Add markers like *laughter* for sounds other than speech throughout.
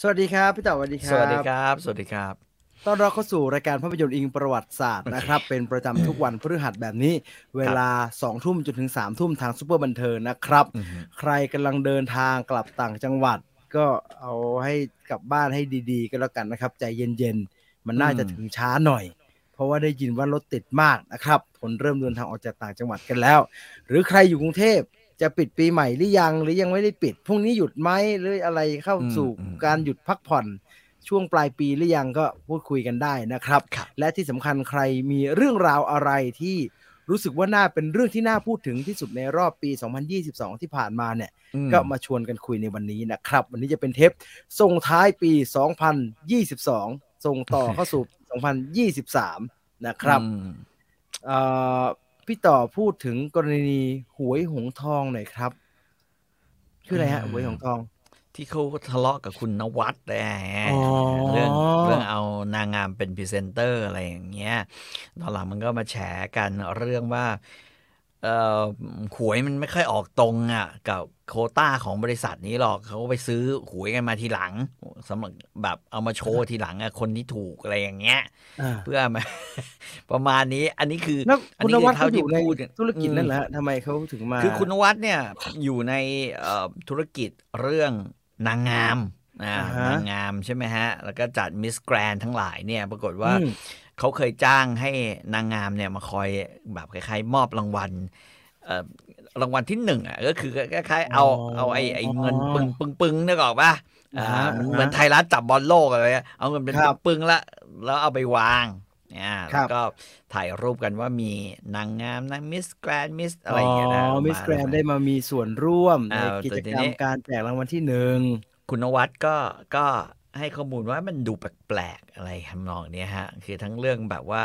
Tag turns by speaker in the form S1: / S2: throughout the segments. S1: สวัสดีครับพี่เต่อสวัสดีครับ
S2: สวัสดีครับ สวัสดีครับ
S1: ต้อนรับเข้าสู่รายการภาพยนตร์อิงประวัติศาสตร์
S2: *laughs*
S1: นะครับ เป็นประจำทุกวันพฤหัสแบบนี้ เวลา2องทุ่มจนถึง3ามทุ่มทางซูเปอร์บันเทิงนะครับ
S2: อือฮึ
S1: ใครกำลังเดินทางกลับต่างจังหวัด ก็เอาให้กลับบ้านให้ดีๆก็แล้วกันนะครับ ใจเย็นๆ มันน่าจะถึงช้าหน่อย เพราะว่าได้ยินว่ารถติดมากนะครับคนเริ่มเดินทางออกจากต่างจังหวัดกันแล้ว หรือใครอยู่กรุงเทพจะปิดปีใหม่หรือยังหรือยังไม่ได้ปิดพรุ่งนี้หยุดไหมหรืออะไรเข้าสู่
S2: อืมอืม
S1: การหยุดพักผ่อน ช่วงปลายปีหรือยังก็พูดคุยกันได้นะครับ และที่สำคัญใครมีเรื่องราวอะไรที่รู้สึกว่าน่าเป็นเรื่องที่น่าพูดถึงที่สุดในรอบปี 2022 ที่ผ่านมาเนี่ย
S2: อื
S1: ก็มาชวนกันคุยในวันนี้นะครับ วันนี้จะเป็นเทปส่งท้ายปี 2022 ส่งต่อเข้าสู่ 2023 นะครับ
S2: อืม
S1: เอ่อพี่ต่อพูดถึงกรณีหวยหงทองหน่อยครับ คืออะไรฮะหวยหงทอง
S2: ที่เขาทะเลาะกับคุณนวัดนะ
S1: อ๋อ
S2: เรื่องเรื่องเอานางงามเป็นพรีเซนเตอร์อะไรอย่างเงี้ยตอนหลังมันก็มาแฉกันเรื่องว่าเออหวยมันไม่ค่อยออกตรงอ่ะ กับโควต้าของบริษัทนี้หรอกเขาไปซื้อหวยกันมาทีหลังสำหรับแบบเอามาโชว์ทีหลังอะคนที่ถูกอะไรอย่างเงี้ย
S1: อ่า
S2: เพื่อมา *laughs* ประมาณนี้ อันนี้คือ
S1: แล้ว
S2: อัน
S1: คุณ
S2: นี้
S1: นวัด
S2: อ
S1: เขา
S2: เท่า
S1: อ
S2: ที่
S1: ยู่ใน
S2: พูดเนี่ย
S1: ธุรกิจ
S2: อืม
S1: นั่นแหละฮะทำไมเขาถึงมา
S2: คือคุณนวัดเนี่ยอยู่ในเอ่อธุรกิจเรื่องนางงามอ่า
S1: อ่าฮะ
S2: นางงามใช่ไหมฮะ แล้วก็จัดมิสแกรนทั้งหลายเนี่ย ปรากฏว่า
S1: อืม
S2: เขาเคยจ้างให้นางงามเนี่ยมาคอยแบบคล้ายๆ มอบรางวัลเอ่อรางวัลที่หนึ่งอ่ะก็คือคล้ายๆเอาเอาไอ้ไอ้เงินปึงปึงปึงนึกออกปะอ่า
S1: อ่าฮะ
S2: เหมือนไทยรัฐจับบอลโลกอะไรเงี้ยเอาเงินเป็น
S1: ครับ
S2: ปึงๆละแล้วเอาไปวางอ่า
S1: ครั
S2: แล้ว
S1: บ
S2: ก็ถ่ายรูปกันว่ามีนางงามนางมิสแกรนมิสอะไรอย่างเงี้ยนะ
S1: อ๋อ มิส
S2: า
S1: แกรน
S2: ประาณ
S1: ได้มามีส่วนร่วมใน
S2: อ้าว
S1: กิจกรร
S2: แต่ทีนี้
S1: มการแจกรางวัลที่หนึ่ง
S2: คุณนวัดก็ก็ให้ข้อมูลว่ามันดูแปลกๆอะไรทำนองเนี้ยฮะ คือทั้งเรื่องแบบว่า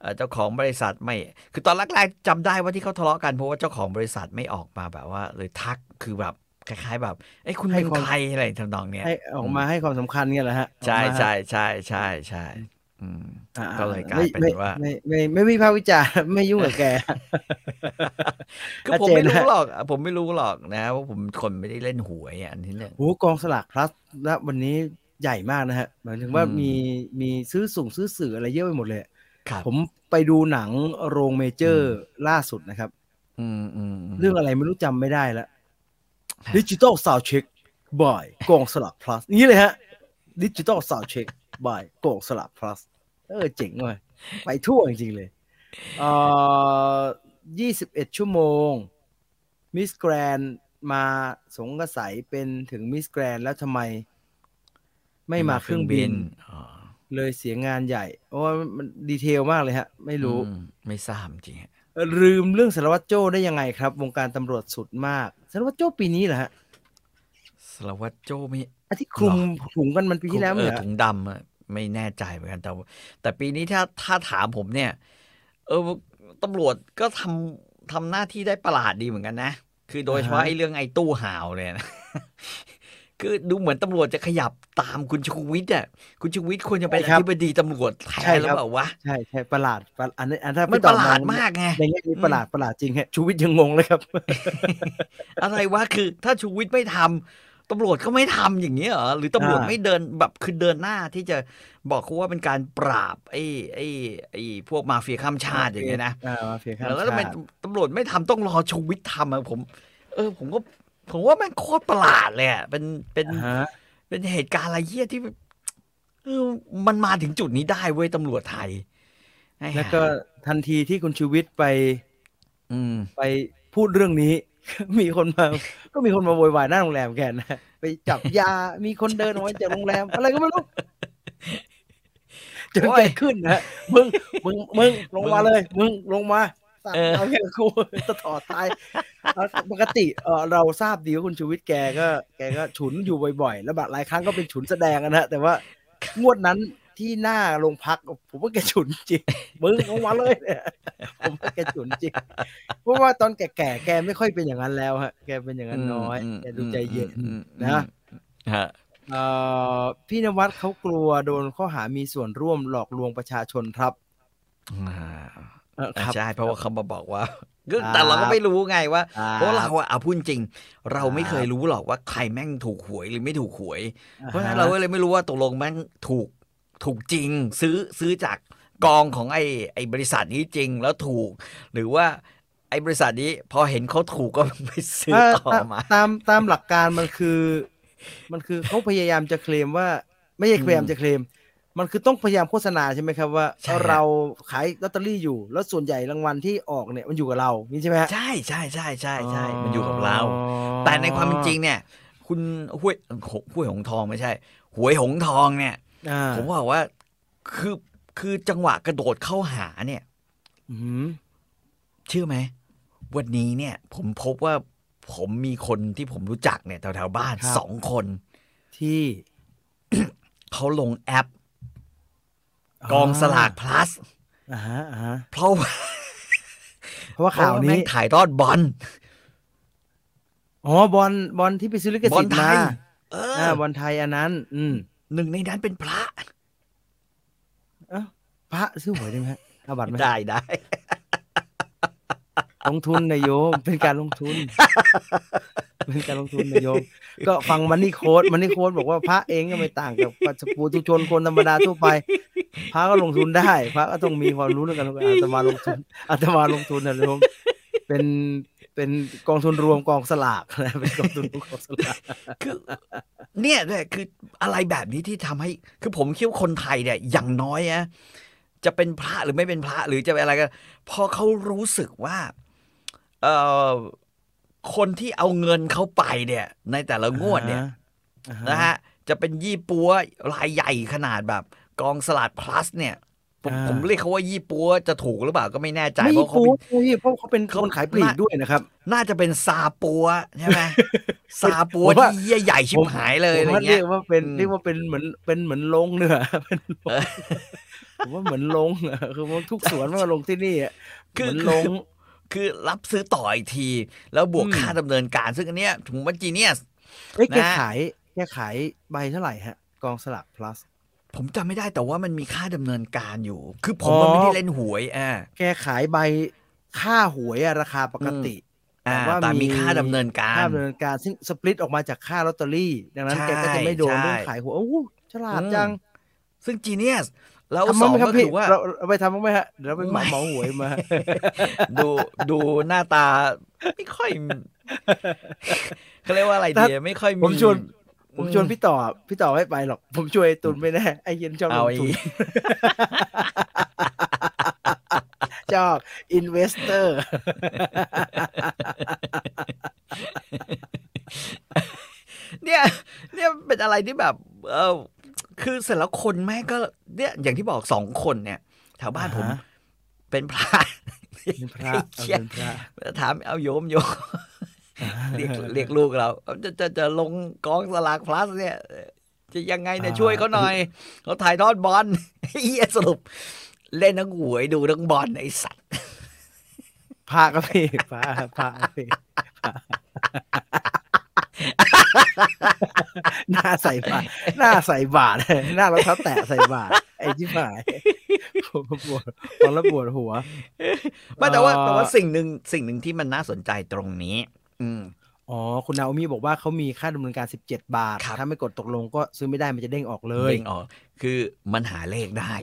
S2: เอ่อเจ้าของบริษัทไม่ คือตอนแรกๆจำได้ว่าที่เขาทะเลาะกันเพราะว่าเจ้าของบริษัทไม่ออกมาแบบว่าเลยทักคือแบบคล้าย ๆ แบบไอ้ยคุณ
S1: ให้
S2: เป็น
S1: ความ
S2: ใครอะไรทำนองเนี้ย
S1: ให้ออกมาให้ความสำคัญเงี้ยแหละฮะ
S2: ใช่
S1: ออกมา
S2: ใช่ใช่ใช่ใช่อืม
S1: อ่า
S2: ก็เลยกลายเป็นว่า
S1: ไม่ไม่ไม่ไม่ไม่วิพากษ์วิจารณ์ *laughs* ไม่ยุ่ง
S2: *laughs*
S1: กับแก
S2: ก็
S1: ชัด
S2: ผม
S1: เจน
S2: ไม่รู้
S1: นะ
S2: หรอก ผมไม่รู้หรอกนะว่าผมคนไม่ได้เล่นหวยอ่ะอันที่หนึ่ง
S1: โหกองสลากพลัสณวันนี้ใหญ่มากนะฮะหมายถึงว่า
S2: อืม
S1: มีมีซื้อส่งซื้อสื่ออะไรเยอะไปหมดเลย
S2: ครับ
S1: ผมไปดูหนังโรงเมเจอร์ล่าสุดนะครับ
S2: อืมอืมม
S1: เรื่องอะไรไม่รู้จำไม่ได้ละ
S2: ฮะ
S1: ดิจิตอล u n d เช็คบายกองสลับ plus นี่เลยฮะดิจิตอล u n d เช็คบายกองสลับ plus เออเจ๋งเลยไปทั่วจริงๆเลยเอ่อ21 ชั่วโมง มิสแกรนมาสงกสัยเป็นถึงมิสแกรนแล้วทำไม ไม่มาเครื่องบิน
S2: อ๋อ
S1: เลยเสียงานใหญ่ โอ้ยมันดีเทลมากเลยฮะ ไม่รู้
S2: อืมไม่ทราบจริงฮะ
S1: ลืมเรื่องสารวัตรโจ้ได้ยังไงครับ วงการตำรวจสุดมากสารวัตรโจ้ปีนี้เหรอฮะ
S2: สารวัตรโจ้ไม่
S1: อาที่คลุม
S2: หรอ
S1: ถุงกันมันปีที่แล้ว
S2: เอ
S1: เหร
S2: อ
S1: อ
S2: ถุงดำอะไม่แน่ใจเหมือนกันแต่ว่าแต่ปีนี้ถ้าถ้าถามผมเนี่ย เออตำรวจก็ทำทำหน้าที่ได้ประหลาดดีเหมือนกันนะ คือโดยเฉพาะไอ้เรื่องไอ้ตู้ห่าวเลยนะ *laughs* คือดูเหมือนตำรวจจะขยับตามคุณชูวิทย์อ่ะคุณชูวิทย์ควรจะเป็นอธิบดีตำรวจแทนหรือเปล่าวะ
S1: ใช่ใช่ประหลาดประอันนี้อันถ้า
S2: มัน
S1: พี่ต่
S2: ป
S1: อ
S2: ระหลาด
S1: อง
S2: มากไง
S1: ในแง่นี้ประหลาดประหลาดจริงฮะชูวิทย์ยังงงเลยครับ
S2: อะไรวะคือถ้าชูวิทย์ไม่ทำตำรวจก็ไม่ทำอย่างนี้ยเหรอหรือตำรวจ
S1: อ่า
S2: ไม่เดินแบบคือเดินหน้าที่จะบอกเขาว่าเป็นการปราบไอ้ไอ้ไอ้พวกมาเฟียข้ามชาติอย่างเงี้ยนะ
S1: *laughs* อ่ามาเฟียข้าม
S2: แล้วทำไม
S1: ชาติ
S2: ตำรวจไม่ทำต้องรอชูวิทย์ทำอะผม เออ ผมก็ผมว่าแม่งโคตรประหลาดเลยอะเป็นเป็น
S1: อ่าฮะ
S2: เป็นเหตุการณ์อะไรเหี้ยที่แบบเออมันมาถึงจุดนี้ได้เว้ยตำรวจไทยไอ้ห่า
S1: แล้วก็ทันทีที่คุณชูวิทย์ไป
S2: อืม
S1: ไปพูดเรื่องนี้ *laughs* มีคนมา ก็มีคนมาโวยวายหน้าโรงแรมแกนะไปจับยามีคนเดินออกมาจากโรงแรม อะไรก็ไม่รู้จน
S2: โอ้
S1: เกิ
S2: ย
S1: ดขึ้นนะ มึง มึง มึง ลงมาเลย มึง ลงมาสั่ง
S2: เออ
S1: เอาแค่กู *laughs* จะถอดตายเอาปกติเออเราทราบดีว่าคุณชูวิทย์แกก็ แกก็ฉุนอยู่บ่อยๆ แล้วบางหลายครั้งก็เป็นฉุนแสดงอะนะแต่ว่างวดนั้นที่หน้าโรงพัก ผมว่าแกฉุนจริง มึงลงมาเลยเนี่ยผมว่าแกฉุนจริง เพราะว่าตอนแก่ๆ แกไม่ค่อยเป็นอย่างนั้นแล้วฮะ แกเป็นอย่างนั้นน้อย
S2: ม
S1: แกดูใจเย็น
S2: อืม
S1: นะ
S2: ฮะ
S1: เอ่อพี่นวัดเขากลัวโดนข้อหามีส่วนร่วมหลอกลวงประชาชนครับ
S2: อ่า
S1: เออครับ
S2: ใช่เพราะว่าเขามาบอกว่า *laughs* ก็แต่เราก็ไม่รู้ไงว่า
S1: อ่
S2: เพราะเราอะเอาพูดจริง เราไม่เคยรู้หรอกว่าใครแม่งถูกหวยหรือไม่ถูกหวย เพราะฉะนั้นเราก็เลยไม่รู้ว่าตกลงแม่งถูกถูกจริง ซื้อซื้อจากกองของไอ้ไอ้บริษัทนี้จริงแล้วถูก หรือว่าไอ้บริษัทนี้พอเห็นเขาถูกก็ *laughs* ไปซื้อ
S1: เอ่อ
S2: ต่อ
S1: ตาม
S2: มา
S1: ตามตามหลักการมันคือ มันคือเขาพยายามจะเคลมว่า ไม่ใช่พยายามจะเคลม มันคือต้องพยายามโฆษณาใช่ไหมครับว่า
S2: ใช่ครับ
S1: เราขายลอตเตอรี่อยู่ แล้วส่วนใหญ่รางวัลที่ออกเนี่ยมันอยู่กับเรานี่ใช่ไหมฮะ
S2: ใช่ใช่ใช่ใช่ใช่มันอยู่กับเรา แต่ในความเป็นจริงเนี่ย คุณห้วยหห้วยหงทองไม่ใช่ หวยหงทองเนี่ย
S1: อ่า
S2: ผมบอกว่าคือคือจังหวะกระโดดเข้าหาเนี่ย
S1: อืม
S2: เชื่อไหม วันนี้เนี่ย ผมพบว่าผมมีคนที่ผมรู้จักเนี่ยแถวๆบ้านสองคน
S1: ที่
S2: เขาลงแอปกองสลาก plus
S1: อ่าฮะอ่าฮะ
S2: เพราะว่า
S1: เพราะว่าข่าว
S2: เพระแม่
S1: นี้
S2: งถ่ายทอดบอล
S1: อ๋อบอลบอลที่ไปซื้อลิข
S2: บอ
S1: สิ
S2: ล
S1: ทธิ์
S2: ไท
S1: มาย
S2: เอ
S1: อ่า
S2: อบ
S1: อลไทยอันนั้น อืม
S2: หนึ่งในนั้นเป็นพระ
S1: เอ้าพระซื้อหวยได้ไหมฮะเอาบัตรไหมฮะ
S2: ได้ได้
S1: ลงทุนนายโยมเป็นการลง
S2: *laughs*
S1: ทุน เป็นการลงทุนนายโยม ก็ฟังมันนี่โค้ดมันนี่โค้ดบอกว่าพระเองก็ไม่ต่างกับปูตุชนคนธรรมดาทั่วไป พระก็ลงทุนได้ พระก็ต้องมีความรู้เรื่องการลงทุนอาตมาลงทุนอาตมาลงทุนนะโยมเป็นเป็นกองทุนรวมกองสลากนะเป็นกองทุนรวมกองสลาก
S2: คือ เนี่ยเนี่ยคืออะไรแบบนี้ที่ทำให้ คือผมคิดว่าคนไทยเนี่ย อย่างน้อยอะจะเป็นพระหรือไม่เป็นพระหรือจะเป็นอะไรกันพอเขารู้สึกว่า เออคนที่เอาเงินเขาไปเนี่ย ในแต่ละงวดเนี่ย
S1: อ่า
S2: นะฮะจะเป็นยี่ปัวรายใหญ่ขนาดแบบกองสลาด plus เนี่ย ผม
S1: อ่า
S2: ผมเรียกเขาว่ายี่ปัวจะถูกหรือเปล่าก็ไม่แน่ใจ
S1: ไม่
S2: เพราะเขา
S1: ปู
S2: เป็น
S1: พี่เพราะเขาเป็น
S2: เขา
S1: คนขายปลีกด้วยนะครับ
S2: น่าจะเป็นซาปัวใช่
S1: *laughs*
S2: ไหม ซาปัว
S1: ผมว่า
S2: ที่เยี่ยใหญ่ชิบหายเลย
S1: ผ
S2: อะ
S1: ม
S2: ไร
S1: ว่าเรี
S2: เงี้
S1: ย
S2: ย
S1: กว่าเป็น
S2: อืม
S1: เรียกว่าเป็นเหมือนเป็นเหมือนลงเนื้อะ *laughs* เป็นโรง
S2: เออ
S1: ผมว่าเหมือนลงอะคือว่าทุกสวนมันมาลงที่นี่อะ
S2: คื
S1: เห
S2: อ
S1: มือนลง
S2: คือรับซื้อต่ออีกที แล้วบวก
S1: อืม
S2: ค่าดำเนินการ ซึ่งอันเนี้ยถุงมัจจีเนียส
S1: เอ้ยแก
S2: นะ
S1: ขายแกขายใบเท่าไหร่ฮะ กองสลาก plus
S2: ผมจำไม่ได้แต่ว่ามันมีค่าดำเนินการอยู่ คือผมมันไม่ได้เล่นหวยอ่า
S1: แกขายใบค่าหวยอะราคาปกติ
S2: อ่า
S1: แต่ว่า
S2: แต่มี
S1: มี
S2: ค่าดำเนินกา
S1: ค่าร ดำเนินการซึ่งสปลิตออกมาจากค่าลอตเตอรี่ ดังนั้น
S2: ใช่
S1: แกก็จะไม่โดน
S2: ใช่
S1: เรื่องขายหวยโอ้โหฉลาดจัง
S2: ซึ่งจีเนียสแล้ว
S1: ทำ
S2: ส
S1: มั้าง
S2: อ
S1: ไหม
S2: ง
S1: ครับ
S2: ก็
S1: พี่
S2: คือว่า
S1: เราเราไปทำมั้างไหมฮะเดี๋ยวเราไปเหมา
S2: ไม่
S1: เหมาหวยมา
S2: ดูดูหน้าตาไม่ค่อย เขาเรียกว่าอะไรดีอะไม่ค่อยมี
S1: ผมชวน
S2: อ
S1: ผ
S2: ื
S1: มชวนพี่ต่อ พี่ต่อไม่ไปหรอก ผมชวนไอ้ตุนไม่แน่ไอ้เย็นชอบล
S2: เอา
S1: ง
S2: ไอ้
S1: ทุน ชอบอินเวสเตอร์
S2: เนี่ยเนี่ยเป็นอะไรที่แบบ เออคือเสร็จแล้วคนแม่งก็ เนี่ยอย่างที่บอกสองคนเนี่ยแถวบ้านผม
S1: อ่าฮะ
S2: เป็นพระ
S1: เป็นพระเอาเป็นพระ
S2: ถามเอาโยมโยมเรียกเรียกลูกเราเอาจะจะจะลงกองสลากพลัสเนี่ยเอ่อจะยังไงเนี่ยช่วยเขาหน่อยเขาถ่ายทอดบอล *laughs* เฮียสรุป เล่นทั้งหวยดูทั้งบอลไอ้สัตว์
S1: พระก็พี่พระพระก็พี่พระหน้าใส่บาทหน้าใส่บาทหน้ารองเท้าแตะใส่บาทไอ้ที่หายผมปวดฟังแล้วปวดหัว
S2: ไม่แต่ว่า
S1: เอ่อ
S2: แต่ว่าสิ่งหนึ่งสิ่งหนึ่งที่มันน่าสนใจตรงนี้ อืม
S1: อ๋อ คุณนาโอมีบอกว่าเขามีค่าดำเนินการ 17 บาท
S2: ครับ
S1: ถ้าไม่กดตกลงก็ซื้อไม่ได้มันจะเด้งออกเลย
S2: เด้งออกคือมันหาเลขได้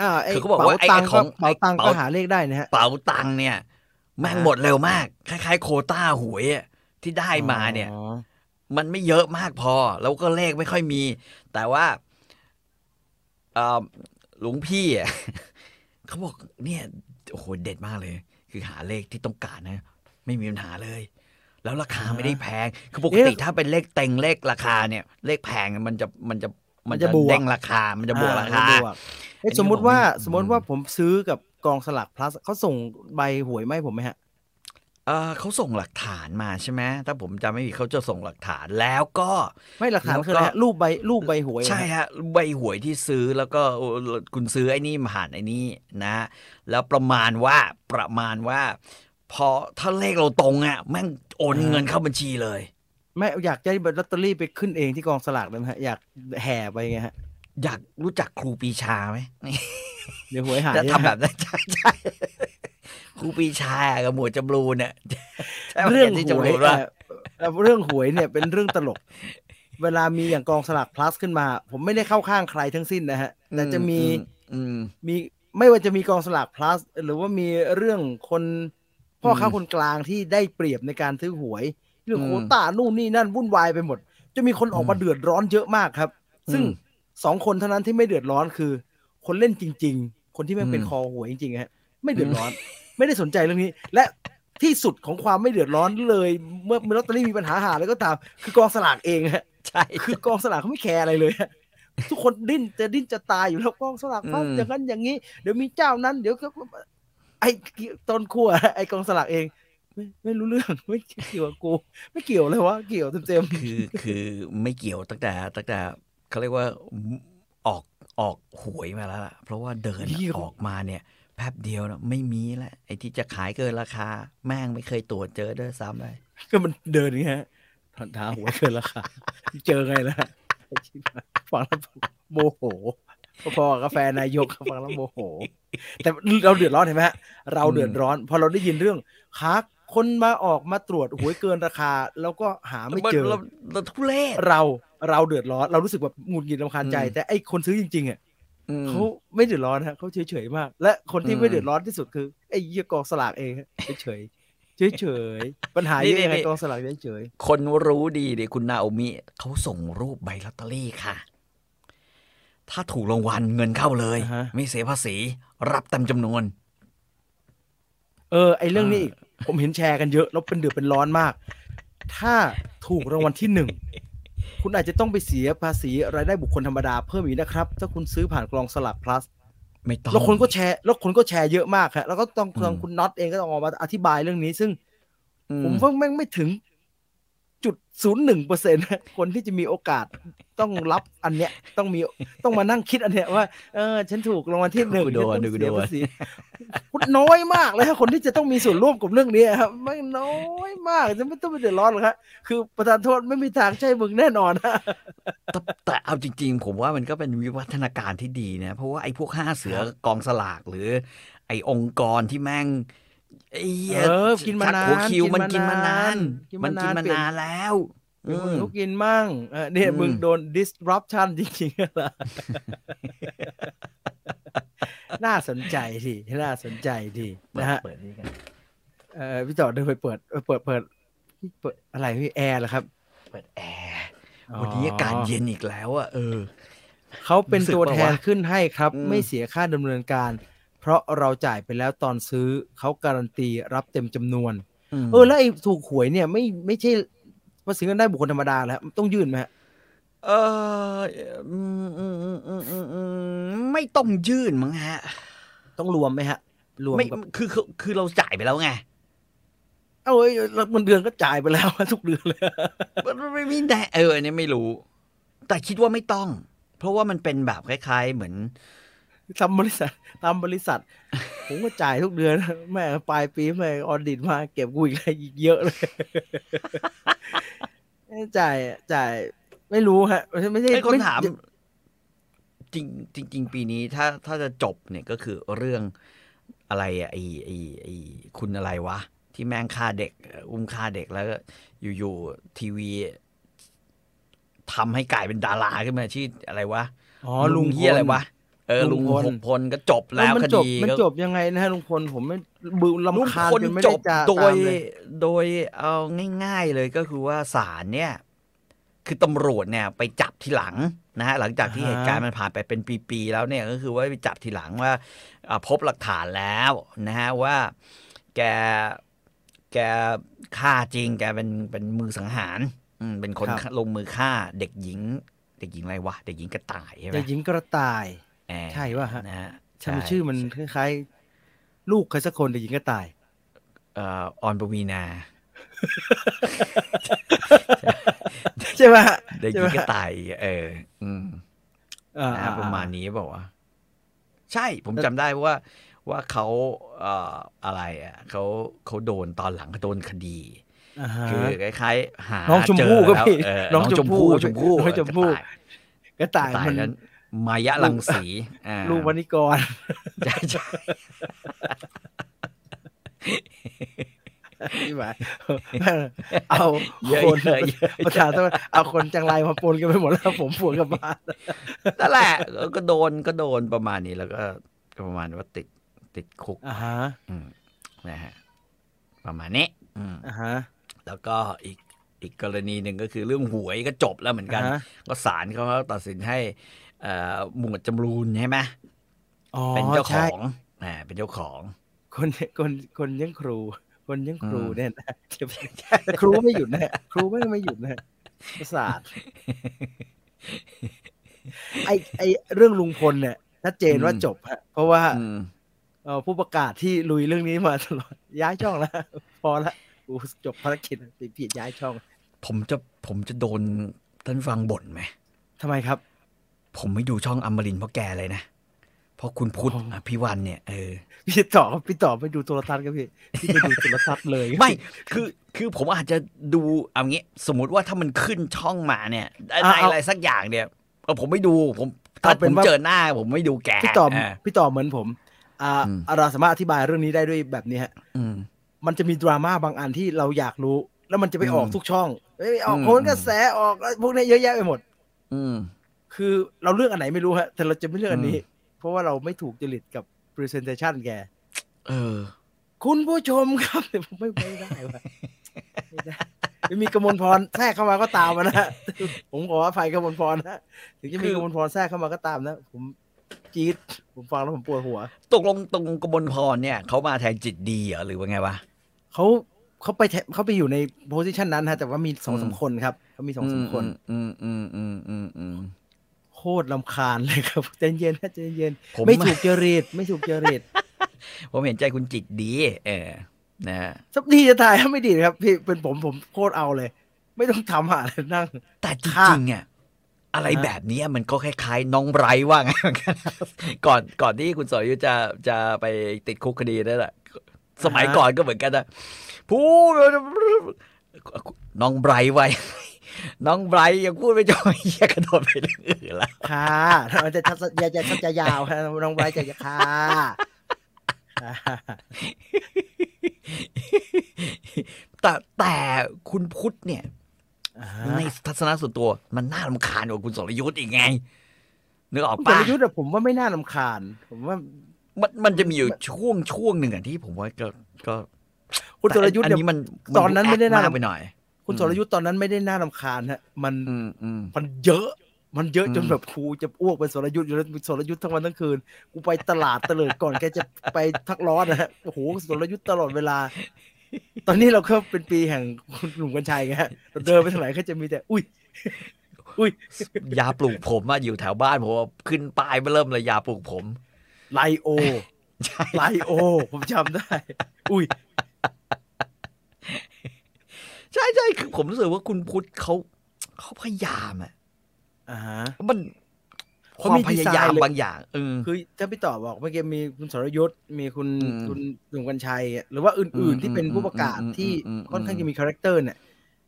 S1: อ่าไอ้
S2: คือเขาบอกว่าไอ้
S1: เป๋ตัง
S2: ของ
S1: ก็เป๋าตัง
S2: ไอ้
S1: ก็
S2: เป๋า
S1: หาเลขได้นะฮะ
S2: เป๋าตังค์เนี่ยแม่ง
S1: อ่า
S2: หมดเร็วมาก คล้ายๆ โควต้าหวยอะที่ได้มาเนี่ย
S1: อ๋อ
S2: มันไม่เยอะมากพอ แล้วก็เลขไม่ค่อยมี แต่ว่าเอ่อหลวงพี่อะ *laughs* เขาบอกเนี่ยโอ้โหเด็ดมากเลย คือหาเลขที่ต้องการนะ ไม่มีปัญหาเลย แล้วราคาไม่ได้แพง คือปกติถ้าเป็นเลขเต็งเลขราคาเนี่ย เลขแพงมันจะมันจะมันจะเด้งราคา มันจะบวกราคา
S1: อ่มันจะบวกเอ้ย
S2: อันนี้
S1: สมมุติว่า
S2: บอกไม่
S1: สมมติว่าผมซื้อกับกองสลากพลัสเขาส่งใบหวยไหมาให้ผมไหมฮะ
S2: เอ่อเขาส่งหลักฐานมาใช่ไหมถ้าผมจำไม่ผิดเขาจะส่งหลักฐานแล้วก็
S1: ไม่หลักฐาน
S2: แล้วก็
S1: คืออะไรฮะรูปใบรูปใบหวยเหรอ
S2: ใช่
S1: ฮะ
S2: ฮะใบหวยที่ซื้อแล้วก็เอ่อคุณซื้อไอ้นี่ผ่านไอ้นี่นะ แล้วประมาณว่าประมาณว่า พอถ้าเลขเราตรงอ่ะแม่งโอนเงินเข้าบัญชีเลย
S1: ไม่อยากได้ลอตเตอรี่ไปขึ้นเองที่กองสลากได้ไหมฮะอยากแห่ไปไงฮะ
S2: อยากรู้จักครูปรีชาไหม
S1: เดี๋ยวหวยหาย
S2: *laughs* จะทำแบบนั้นใช่ใช่ ครูปรีชากับหมวดจำรูนเนี่ยใช่ไหม
S1: เรื่อง
S2: ย่าที่
S1: หวย
S2: จำรูนว่า
S1: เอ่อเรื่องหวยเนี่ยเป็นเรื่องตลก เวลามีอย่างกองสลากพลัสขึ้นมา ผมไม่ได้เข้าข้างใครทั้งสิ้นนะฮะแต่จะมี
S2: อืม
S1: มีไม่ว่าจะมีกองสลากพลัสหรือว่ามีเรื่องคนพ่อค้า
S2: อืม
S1: คนกลางที่ได้เปรียบในการซื้อหวย เรื่อง
S2: อืม
S1: โควต้านู่นนี่นั่นวุ่นวายไปหมด จะมีคนออกมา
S2: อืม
S1: เดือดร้อนเยอะมากครับ ซึ่ง
S2: อืม
S1: สองคนเท่านั้นที่ไม่เดือดร้อนคือ คนเล่นจริง ๆ คนที่ไม่งเป็น
S2: อืม
S1: คอหวยจริงๆฮะไม่เดือดร้อน ไม่ได้สนใจเรื่องนี้ และที่สุดของความไม่เดือดร้อนเลย เมื่อเมื่อลอตเตอรี่มีปัญหาหาแล้วก็ตาม คือกองสลากเองฮะ
S2: ใช่ *laughs*
S1: คือกองสลากเขาไม่แคร์อะไรเลยฮะ *laughs* ทุกคนดิ้นจะดิ้นจะตายอยู่แล้วกองสลากปั๊บอย่างนั้นอย่างนี้ เดี๋ยวมีเจ้านั้น เดี๋ยวก็ไอ้ต้นขั้วไอ้กองสลากเอง ไม่ไม่รู้เรื่องไม่เกี่ยวกับกู ไม่เกี่ยวเลยวะเกี่ยวเต็ม *laughs*
S2: คือคือไม่เกี่ยวตั้งแต่ตั้งแต่เขาเรียกว่าออกออกหวยมาแล้วล่ะ เพราะว่าเดินออกมาเนี่ย แป๊บเดียวนะไม่มีแล้วไอ้ที่จะขายเกินราคา แม่งไม่เคยตรวจเจอด้วยซ้ำเลย
S1: ๆก็มันเดินอย่างเงี้ยฮะถอนเท้าหัวเกินราคาเจอไงล่ะไอ้ชิบหายฟังแล้วโมโหพอๆกาแฟนนายกฟังแล้วโมโห แต่เราเดือดร้อนเห็นไหมฮะเราเดือดร้อนพอเราได้ยินเรื่องค้าคนมาออกมาตรวจหวยเกินราคา แล้วก็หาไม่เจอ
S2: เราเราทุเรศ
S1: เราเราเดือดร้อนเรารู้สึกแบบหงุดหงิดลำคาญใจ
S2: อืม
S1: แต่ไอ้คนซื้อจริงๆอ่ะ
S2: อืม
S1: เขาไม่เดือดร้อนฮะเขาเฉยๆมาก และคนที่
S2: อืม
S1: ไม่เดือดร้อนที่สุดคือไอ้เยี่ยกองสลากเองฮะเฉยๆเฉยๆปัญหาเยอะยังไงกองสลากเฉย
S2: คนรู้ดีเนี่ยคุณนาโอมิเขาส่งรูปใบลอตเตอรี่ค่ะ ถ้าถูกรางวัลเงินเข้าเลย
S1: ๆนะฮะ
S2: ไม่เสียภาษี รับเต็มจำนวน
S1: เออไอ้เรื่องนี้อีกผมเห็นแชร์กันเยอะแล้วเป็นเดือดเป็นร้อนมาก ถ้าถูกรางวัลที่หนึ่งคุณอาจจะต้องไปเสียภาษีรายได้บุคคลธรรมดาเพิ่มอีกนะครับ ถ้าคุณซื้อผ่านกองสลาก plus
S2: ไม่ต้อง
S1: แล้วคนก็แชร์แล้วคนก็แชร์เยอะมากฮะแล้วก็ต้อง
S2: อืม
S1: ทางคุณน็อตเองก็ต้องออกมาอธิบายเรื่องนี้ซึ่ง
S2: อืม
S1: ผมว่าแม่งไม่ถึงจุดศูนย์หนึ่งเปอร์เซ็นต์คนที่จะมีโอกาสต้องรับอันเนี้ย ต้องมีต้องมานั่งคิดอันเนี้ยว่าเออ ฉันถูกรางวัลที่หนึ่ง
S2: กูโดน
S1: ฉั
S2: กู
S1: ต้องเสี
S2: โด
S1: ย
S2: น
S1: ภาษีคุณน้อยมากเลยฮะคนที่จะต้องมีส่วนร่วมกับเรื่องนี้ครับแม่งน้อยมากจะไม่ต้องไปเดือดร้อนหรอกครับคือประธานโทษไม่มีทางใช่มึงแน่นอนฮะ
S2: แต่แต่เอาจริง ๆ ผมว่ามันก็เป็นวิวัฒนาการที่ดีนะ เพราะว่าไอ้พวกห้าเสือกองสลากหรือ ไอ้องค์กรที่แม่งไอ้หี้ย
S1: เออกินมา
S2: ชัหัวคิว
S1: มั
S2: มัน น
S1: กิ
S2: กิ
S1: นมา
S2: นา
S1: มาน
S2: นาน น
S1: กิน
S2: มั
S1: มาน นาน
S2: กินมานานแล้ว
S1: เดี๋ยวมึง
S2: อืม
S1: ลุกกินมั่งเออเนี่ย
S2: อืม
S1: มึงโดน disruption จริงๆเหรอ น่าสนใจทีน่าสนใจทีนะฮะ
S2: เปิดนี่กัน
S1: เออพี่ต่อเดินไปเปิดเออเปิดเปิดเปิดอะไรพี่แอร์เหรอครับ
S2: เปิดแอร์ วันนี้อากาศเย็นอีกแล้วอ่ะเออ
S1: เขาเป็น
S2: รู้สึก
S1: ตัวแทน
S2: ว่าวะ
S1: ขึ้นให้ครับ
S2: อืม
S1: ไม่เสียค่าดำเนินการ เพราะเราจ่ายไปแล้วตอนซื้อเขาการันตีรับเต็มจำนวน
S2: ม
S1: เออแล้วไอ้ถูกหวยเนี่ยไม่ไม่ใช่ภาษีเงินได้บุคคลธรรมดาแล้วต้องยื่นไหมฮะ
S2: เอออืมอืมอืมอืมอืมอืมไม่ต้องยื่นมั้งฮะ
S1: ต้องรวมไหมฮะ รวม
S2: ไม่
S1: กับ
S2: คือคือคือเราจ่ายไปแล้วไง
S1: เอาเอ้ยแล้วเงินเดือนก็จ่ายไปแล้ว *laughs* ทุกเดือนเลย
S2: มันมันไม่ไม่แน่เอออันนี้ไม่รู้ แต่คิดว่าไม่ต้อง เพราะว่ามันเป็นแบบคล้ายๆ เหมือน
S1: ทำบริษัท *laughs* ทำบริษัท ผมก็จ่ายทุกเดือน *laughs* แม่ปลายปีแม่ออดิตมาเก็บกูอีกอะไรอีกเยอะ *laughs* เลย จ่ายจ่ายไม่รู้ฮะ ไม่ใช่
S2: ไอ้คน
S1: ไ
S2: ถาม จริงจริงจริงปีนี้ถ้าถ้าจะจบเนี่ยก็คือเรื่องอะไรอะไอไอไอคุณอะไรวะ ที่แม่งฆ่าเด็ก อุ้มฆ่าเด็กแล้วก็อยู่ๆทีวีทำให้กลายเป็นดาราขึ้นมาชื่ออะไรวะ
S1: อ๋อ
S2: อ๋อลุ
S1: ลุ
S2: ง
S1: ง
S2: เฮียอะไร
S1: พล
S2: วะเออ
S1: ลุ
S2: ลุ
S1: ง
S2: ง
S1: พล
S2: หกพลก็จบ
S1: เอ
S2: แล้
S1: อ
S2: ว
S1: มัน
S2: ค
S1: จบ
S2: ดี
S1: มัน
S2: ก็
S1: จบยังไงนะฮะลุงพลผมไม่บือลำคาญ
S2: พล
S1: จนไม่
S2: จ
S1: ได้
S2: บ
S1: จ่า
S2: โด
S1: ตาม
S2: ย
S1: เลย
S2: โดยเอาง่ายๆเลยก็คือว่าศาลเนี่ย คือตำรวจเนี่ยไปจับทีหลังนะฮะหลังจากที่เหตุการณ์มันผ่านไปเป็นปีๆแล้วเนี่ยก็คือว่าไปจับทีหลังว่าอ่าพบหลักฐานแล้วนะฮะว่าแกแกฆ่าจริง แกเป็นเป็นมือสังหารอืมเป็นคนลงมือฆ่าเด็กหญิง เด็กหญิงอะไรวะเด็กหญิงกระต่ายใช่ไหม
S1: เด็กหญิงกระต่าย
S2: แอบ
S1: ใช่ป่ะฮะ
S2: นะฮะ
S1: ทำไมชื่อมันคล้ายๆลูกใครสักคนเด็กหญิงกระต่าย
S2: เอ่อออนปวีนา
S1: ใช่ป่ะฮะ
S2: เด็กหญิงกระต่ายเออ อืม
S1: อ่
S2: นะ
S1: ๆๆ
S2: ประมาณนี้บอกว่าวะใช่ผมจำได้ว่า ว่าเขาเอ่ออะไรอ่ะเขาเขาโดนตอนหลังเขาโดนคดี
S1: อ่าฮะ
S2: คือคล้ายๆหา
S1: น้องชมพู่
S2: เจ
S1: ก็
S2: แล้ว
S1: มี
S2: เออ
S1: น้
S2: น้
S1: อ
S2: อง ง
S1: ช
S2: ช
S1: ม
S2: ม
S1: พู่
S2: พู่ชมพู่
S1: น้องชมพู่ กระ
S2: กระ
S1: ต่าย
S2: ต่ายกระต่าย
S1: มัน
S2: นั้น มายะลังสีอ่า
S1: ลูกวานิกร
S2: ใช่ใช่
S1: ที่หมาย *laughs* เอา
S2: เยอะ
S1: คน
S2: เยอะเยอะ
S1: ประธานต้องเอาคนจังไรมาปนกันไปหมดแล้วผมปวดกับบ้าน
S2: นั่นแหละแล้วก็โดนก็โดนประมาณนี้แล้วก็ก็ประมาณว่าติดติดคุก
S1: อ่าฮะ
S2: อืมนะฮะประมาณนี้อืม
S1: อ่าฮะ
S2: แล้วก็อีกอีกกรณีหนึ่งก็คือเรื่องหวยก็จบแล้วเหมือนกัน
S1: อ่าฮะ
S2: ก็ศาลเขาก็ตัดสินให้เอ่อหมวดจำรูนใช่ไหม
S1: อ๋อ
S2: เป็นเจ้าข
S1: ใช่
S2: องอ่าเป็นเจ้าของ
S1: คนคนคนเลี้ยังครู คนเลี้ยังครู
S2: อืม
S1: เนี่ยนะครูไม่หยุดนะครูไม่ไม่หยุดนะประสาทไอไอเรื่องลุงพลเนี่ยชัดเจนว่าจบฮะเพราะว่า
S2: อืม
S1: เอ่อผู้ประกาศที่ลุยเรื่องนี้มาตลอด ย้ายช่องแล้ว พอละกูจบภารกิจปิดผิดย้ายช่อง
S2: ผมจะผมจะโดนท่านฟังบ่นไหม
S1: ทำไมครับ
S2: ผมไม่ดูช่องอมรินทร์เพราะแกเลยนะ เพราะคุณพุทธ
S1: อ๋ออ
S2: พี่วันเนี่ยเออ
S1: พี่ต่อพี่ต่อไปดูโทรทัศน์ครับพี่พี่ไปดูโทรทัศน์เลย
S2: ไม่ คือคือผมอาจจะดูเอางี้ สมมติว่าถ้ามันขึ้นช่องมาเนี่ยอะไรอะไรสักอย่างเนี่ยเออผมไม่ดูผมถ้าผมเจอหน้า ผมไม่ดูแก
S1: พี่ต่อ
S2: อ่า
S1: พี่ต่อเหมือนผม อ่า
S2: อืม
S1: เราสามารถอธิบายเรื่องนี้ได้ด้วยแบบนี้ฮะ
S2: อืม
S1: มันจะมีดราม่าบางอันที่เราอยากรู้ แล้วมันจะไปออก
S2: อืม
S1: ทุกช่องเอ้ยออก
S2: อืม
S1: โคนกระแสออกพวกนี้เยอะแยะไปหมด
S2: อืม
S1: คือเราเลือกอันไหนไม่รู้ฮะแต่เราจะไม่เลือกอันนี้
S2: อื
S1: เพราะว่าเราไม่ถูกจริตกับ presentation แก
S2: เออ
S1: คุณผู้ชมครับแต่ผมไม่ไม่ได้ว่ะไม่ได้ไม่มีกมลพรแทรกเข้ามาก็ตามมานะ ผมขออภัยกมลพรนะถึงจะมี
S2: คือ
S1: กมลพรแทรกเข้ามาก็ตามนะ ผมจี๊ดผมฟังแล้วผมปวดหัว
S2: ตกลงตรงกบลพรเนี่ยเขามาแทนจิตดีเหรอหรือว่าไงวะ
S1: เขาเขาไปแทเขาไปอยู่ในโพสิชันนั้นฮะแต่ว่ามีสองสาม
S2: อืม
S1: คนครับเขามีสองสามคน
S2: อืมอืมอืมอืมอืม
S1: โคตรลำคาญเลยครับใจเย็นนะใจเย็น
S2: ผม
S1: ไม่ถูกจริตไม่ถูกจริต
S2: ผมเห็นใจคุณจิตดี เออ นะฮะ
S1: สักดีจะตายถ้าไม่ดีครับพี่เป็นผมผมโคตรเอาเลย ไม่ต้องทำหาเลยนั่ง
S2: แต่จ
S1: ค่ะ
S2: ริงๆอ่ะอะไร
S1: ฮะ
S2: แบบเนี้ยมันก็คล้ายๆ น้องไบรท์ว่าไง *laughs* เหมือนกันก่อนก่อนที่คุณสรยุทธจะจะไปติดคุกคดีนั่นแหละสมัยก่อนก็เหมือนกันนะพูดน้องไบรท์ไว้ *laughs* น้องไบรท์ยังพูดไม่จบ *laughs* เหี้ยกระโดดไปเรื่องอื่นละ
S1: ค่ะ *laughs* มันจะชัดจะจะชัดจะยาว *laughs* ค่ะน้องไบรท์จะจะค่ะค่ะ
S2: แต่แต่คุณพุทธเนี่ย
S1: อ่า
S2: ในทัศนะส่วนตัวมันน่ารำคาญกว่าคุณสรยุทธ์อีกไงนึกออก
S1: คุณ
S2: ปะ
S1: สรยุทธ์อะผมว่าไม่น่าลำคาญ ผมว่า
S2: มันมันจะมีอยู่ช่วงช่วงหนึ่งอ่ะที่ผมว่าก็ก็
S1: คุณสรยุทธ์
S2: แต่อัน
S1: เนี่ย
S2: นี้มัน
S1: ตอนนั้นไม่ได้น่า
S2: แอคกไปหน่อย
S1: คุณสรยุทธ์ตอนนั้นไม่ได้น่าลำคาญฮะมัน
S2: อืมอืม
S1: มันเยอะ มันเยอะ
S2: อืม
S1: จนแบบครูจะอ้วกเป็นสรยุทธ์อยู่แล้วสรยุทธ์ทั้งวันทั้งคืนกูไปตลาดเตลิดก่อนแกจะไปทักร้อนนะฮะโอ้โหสรยุทธ์ตลอดเวลา ตอนนี้เราก็เป็นปีแห่งคุณหนุ่มกัญชัยไงฮะเราเดินไปทางไหนก็จะมีแต่ อุ้ย อุ้ย
S2: ยาปลูกผมอะอยู่แถวบ้านผมอะขึ้นป้ายมาเริ่มเลยยาปลูกผม
S1: ไลโอ
S2: ใช่
S1: ไลโอ ผมจำได้ อุ้ย
S2: ใช่ใช่คือผมรู้สึกว่าคุณพุทธเขาเขาพยายามอะ
S1: อ่าฮะ
S2: มันค
S1: เขา
S2: วาม
S1: มี
S2: พ
S1: ดี
S2: ยา
S1: ไซน์เลย
S2: ยามบางอย่างเออ
S1: คือถ้าพี่ต่อบอกเมื่อกี้มีคุณสรยุทธ์มีคุณ
S2: อืม
S1: คุณหนุ่มกัญชัยอะหรือว่าอื่น
S2: อืม
S1: ๆ ที่เป็นผู้ประกาศ
S2: อืมอืม
S1: ที่
S2: อืมอืม
S1: ค่อนข้างจะมีคาแรคเตอร์เนี่ย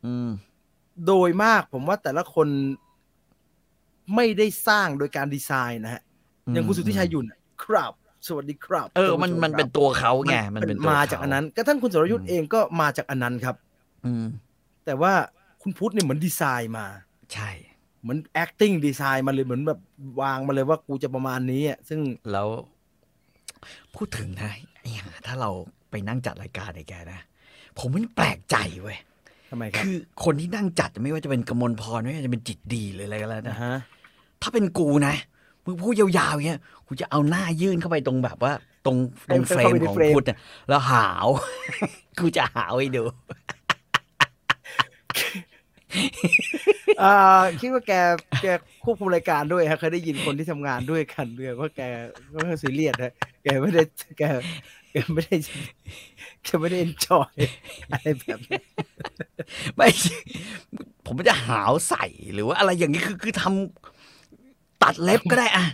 S2: อืม
S1: โดยมากผมว่าแต่ละคนไม่ได้สร้างโดยการดีไซน์นะฮะ อย่างคุณสุทธิชัยหยุ่นอะครับ สวัสดีครับ
S2: เออ มัน
S1: ท่าผู้ช
S2: มันเป็น
S1: ค
S2: ตัวเขา
S1: รับ
S2: ไงมันเป็นตัว
S1: มาจากอันนั้น
S2: เข
S1: กระทั่งคุณสรยุทธ์
S2: อืม
S1: เองก็มาจากอันนั้นครับ
S2: อืม
S1: แต่ว่าคุณพุทธเนี่ยเหมือนดีไซน์มา
S2: ใช่
S1: เหมือน acting design มันเลยเหมือนแบบวางมาเลยว่ากูจะประมาณนี้อ่ะซึ่ง
S2: แล้วพูดถึงนะไอ้ห่าถ้าเราไปนั่งจัดรายการไอ้แกนะ ผมมันแปลกใจเว้ย
S1: ทำไมครับ
S2: คือคนที่นั่งจัดไม่ว่าจะเป็นกมลพรไม่ว่าจะเป็นจิตดีหรืออะไรก็แล้ว
S1: นะ
S2: นะ
S1: ฮะ
S2: ถ้าเป็นกูนะมึงพูดยาวๆเงี้ยกูจะเอาหน้ายื่นเข้าไปตรงแบบว่า ตรงตรงเฟรมของพุทธน่ะแล้วหาว *laughs* กูจะหาวให้ดู
S1: เอ่อคิดว่าแกแกควบคุมรายการด้วยฮะเคยได้ยินคนที่ทำงานด้วยกันเรืองว่าแกก็ไม่ซีเรียสฮะแกไม่ได้แกแกไม่ได้แกไม่ได้ enjoy อะไรแบบนี้
S2: ไม่ใช่ผมไม่จะหาวใส่หรือว่าอะไรอย่างนี้คือคือทำตัดเล็บก็ได้อะ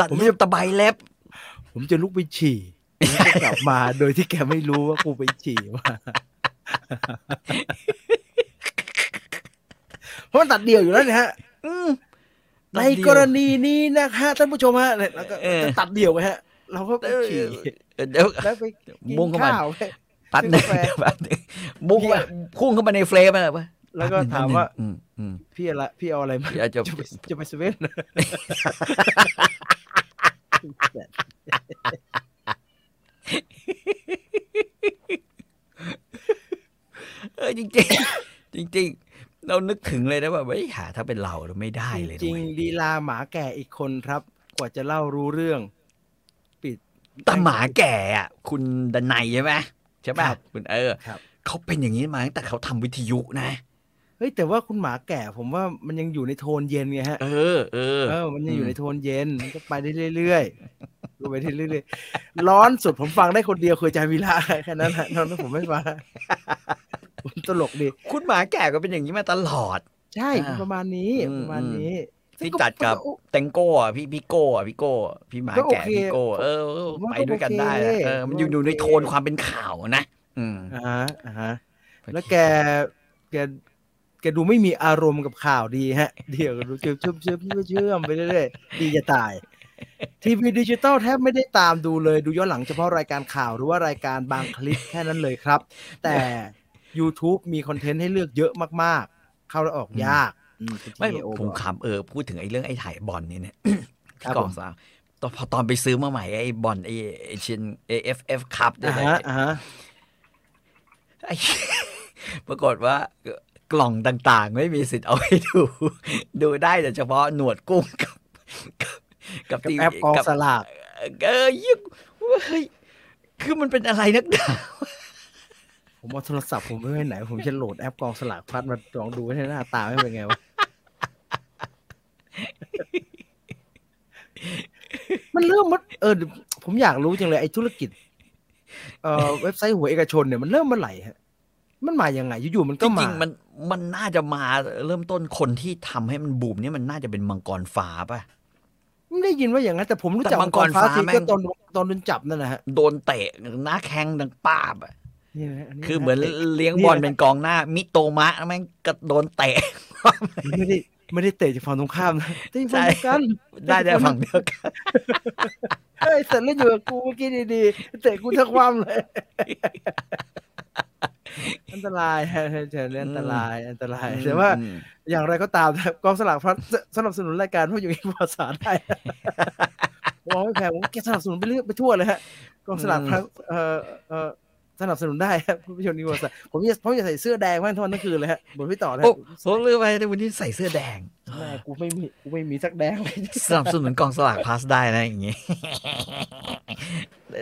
S2: ตัดเล็บตะไบเล็บ
S1: ผมจะลุกไปฉี่แล้วก็กลับมาโดยที่แกไม่รู้ว่ากูไปฉี่มาเพราะมันตัดเดียวอยู่แล้วเนะฮะ
S2: อืม
S1: ในกรณีนี้นะคะท่านผู้ชมฮะเนี่ยแล้วก็
S2: เออ
S1: จะตัดเดี่ยวไปฮะ เราก็ไป
S2: เออ
S1: ฉี่
S2: เดี๋ยว
S1: แล้วไปกิน
S2: มุ่งเข้ามา
S1: ข้าว
S2: แป๊บหนึงแป๊บหนึงมุกว่าพุ่งเข้ามาในเฟรมอะวะ
S1: แล้วก็
S2: แป๊บห
S1: ถา
S2: นึ่ง
S1: มว่า
S2: อืมอืม
S1: พี่อะไรพี่เอาอะไร
S2: *laughs*
S1: มา
S2: อาจจะ
S1: จะไปจะไปเซเว่นนะ
S2: เออจริงๆจริง ๆ เรานึกถึงเลยนะว่าเฮ้ยหาถ้าเป็นเราเราไม่ได้เลยนะ
S1: จริง
S2: เว้ย
S1: ๆลีลาหมาแก่อีกคนครับ กว่าจะเล่ารู้เรื่อง ปิด
S2: แต่หมาแก่อะคุณดันไนใช่ไหมใช่ป่ะ
S1: ครับ
S2: คุณเออ
S1: ครับ
S2: เขาเป็นอย่างนี้มาตั้งแต่เขาทำวิทยุนะ
S1: เฮ้ยแต่ว่าคุณหมาแก่ผมว่ามันยังอยู่ในโทนเย็นไงฮะ
S2: เออเออ
S1: เออมันยังอ
S2: อื
S1: ยู่
S2: ม
S1: ในโทนเย็นมันก็ไปได้เรื่อยๆก็ไปได้เรื่อยๆร้อนสุดผมฟังได้คนเดียวคืออาจารย์วีระแค่นั้นนะนอกนั้นผมไม่ฟังละ *laughs* มันตลกดี
S2: คุณหมาแก่ก็เป็นอย่างนี้มาตลอด
S1: ใช่มัน
S2: อ่า
S1: ประมาณนี้
S2: อืม
S1: ประมาณนี้
S2: ที่จัดกับ แตงโก้อะพี่พี่โก้อะพี่โก้อะพี่หมา
S1: ก็โอ
S2: แก่
S1: เค
S2: พี่โก้เออเออ
S1: ผมว่า
S2: ไปด้วยกันได้
S1: ก็
S2: นะ
S1: โอเค
S2: เออมั
S1: ผม
S2: น
S1: ว่า
S2: อยู่อยู่ใน
S1: โอเค
S2: โทนความเป็นข่าวนะ อืม
S1: อ่าฮะอ่าฮะ แล้วแก แก แกดูไม่มีอารมณ์กับข่าวดีฮะ *laughs* เดี๋ยวดูเชื่อมเชื่อมเชื่อมเชื่อมไปเรื่อยๆ ดีจะตาย ทีวีดิจิตอลแทบไม่ได้ตามดูเลย ดูย้อนหลังเฉพาะรายการข่าวหรือว่ารายการบางคลิปแค่นั้นเลยครับ แต่ YouTube มีคอนเทนต์ให้เลือกเยอะมากๆ เข้าและออกยากอืคุณ
S2: ไม่
S1: ทีโอ
S2: ผม
S1: บอก
S2: ขำเออพูดถึงไอ้เรื่องไอ้ถ่ายบอลนี่เนี่ย
S1: ครับ
S2: ที่กองสลากตอนพอตอนไปซื้อมาใหม่ไอ้บอลไอ้เอเชียนเอฟเอฟคัพเนี่ย
S1: อ่า
S2: นะ
S1: ฮะอ่าฮะ
S2: ไอ้ *laughs* ปรากฏว่ากล่องต่างๆ ไม่มีสิทธิ์เอาไปดู *laughs* ดูได้แต่เฉพาะหนวดกุ้งกับกับกับ
S1: กับ
S2: ที
S1: แอปกอง
S2: กับ
S1: สลาก
S2: เออยิ่งเฮ้ยคือมันเป็นอะไรนักหนา
S1: ผมเอาโทรศัพท์ผมไปไว้ไหน ผมจะโหลดแอปกองสลากพลัดมาลองดูให้หน้าตาไม่เป็นไงวะ มันเริ่มมันเออ ผมอยากรู้จังเลยไอ้ธุรกิจ เอ่อเว็บไซต์หัวยเอกชนเนี่ยมันเริ่มเมื่อไหร่ฮะ มันมายังไงอยู่ๆมัน
S2: จ
S1: ก็
S2: ริง
S1: มา
S2: ๆมันมันน่าจะมาเริ่มต้นคนที่ทำให้มันบูมเนี่ยมันน่าจะเป็นมังกรฟ้าป่ะ
S1: ไม่ได้ยินว่าอย่างนั้นแต่ผมรู้จัก
S2: แต่มั
S1: มั
S2: ง
S1: ง
S2: ก
S1: ก
S2: ร
S1: ร
S2: ฟ้า
S1: ฟ้าที
S2: แม่ง
S1: ก็ตอนตอนโดนจับนั่นนะฮะ
S2: โดนเตะหน้าแข้งดังป้าบอะ
S1: นี่นะฮะนนี้
S2: คือเหมือน
S1: นะฮะ
S2: เลี้ยง
S1: นี่
S2: บอล
S1: นะ
S2: เป็นกองหน้ามิโตมะแม่งกระโดนเตะ
S1: ไม่ได้ไม่ได้เตะจากฝั่งตรงข้ามนะเตะฝั่งเดียวกัน
S2: ได้ได้ฝั่งเดียวกัน
S1: เฮ้ยเสร็จแล้วอยู่กับกูเมื่อกี้ดีๆเตะกูทักความเลย *laughs* อันตรายฮะเจอเนี่ยอันตรายอันตรายแต่ว่า
S2: อืม
S1: อย่างไรก็ตามนะครับกองสลากพลัดสสนับสนุนรายการพวกอยู่ในภาษาได้มองไม่แพงผมแกสนับสนุนไปเรื่อยไปทั่วเลยฮะกองสลากพลัดเอ่อเอ่อสนับสนุนได้ครับคุณผู้ชมนิวสันผมจะผมจะใส่เสื้อแดงบ้างทั้งวันทั้งคืนเลยฮะบนพี่ต่อนะ
S2: โอ้
S1: ฮะ
S2: ผมลืมไปวันนี้ใส่เสื้อแดง
S1: แม่กูไม่มีกูไม่มีสักแดงเลย
S2: สนับสนุนกองสลากพลัสได้นะอย่างงี้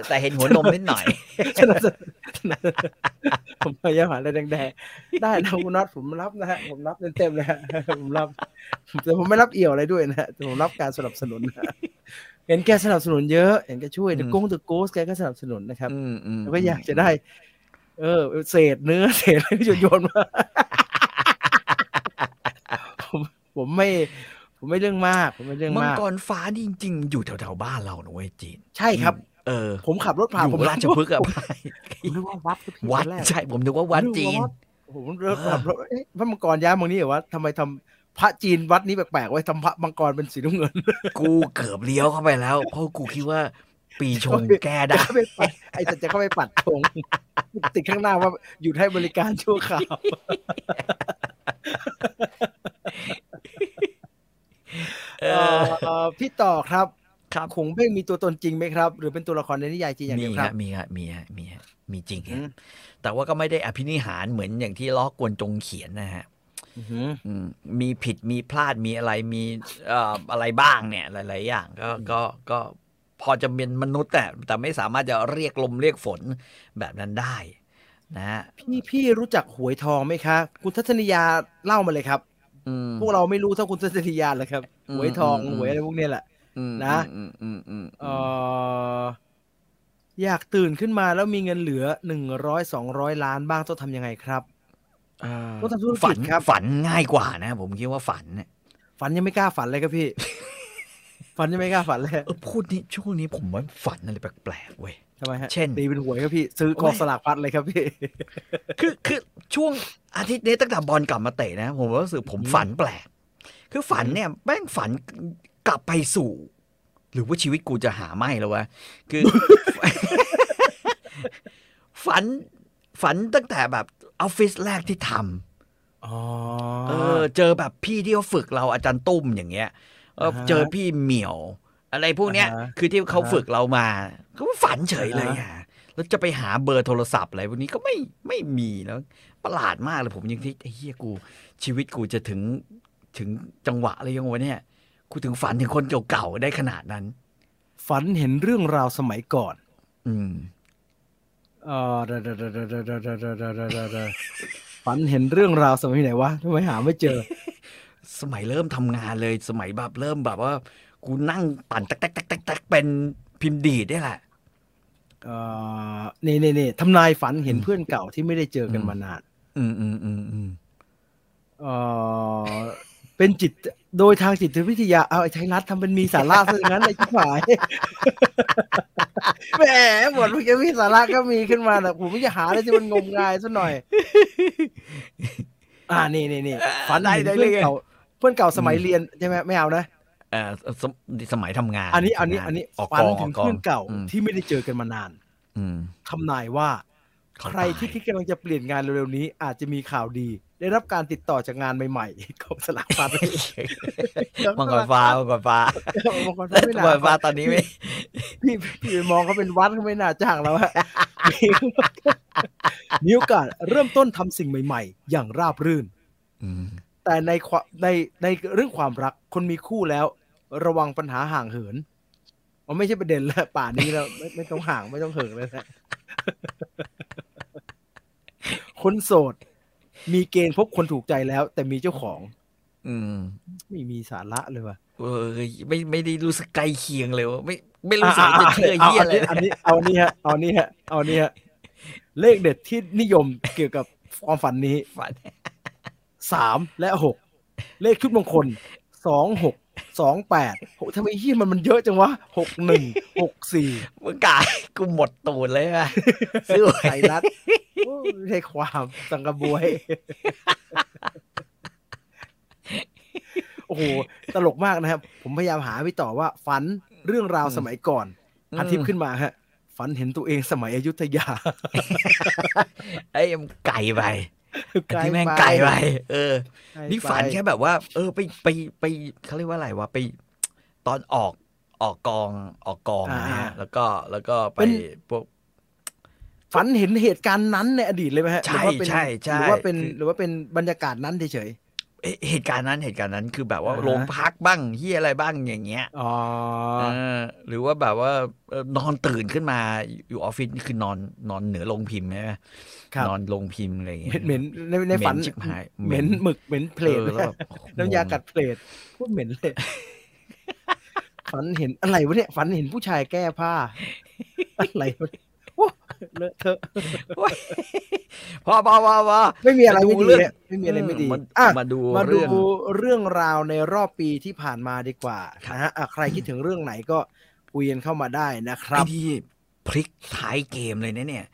S2: แต่เห็นหัวนมนิดหน่อย
S1: สนับสนุ *laughs* นผมพยายามหาอะไรแดงๆได้นะคุณน็อตผมรับนะฮะผมรับเต็มๆเลยฮะผมรับแต่ผมไม่รับเอี่ยวอะไรด้วยนะฮะแต่ผมรับการสนับสนุนนะฮะเห็นแกสนับสนุนเยอะเห็นแกช่วยเด
S2: อื
S1: อะ
S2: ม
S1: กงเดอะโกสแกก็สนับสนุนนะครับ
S2: อืมม
S1: แล้วก็อยากจะได้ เออ เศษเนื้อ เศษอะไรที่โยนมาผมผมไม่ ผมไม่เรื่องมาก ผมไม่เรื่อง
S2: มัง
S1: มาก
S2: กรฟ้านี่จริงๆ อยู่แถวๆบ้านเรานะเว้ยจีน
S1: ใช่ครับ
S2: เออ
S1: ผมขับรถผ่าน
S2: อยู่
S1: ผม
S2: ราชพฤกษ์อะไป
S1: ผมนึกว่าวัดผิ
S2: วัด
S1: ตอนแรก
S2: ใช่ผมนึกว่าวัดจีน
S1: ผมเริ่ม
S2: เออ
S1: แบบเอ๊ะพระมังกรย้ายมางนี้เหรอวะทำไมทำพระจีนวัดนี้แปลกๆไว้ทำพระมังกรเป็นสีน้ำเงิน
S2: กูเกือบเลี้ยวเข้าไปแล้ว เพราะกูคิดว่าปีชงแก้
S1: จะ
S2: *laughs* ได้
S1: เข้าไปปัดไอ้สัตว์จะเข้าไปปัดธงติดข้างหน้าว่าหยุดให้บริการชั่วคราว
S2: เออ
S1: เอ่อพี่ต่อครับ
S2: ครับ
S1: ขงเบ้งมีตัวตนจริงไหมครับ หรือเป็นตัวละครในนิยายจีนอย่าง
S2: มี
S1: เดียวครั
S2: ฮะ
S1: บ
S2: มีฮะมีฮะมีฮะมีจริง
S1: อืม
S2: ฮะแต่ว่าก็ไม่ได้อภินิหารเหมือนอย่างที่ล้อกวนจงเขียนนะฮะ
S1: อื้อหือ
S2: อืมมีผิดมีพลาดมีอะไรมีเอ่ออะไรบ้างเนี่ย หลาย ๆ อย่างก็ก็ก็พอจะเป็นมนุษย์แต่แต่ไม่สามารถจะเรียกลมเรียกฝนแบบนั้นได้นะฮะ
S1: พี่พี่รู้จักหวยทองไหมคะ คุณทัศนียาเล่ามาเลยครับ
S2: อืม
S1: พวกเราไม่รู้เท่าคุณทัศนียาเลยครับ
S2: อืม
S1: หวยทอง
S2: อืม
S1: หวยอะไรพวกเนี้ยแหละ
S2: อืม
S1: นะ
S2: อืมอืมอืม
S1: เอออยากตื่นขึ้นมาแล้วมีเงินเหลือหนึ่งร้อยสองร้อยล้านบ้างต้องทำยังไงครับ
S2: ม
S1: ต้องทำธุรกิจ
S2: ฝัน
S1: ครับ
S2: ฝันง่ายกว่านะ ผมคิดว่าฝันเนี่ย
S1: ฝันยังไม่กล้าฝันเลยครับ
S2: *laughs*
S1: พี่ ฝันยังไม่กล้าฝันเลย
S2: เออพูดนี่ช่วงนี้ผมว่าฝันอะไรแปลกๆเว้ย
S1: ทำไมฮะ
S2: เช่น
S1: ตีเป็นหวยครับพี่ ซื้อกอง
S2: โอ้ย
S1: สลากพัดเลยครับพี่
S2: คือคือช่วงอาทิตย์นี้ตั้งแต่บอลกลับมาเตะนะ ผมรู้สึกผม
S1: อืม
S2: ฝันแปลก คือฝันเนี่ยแม่งฝันกลับไปสู่ หรือว่าชีวิต
S1: *laughs*
S2: กูจะหาไม่แล้ววะคือ ฝัน ฝันตั้งแต่แบบออฟฟิศแรกที่ทำ
S1: อ๋อ
S2: เออเจอแบบพี่ที่เขาฝึกเราอาจารย์ตุ้มอย่างเงี้ยเออ
S1: อ่าฮะ
S2: เจอพี่เหมียว อะไรพวกเนี้ย
S1: อ่าฮะ
S2: คือที่เขา
S1: อ่าฮะ
S2: ฝึกเรามาเขาฝันเฉยเลย
S1: อ่าฮะ
S2: อ่ะแล้วจะไปหาเบอร์โทรศัพท์อะไรพวกนี้ก็ไม่ไม่มีแล้วประหลาดมากเลยผมยังคิดไอ้เฮียกู ชีวิตกูจะถึงถึงจังหวะอะไรยังวะเนี่ยกูถึงฝันถึงคนเก่าๆได้ขนาดนั้น
S1: ฝันเห็นเรื่องราวสมัยก่อน
S2: อืม
S1: เออ *laughs* ฝันเห็นเรื่องราวสมัยไหนวะทำไมหาไม่เจอ
S2: สมัยเริ่มทำงานเลยสมัยแบบเริ่มแบบว่า กูนั่งปั่นแตกแตกแตกแตกเป็นพิมพ์ดีดได้แหละ
S1: เออเน่เน่เน่ทำนายฝันเห็นเพื่อนเก่าที่ไม่ได้เจอกัน
S2: อืม
S1: มานาน
S2: อืมอืมอืมอืม
S1: เออเป็นจิตโดยทางจิตวิทยาเอาไอ้ไทยรัฐทำเป็นมีสาระซะอย่างนั้นไอ้ชิบหาย *laughs* แหมบทเมื่อกี้มีสาระก็มีขึ้นมาแต่ผมไม่จะหาอะไรที่มันงมงายซะหน่อย อ่านี่นี่นี่ฝันเห็น
S2: ได้
S1: เพื่
S2: ได้
S1: อน
S2: ได้
S1: เก่าเพื่อนเก่าสมัยเรียนใช่ไหมไม่เอานะ
S2: เอ่อสมสมัยทำงาน
S1: อันนี้อันนี้
S2: ทำงา
S1: อันนี้
S2: ออก
S1: ฝั
S2: ก
S1: น
S2: องอ
S1: ถึ
S2: อก
S1: ง
S2: กอง
S1: เพื่อนเก่า
S2: อืม
S1: ที่ไม่ได้เจอกันมานาน
S2: อืม
S1: ทำนายว่า
S2: เขา
S1: ใครที่
S2: ตาย
S1: คิดกำลังจะเปลี่ยนงานเร็วๆนี้ อาจจะมีข่าวดี ได้รับการติดต่อจากงานใหม่ๆ *laughs* ของสลักพัด
S2: มังกรฟ้ามังกรฟ้า
S1: มังกร
S2: มั
S1: ฟ้าง ไม่
S2: ก
S1: น่าร *laughs*
S2: ฟ้าตอนนี้ไม่
S1: พี่พี่ไปมองเขาเป็นวัดเขาไม่น่าจ้างแล้วอะ *laughs* มีโอกาสเริ่มต้นทำสิ่งใหม่ ๆ อย่างราบรื่น
S2: อืม
S1: แต่ในความในในเรื่องความรักคนมีคู่แล้ว ระวังปัญหาห่างเหินมันไม่ใช่ประเด็นแล้วป่านนี้แล้ว *laughs* ไม่ไม่ต้องห่างไม่ต้องเหินแล้วนะ *laughs* คนโสด มีเกณฑ์พบคนถูกใจแล้ว แต่มีเจ้าของ
S2: อืม
S1: ไม่มีสาระเลยว่ะ
S2: เออไม่ไม่ได้รู้สึกใกล้เคียงเลยว่าไม่ไม่รู้สึกจะเชื่อ
S1: เอา
S2: เยี่ย
S1: อันนี้
S2: อะไรเลย
S1: อันนี้เอาอันนี้ฮะเอาอันนี้ฮะเอาอันนี้ฮะเลขเด็ดที่นิยมเกี่ยวกับความฝันนี้
S2: ฝัน
S1: สามและหกเลขชุดมงคลสองหกสองแปดโหทำไมยี่มันมันเยอะจังวะหกหนึ่งหกสี่
S2: มึงกายกูหมดตูดเลยอะซื้อหวย
S1: ไทยรัฐโอ้ไม่ใช่ความสังกะบวย โอ้โห ตลกมากนะครับ ผมพยายามหาพี่ต่อว่า ฝันเรื่องราวสมัยก่อนอาทิตย์ขึ้นมาฮะ ฝันเห็นตัวเองสมัยอยุธยา
S2: ไอ้ยมึงไก่ไปไอ้ที่แม่งไก่ไปเออ
S1: ไกลไป
S2: นี่ฝันแค่แบบว่า เออไปไปไปเขาเรียกว่าอะไรวะไป ตอนออกออกกองออกกองนะฮะแล้วก็แล้วก็ไปพวก
S1: ฝันเห็นเหตุการณ์นั้นในอดีตเลยไหมฮะ
S2: ใช่
S1: หรือว่าเป็น
S2: ใช่ใช่
S1: หรือว่าเป็น
S2: คือ
S1: หรือว่าเป็นบรรยากาศนั้นเฉย
S2: เอ๊ะเหตุการณ์นั้นเหตุการณ์นั้นคือแบบว่า
S1: อ่าฮะ
S2: โรงพักบ้างเฮียอะไรบ้างอย่างเงี้ย
S1: ๆอ๋อ
S2: เออหรือว่าแบบว่าเอ่อนอนตื่นขึ้นมาอยู่ออฟฟิศคือนอนนอนเหนือโรงพิมพ์ใช่ไหม
S1: ครับ
S2: นอนโรงพิมพ์อะไรอย่างเงี้ย
S1: เหม็นๆในในฝัน
S2: เหม็ชิบหาย
S1: เหม็นหมึกเหม็นเพลท
S2: ออ
S1: นะ
S2: แว
S1: ฮะ
S2: แบบ
S1: น้ำยากัดเพลทพูดเหม็น
S2: *laughs*
S1: เลย ฝันเห็นอะไรวะเนี่ย ฝันเห็นผู้ชายแก้ผ้า อะไรวะเนี่ยโอ้เลอะเทอะ
S2: พอพอพอพอ
S1: ไม่มีอะไรไม่
S2: มาดู
S1: ดี
S2: เรื่อง
S1: เนี่ยไม่มีอะไรไม่ดี
S2: มัน
S1: อ่ะ
S2: มาดู
S1: มาดู
S2: เรื่อง
S1: เรื่องราวในรอบปีที่ผ่านมาดีกว่านะฮะอ่ะใครคิดถึงเรื่องไหนก็คุยกันเข้ามาได้นะครับ
S2: ไอ้ที่พลิกท้ายเกมเลยนะเนี่ย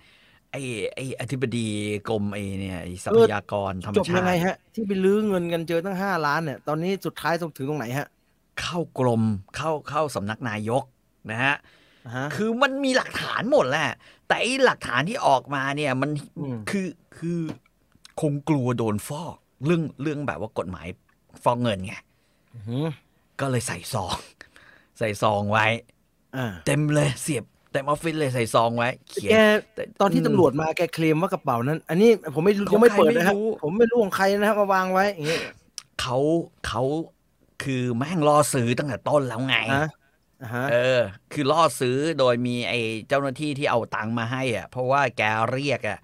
S2: ไอ้ไอ้อธิบดีกรมไอ้เนี่ยไอ้ทรัพยากรธรรม
S1: จบ
S2: ชา
S1: ยังไง
S2: ติ
S1: ฮะ ที่ไปลื้อเงินกันเจอตั้งห้าล้านเนี่ย ตอนนี้สุดท้ายถึงตรงไหนฮะ
S2: เข้ากรมเข้าเข้าสำนักนายกนะฮะ
S1: อ่าฮะ
S2: คือมันมีหลักฐานหมดแหละ แต่ไอ้หลักฐานที่ออกมาเนี่ยมัน
S1: อืม
S2: คือคือคงกลัวโดนฟอก เรื่องเรื่องแบบว่ากฎหมายฟอกเงินไง
S1: อื้อหือ
S2: ก็เลยใส่ซอง *laughs* ใส่ซองไว้
S1: อ่า
S2: เต็มเลยเสียบเต็มออฟฟิศเลยใส่ซองไว้ เขียน
S1: แก ตอนที่ตำรวจมาแกเคลมว่ากระเป๋านั้น อันนี้ผมไม่รู้
S2: ของ
S1: ยังไม่เปิด
S2: ใครไม่
S1: นะฮะ
S2: รู้
S1: ผมไม่รู้ของใครนะครับมาวางไว้อย่างงี้
S2: เขาเขาคือแม่งล่อซื้อตั้งแต่ต้นแล้วไง
S1: ฮะอ่าฮะ
S2: เออ คือล่อซื้อโดยมีไอ้เจ้าหน้าที่ที่เอาตังค์มาให้อ่ะ เพราะว่าแกเรียกอ่ะ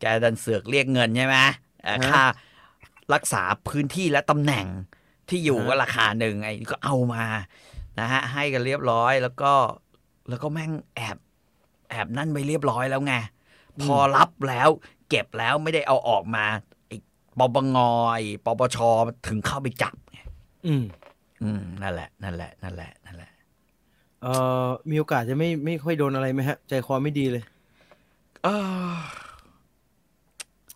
S2: แกดันเสือกเรียกเงินใช่ไหมเอ่อค่ารักษาพื้นที่และตำแหน่งที่อยู่ก็ราคาหนึ่งไอ้ก็เอามานะฮะให้กันเรียบร้อยแล้วก็ แล้วก็แม่งแอบแอบนั่นไปเรียบร้อยแล้วไง พอรับแล้วเก็บแล้วไม่ได้เอาออกมาไอ้ปปงไอ้ปปชถึงเข้าไปจับไง
S1: อืม
S2: อืมนั่นแหละนั่นแหละนั่นแหละนั่นแหละ
S1: เอ่อมีโอกาสจะไม่ไม่ค่อยโดนอะไรไหมฮะ ใจคอไม่ดีเลย
S2: เออ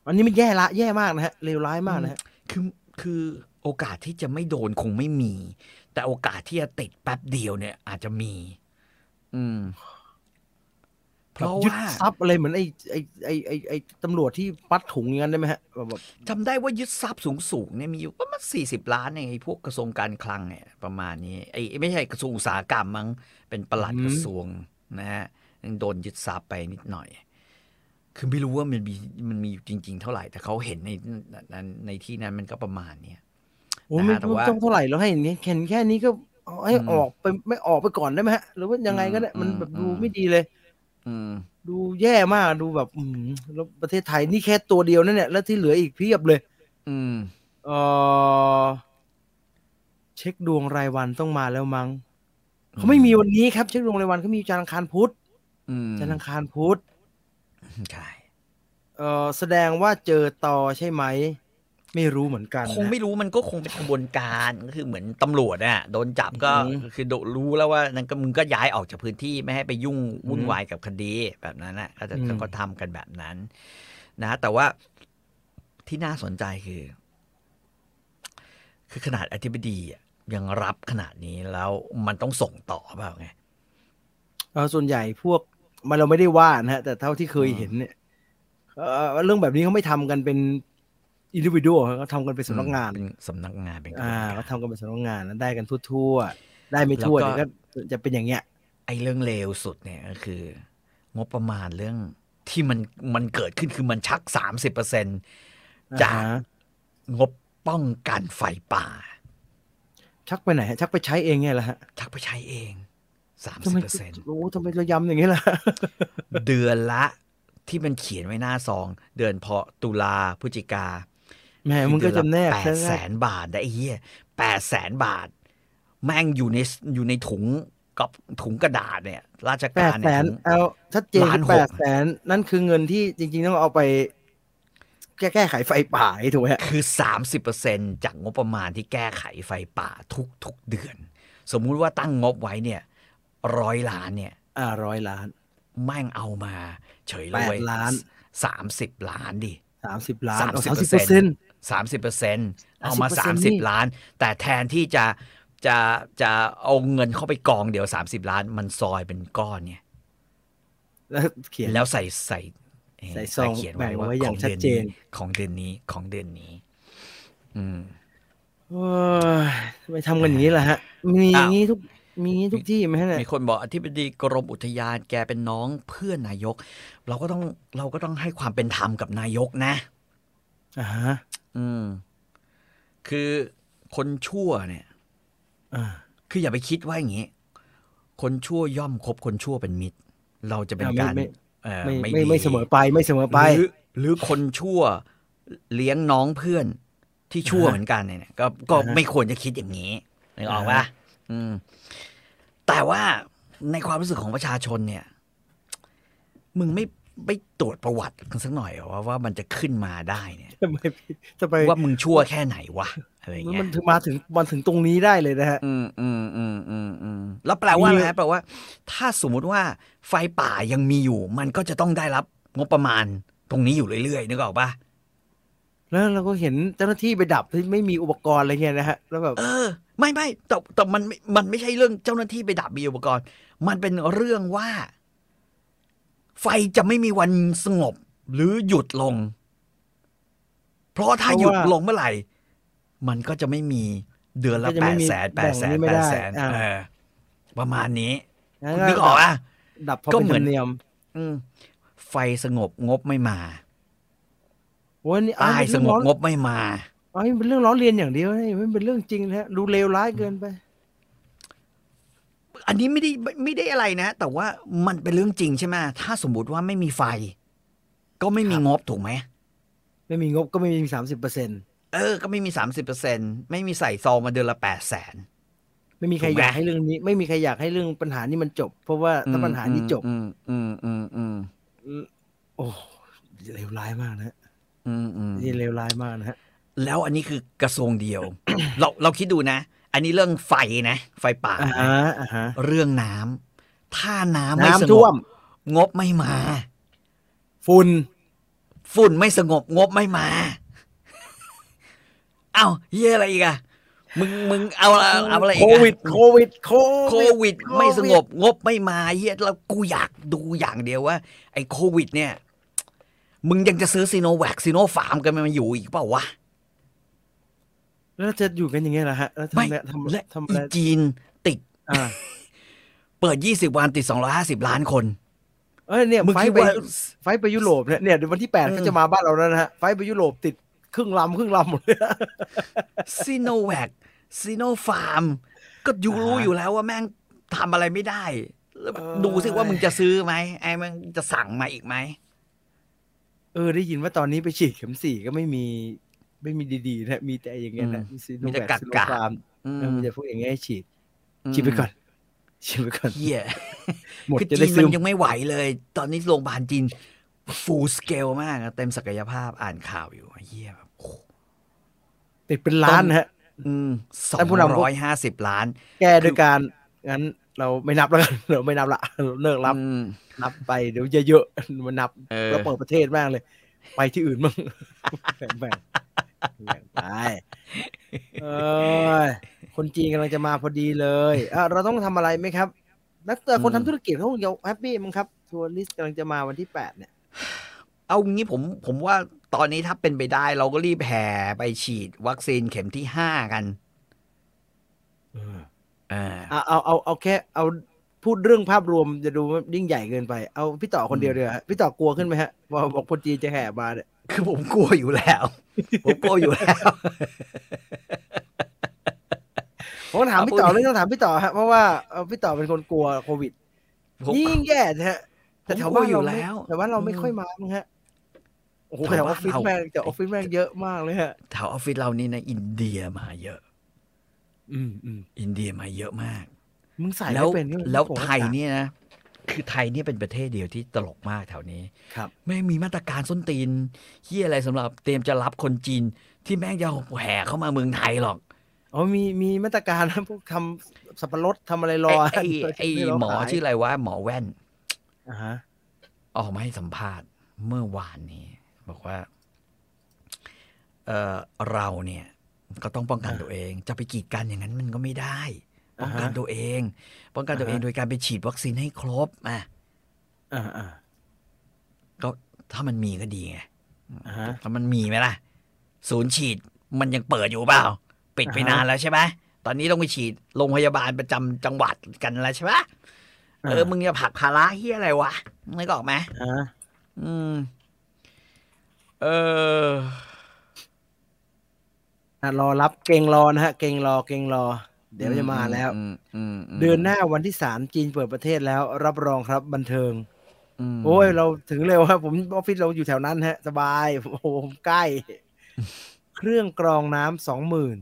S1: อันนี้มันแย่ละแย่มากนะฮะเลวร้ายมากนะฮะ
S2: คือคือโอกาสที่จะไม่โดนคงไม่มี แต่โอกาสที่จะติดแป๊บเดียวเนี่ย อาจจะมี อืม เพราะ
S1: ยึด
S2: ว่า
S1: ทรัพย์อะไรเหมือนไอ้ไอ้ไอ้ไอ้ไอ้ตำรวจที่ปัดถุงอย่างนั้นได้ไหมฮะแบบแบบ
S2: จำได้ว่ายึดทรัพย์สูงสูงๆเนี่ยมีอยู่ประมาณสี่สิบล้านในยไอ้พวกกระทรวงการคลังเนี่ยประมาณนี้ไอ้ไม่ใช่กระทรวงอุตสาหกรรมมั้งเป็นประหลัดกระทรวงนะฮะยังโดนยึดทรัพย์ไปนิดหน่อย คือไม่รู้ว่ามันมีมันมีอยู่จริง ๆ เท่าไหร่แต่เขาเห็นในนั้นในที่นั้นมันก็ประมาณเนี้ย
S1: โอ้
S2: นะฮะ
S1: ไม่
S2: แต่
S1: รู้
S2: ว่า
S1: ต้องเท่าไหร่แล้วให้อย่างนี้แค่นี้แค่นี้ก็เอาให้
S2: อืม
S1: ออกไปไม่ออกไปก่อนได้ไหมฮะ หรือว่ายังไงก็ได้
S2: อืม
S1: มันแบบ
S2: อืม
S1: ดูไม่ดีเลย
S2: อืม
S1: ดูแย่มากดูแบบอืมแล้วประเทศไทยนี่แค่ตัวเดียวนั่นแหละแล้วที่เหลืออีกเพียบเลย
S2: อืม
S1: เออเช็คดวงรายวันต้องมาแล้วมั้งเขาไม่มีวันนี้ครับ เช็คดวงรายวันเขามีจันทร์อังคารพุธ
S2: อืม
S1: จันทร์อังคารพุธ
S2: ใช่
S1: เออแสดงว่าเจอต่อใช่ไหม ไม่รู้เหมือนกัน
S2: คง
S1: นะ
S2: ไม่รู้มันก็คงเป็นกระบวนการก็คือเหมือนตำรวจอะโดนจับก็
S1: อืม
S2: คือโดรู้แล้วว่านั่นก็มึงก็ย้ายออกจากพื้นที่ไม่ให้ไปยุ่งวุ่น
S1: อืม
S2: วายกับคดีแบบนั้นอะก็จะ
S1: อืม
S2: ก็ทำกันแบบนั้น นะ แต่ว่าที่น่าสนใจคือ คือขนาดอธิบดีอะยังรับขนาดนี้แล้วมันต้องส่งต่อเปล่าไง
S1: เออส่วนใหญ่พวกมันเราไม่ได้ว่านะฮะ แต่เท่าที่เคย
S2: อืม
S1: เห็นเนี่ยเออเรื่องแบบนี้เขาไม่ทำกันเป็นอินดิวิ a l เขาทำกันเป็นสำนักงาน
S2: เป็นสำนักงานเป็นกระบว
S1: อ่าน
S2: การ
S1: เขาทำกันเป็นสำนักงานนะได้กันทั่วๆได้ไม่ทั่ว
S2: แล้วก็
S1: เดี๋ยวก็จะเป็นอย่างเงี้ย
S2: ไอ้เรื่องเลวสุดเนี่ยก็คือ งบประมาณเรื่องที่มันมันเกิดขึ้นคือมันชักสามสิบเปอร์เซ็นจาก
S1: อ่าฮะ
S2: งบป้องกันไฟป่า
S1: ชักไปไหนฮะชักไปใช้เองไงล่ะฮะ
S2: ชักไปใช้เองสาม
S1: ทำ
S2: สิบ
S1: ไม
S2: เปอร์เซ็น
S1: โอ้ทำไมเราย้ำอย่างนี้ล่ะ
S2: เดือนละที่มันเขียนไว้หน้าซอง เดือนพอตุลาพฤศจิกา
S1: แหมมึงก็จำแนก
S2: แป
S1: ซะ
S2: ดแส
S1: นะ
S2: นบาทได้ไอ้เหี้ยแปดแสนบาท แม่งอยู่ในอยู่ในถุงกับถุงกระดาษเนี่ย ราช
S1: แป
S2: กา
S1: ดแส
S2: รเย
S1: น
S2: ถุง
S1: เอาชัดเจน
S2: ล้าน
S1: คือ
S2: หก
S1: แปดแสนนั่นคือเงินที่จริง ๆ ต้องเอาไป แก้แก้ไขไฟป่าถูกไหมฮะ
S2: คือ 30%จากงบประมาณที่แก้ไขไฟป่าทุกทุกเดือน สมมุติว่าตั้งงบไว้เนี่ยร้อยล้านเนี่ย
S1: อ่าร้อยล้าน
S2: แม่งเอามาเฉยเลย
S1: แปดล้าน
S2: สามสิบล้านดิ
S1: สามสิบล้าน
S2: สาม
S1: สามสิ
S2: สิบบ เป
S1: เป
S2: อ
S1: อ
S2: ร์
S1: ร์
S2: เซ็
S1: เซ็
S2: น
S1: น
S2: ต์
S1: ต์
S2: สามสิบเปอร์เซ็นต์เอามาสาม
S1: 30%
S2: สิบล้าน แต่แทนที่จะจะจะเอาเงินเข้าไปกองเดี๋ยวสามสิบล้าน มันซอยเป็นก้อนเนี่ย
S1: แล้วเขียน
S2: แล้วใส่ใส่เ
S1: ใส่ซอง
S2: เขียน
S1: แบ่ง
S2: ไว้ว่า
S1: ไว้อย่า
S2: ของ ง
S1: ชั
S2: เดื
S1: ด
S2: อน
S1: เจ
S2: นี้
S1: น
S2: ของเดือนนี้ของเดือนนี้ อืม
S1: โอ้ยทำไมทำกันอย่างนี้ล่ะฮะ มีอ
S2: อ้าว
S1: ย่างนี้ทุกมีอย่างนี้ทุกที่ไหมฮะเนี่ย
S2: มีคนบอกอธิบดีกรมอุทยานแกเป็นน้องเพื่อนนายก เราก็ต้องเราก็ต้องให้ความเป็นธรรมกับนายกนะ
S1: อ่าฮะ
S2: อืม คือคนชั่วเนี่ย
S1: อ่า
S2: คืออย่าไปคิดว่าอย่างนี้ คนชั่วย่อมคบคนชั่วเป็นมิตร เราจะเป็น
S1: อ่ะไม่
S2: การ
S1: ไม่
S2: เอ่อ
S1: ไม่
S2: ไม่
S1: ไม่
S2: ดี
S1: ไม่เสมอไปไม่เสมอไป
S2: หรือหรือคนชั่วเลี้ยงน้องเพื่อนที่ชั่ว
S1: อ่าฮะ
S2: เหมือนกันเนี่ยก็ก็
S1: อ่าฮะ
S2: ไม่ควรจะคิดอย่างนี้นึกออก
S1: อ่า
S2: ปะ
S1: ฮะ
S2: อืม แต่ว่าในความรู้สึกของประชาชนเนี่ย มึงไม่ไม่ตรวจประวัติกันสักหน่อยเหรอว่าว่ามันจะขึ้นมาได้เนี่ย
S1: ทำไมพี่ทำไม
S2: ว่ามึงชั่วแค่ไหนวะอะไรเงี้ย
S1: มันถึงมาถึงมันถึงตรงนี้ได้เลยนะฮะ
S2: อืมอืมอืมอืมอืมแล้วแปลว่าอะไร
S1: มี
S2: แปลว่า ถ้าสมมุติว่าไฟป่ายังมีอยู่ มันก็จะต้องได้รับงบประมาณตรงนี้อยู่เรื่อยๆนึกออกปะ
S1: แล้วเราก็เห็นเจ้าหน้าที่ไปดับที่ไม่มีอุปกรณ์อะไรเงี้ยนะฮะแล้วแบบ
S2: เออ ไม่ไม่แต่แต่มันไม่มันไม่ใช่เรื่องเจ้าหน้าที่ไปดับมีอุปกรณ์ มันเป็นเรื่องว่า ไฟจะไม่มีวันสงบ หรือหยุดลง เพราะถ้า
S1: เพราะว่า
S2: หยุดลงเมื่อไหร่ มันก็จะไม่มีเดือนละ
S1: ก็จะ
S2: แป
S1: ไม่
S2: ด
S1: มี
S2: แสนแปดแสน
S1: แบ่งนี้ไม่
S2: แป
S1: ได้
S2: ดแสน
S1: อ่า
S2: เออ ประมาณนี้
S1: งั้
S2: คุณนึกออก
S1: ดับ
S2: อ่ะ
S1: ดับพอ
S2: ก็
S1: เป็น
S2: เหมื
S1: ธร
S2: อน
S1: รมเนียม
S2: อืม ไฟสงบงบไม่มา
S1: โอ้ยนี่
S2: ตายสงบง
S1: บบ
S2: ไม่มา
S1: ไอ้ยเป็นเรื่องล้อเลียนอย่างเดียวนี่มันเป็นเรื่องจริงนะฮะดูเลวร้ายเกินไป
S2: อันนี้ไม่ได้ไม่ได้อะไรนะ แต่ว่ามันเป็นเรื่องจริงใช่ไหมถ้าสมมติว่าไม่มีไฟ ก็ไม่มี
S1: ครับ
S2: งบถูกไหม
S1: ไม่มีงบก็ไม่มีสามสิบเปอร์เซ็นต์
S2: เออ ก็ไม่มี 30%ไม่มีใส่ซองมาเดือนละ8 0 0 0 0น
S1: ไม่มีใคร
S2: ถูกไหม
S1: อยากให้เรื่องนี้ ไม่มีใครอยากให้เรื่องปัญหานี้มันจบ เพราะว่าถ้า
S2: ้า
S1: ปัญหานี้จบ
S2: อืมอืมอืมอืม
S1: โอ้เลวร้ายมากนะฮะ
S2: อืมอืม
S1: นี่เลวร้ายมากนะฮะ
S2: แล้วอันนี้คือกระทรวงเดียว เราเราคิดดูนะ อันนี้เรื่องไฟนะ ไฟป่า
S1: อ่า
S2: นะ
S1: ฮะอ่าฮะ
S2: เรื่องน้ำถ้าน้ำไม่ส
S1: น้ำ
S2: ง
S1: ท่ว
S2: บ
S1: ม
S2: งบไม่มา
S1: ฝุ่น
S2: ฝุ่นไม่สงบงบไม่มา เอ้าเยี่ยอะไรอีกอะ มึงมึงเอาอะไรเอาอะไรอี
S1: โค
S2: กอะ
S1: วิด โควิด
S2: โควิดไม่สงบงบไม่มาเฮียแล้วกูอยากดูอย่างเดียวว่า ไอ้โควิด เนี่ย มึงยังจะซื้อซีโนแวคซีโนฟาร์มกันมันอยู่อีกเปล่าวะ
S1: แล้วจะอยู่กันอย่างเงี้ยเหรอฮะ แล้วทำ
S2: ไม่
S1: อะไรทำอะไร
S2: และ
S1: ทำอะ
S2: อี
S1: ไร
S2: จีนติด
S1: อ่า
S2: เปิด 20 วันติด 250 ล้านคน
S1: เอ้ยเนี่ย
S2: มึง
S1: ไฟ
S2: คิด
S1: ล์ไป
S2: ว่า
S1: ไฟล์ไปยุโรปเนี่ยเนี่ยเดี๋ยววันที่แปด
S2: อืม
S1: ก็จะมาบ้านเราแล้วนะฮะ ไฟล์ไปยุโรปติดครึ่งลำครึ่งลำหมดเลย
S2: ซีโนแวคซีโนฟาร์ม ก็อยู่รู้
S1: อ่าฮะ
S2: อยู่แล้วว่าแม่งทำอะไรไม่ได้แล้ว
S1: เอ้ย
S2: ดูสิว่ามึงจะซื้อไหมไอ้มึงจะสั่งมาอีกไหม
S1: เออได้ยินว่าตอนนี้ไปฉีดเข็มสี่ก็ไม่มีไม่มีดีๆนะมีแต่อย่างเงี้ยนะ
S2: อืม
S1: ซีโน
S2: มีแต่
S1: แวค
S2: กากๆ
S1: ซีโนฟาร์ม
S2: อืม
S1: เออมีแต่พวกอย่างเงี้ยให้ฉีดฉีดไปก่อน *laughs* ฉีดไปก่อน
S2: เฮีย
S1: หมด
S2: คือ
S1: จะ
S2: จี
S1: ได้
S2: น
S1: ซื้
S2: มั
S1: อน
S2: ยังไม่ไหวเลย ตอนนี้โรงพยาบาลจีน full scale มากอะเต็มศักยภาพอ่านข่าวอยู่เฮียแบบโอ้โห
S1: ติดเป็นล้านนะฮะ
S2: อืมสอ
S1: ท่านผู้นำ
S2: ง
S1: พูด
S2: ร้อยห้าสิบล้าน
S1: แก้ด้วยการงั้นเราไม่นับแล้วกัน *laughs* เราไม่นับละเราเลิกรับ
S2: อืม
S1: นับไปเดี๋ยวเยอะๆมันนับ
S2: เออ
S1: แล้วเปิดประเทศแม่งเลย ไปที่อื่นมั่ง *laughs* แบ่งแบ่งแบ่งไปเอยคนจีนกำลังจะมาพอดีเลยอ่ะเราต้องทำอะไรไหมครับ นักเตะคนทำธุรกิจเขาคงจะแฮปปี้มั้งครับทัวริสต์กำลังจะมาวันที่แปดเนี่ย
S2: เอางี้ผมผมว่าตอนนี้ถ้าเป็นไปได้เราก็รีบแห่ไปฉีดวัคซีนเข็มที่ห้ากันเออ
S1: เอาเอาเอาเอาแค่เอาพูดเรื่องภาพรวมจะดูว่ายิ่งใหญ่เกินไป เอาพี่ต่อคนเดียวเดียวาฮะพี่ต่อกลัวขึ้นไหมฮะพอบอกคนจีนจะแห่มาเนี่ย
S2: คือผมกลัวอยู่แล้ว
S1: *laughs*
S2: ผมกลัวอยู่แล้ว
S1: ผมก็ถาม
S2: เอา
S1: พี่ต่อ
S2: พูด
S1: เรื่องต้องถามพี่ต่อฮะเพราะว่าเอ่อพี่ต่อเป็นคนกลัวโควิด
S2: ผม
S1: ยิ่งแย่นะฮะแต่แถวบ้านเราไม่
S2: ผมกลัวอยู่แล้ว
S1: แต่ว่าเราไม่
S2: อืม
S1: ค่อยมามั้งฮะโอ้โห
S2: แถว
S1: แต่ออ
S2: บ้าน
S1: ฟฟิศ
S2: เรา
S1: แม่งแต่ออฟฟิศแม่งเยอะมากเลยฮะ
S2: แถวออฟฟิศเรานี่นะอินเดียมาเยอะ
S1: อืมอืม
S2: อินเดียมาเยอะมาก
S1: มึงใส่
S2: แล้ว
S1: ไม่เป็นนี่
S2: แล้ว
S1: ผมก็
S2: ไทยเนี่ยนะ คือไทยเนี่ยเป็นประเทศเดียวที่ตลกมากแถวนี้
S1: ครับ
S2: แม่งมีมาตรการส้นตีนเฮียอะไรสำหรับเตรียมจะรับคนจีน ที่แม่งจะแห่เข้ามาเมืองไทยหรอก
S1: อ๋อมีมีมาตรการนะพวกทำสับปะรดทำอะไรรอ
S2: ไอ้ไอ้ไอ้
S1: ที่เรา
S2: หมอ
S1: ขาย
S2: ชื่ออะไรวะหมอแว่น
S1: อ่าฮะ
S2: ออกมาให้สัมภาษณ์เมื่อวานนี้ บอกว่า เออเราเนี่ย ก็ต้องป้องกันตัวเอง จะไปกีดกันอย่างนั้นมันก็ไม่ได้ ป้
S1: า
S2: อง
S1: ฮะ
S2: กันตัวเอง ป้องกันตัวเอง
S1: อ่าฮะ
S2: โดยการไปฉีดวัคซีนให้ครบอ่ะ
S1: อ่าอ่า
S2: ก็ถ้ามันมีก็ดีไง
S1: อ่าฮะ
S2: ถ้ามันมีไหมล่ะ ศูนย์ฉีดมันยังเปิดอยู่เปล่า ปิดไป
S1: อ่าฮะ
S2: นานแล้วใช่ไหมตอนนี้ต้องไปฉีดโรงพยาบาลประจำจังหวัดกันแล้วใช่ไหมเออมึงจะผลักภาระเฮียอะไรวะนึกออกไหม
S1: อ่า
S2: อืม เออ
S1: อ่ะรอรับเกรงรอนะฮะ เกรงรอเกรงรอ เดี๋ยวจะมาแล้ว เดือนหน้าวันที่สามจีนเปิดประเทศแล้ว รับรองครับบันเทิง โอ้ยเราถึงเร็วครับผมออฟฟิศเราอยู่แถวนั้นฮะ สบายโอ้โหผมใก
S2: *laughs*
S1: ล้ เครื่องกรองน้ำสองหมื่น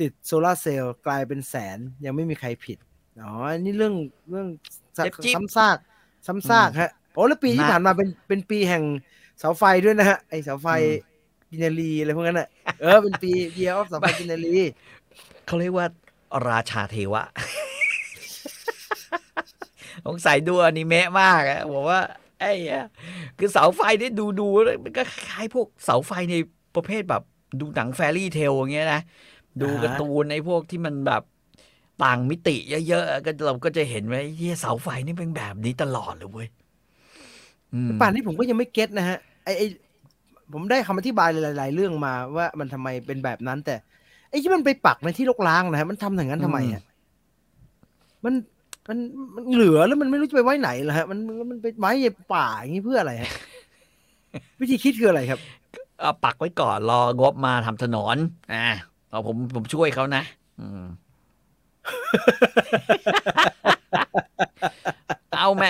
S1: ติดโซลาร์เซลล์กลายเป็นแสนยังไม่มีใครผิด อ๋ออันนี่เรื่องเรื่องซะ
S2: เจ็บจิ๊บ
S1: ซ้ำซากซ้ำซากฮะ โอ้แล้วปีที่
S2: หนัก
S1: ผ่านมาเป็นเป็นปีแห่งเสาไฟด้วยนะฮะ ไอเสาไฟกินนารีอะไรพวกนั้นอ่ะเออเป็นปีเดียวเสาไฟกินนารี
S2: เขาเรียกว่าราชาเทวะ *laughs* สงสัยดูอนิเมะมากอะบอกว่า ไอ้เหี้ยคือเสาไฟได้ดูดูๆแล้วมันก็คล้ายพวกเสาไฟในประเภทแบบ ดูหนังแฟรี่เทลอย่างเงี้ยนะ ดูการ์ตูนในพวกที่มันแบบต่างมิติเยอะๆก็เราก็จะเห็นว่าไอ้เหี้ยเสาไฟนี่เป็นแบบนี้ตลอดเลยเว้ยอืม
S1: ป่านนี้ผมก็ยังไม่เก็ตนะฮะไอไอผมได้คำอธิบายหลาย ๆ เรื่องมาว่ามันทำไมเป็นแบบนั้น แต่ไอที่มันไปปักในที่รกร้างนะฮะมันทำอย่างนั้นทำไมอ่ะมันมันมันเหลือแล้วมันไม่รู้จะไปไว้ไหนล่ะฮะมันมันมันไปไม้ในป่าอย่างนี้เพื่ออะไรฮ *laughs* ะ วิธีคิดคืออะไรครับ
S2: เอาปักไว้ก่อนรองบมาทำถนนอ่าเอาผมผมช่วยเขานะ อืม *laughs* เอาแม่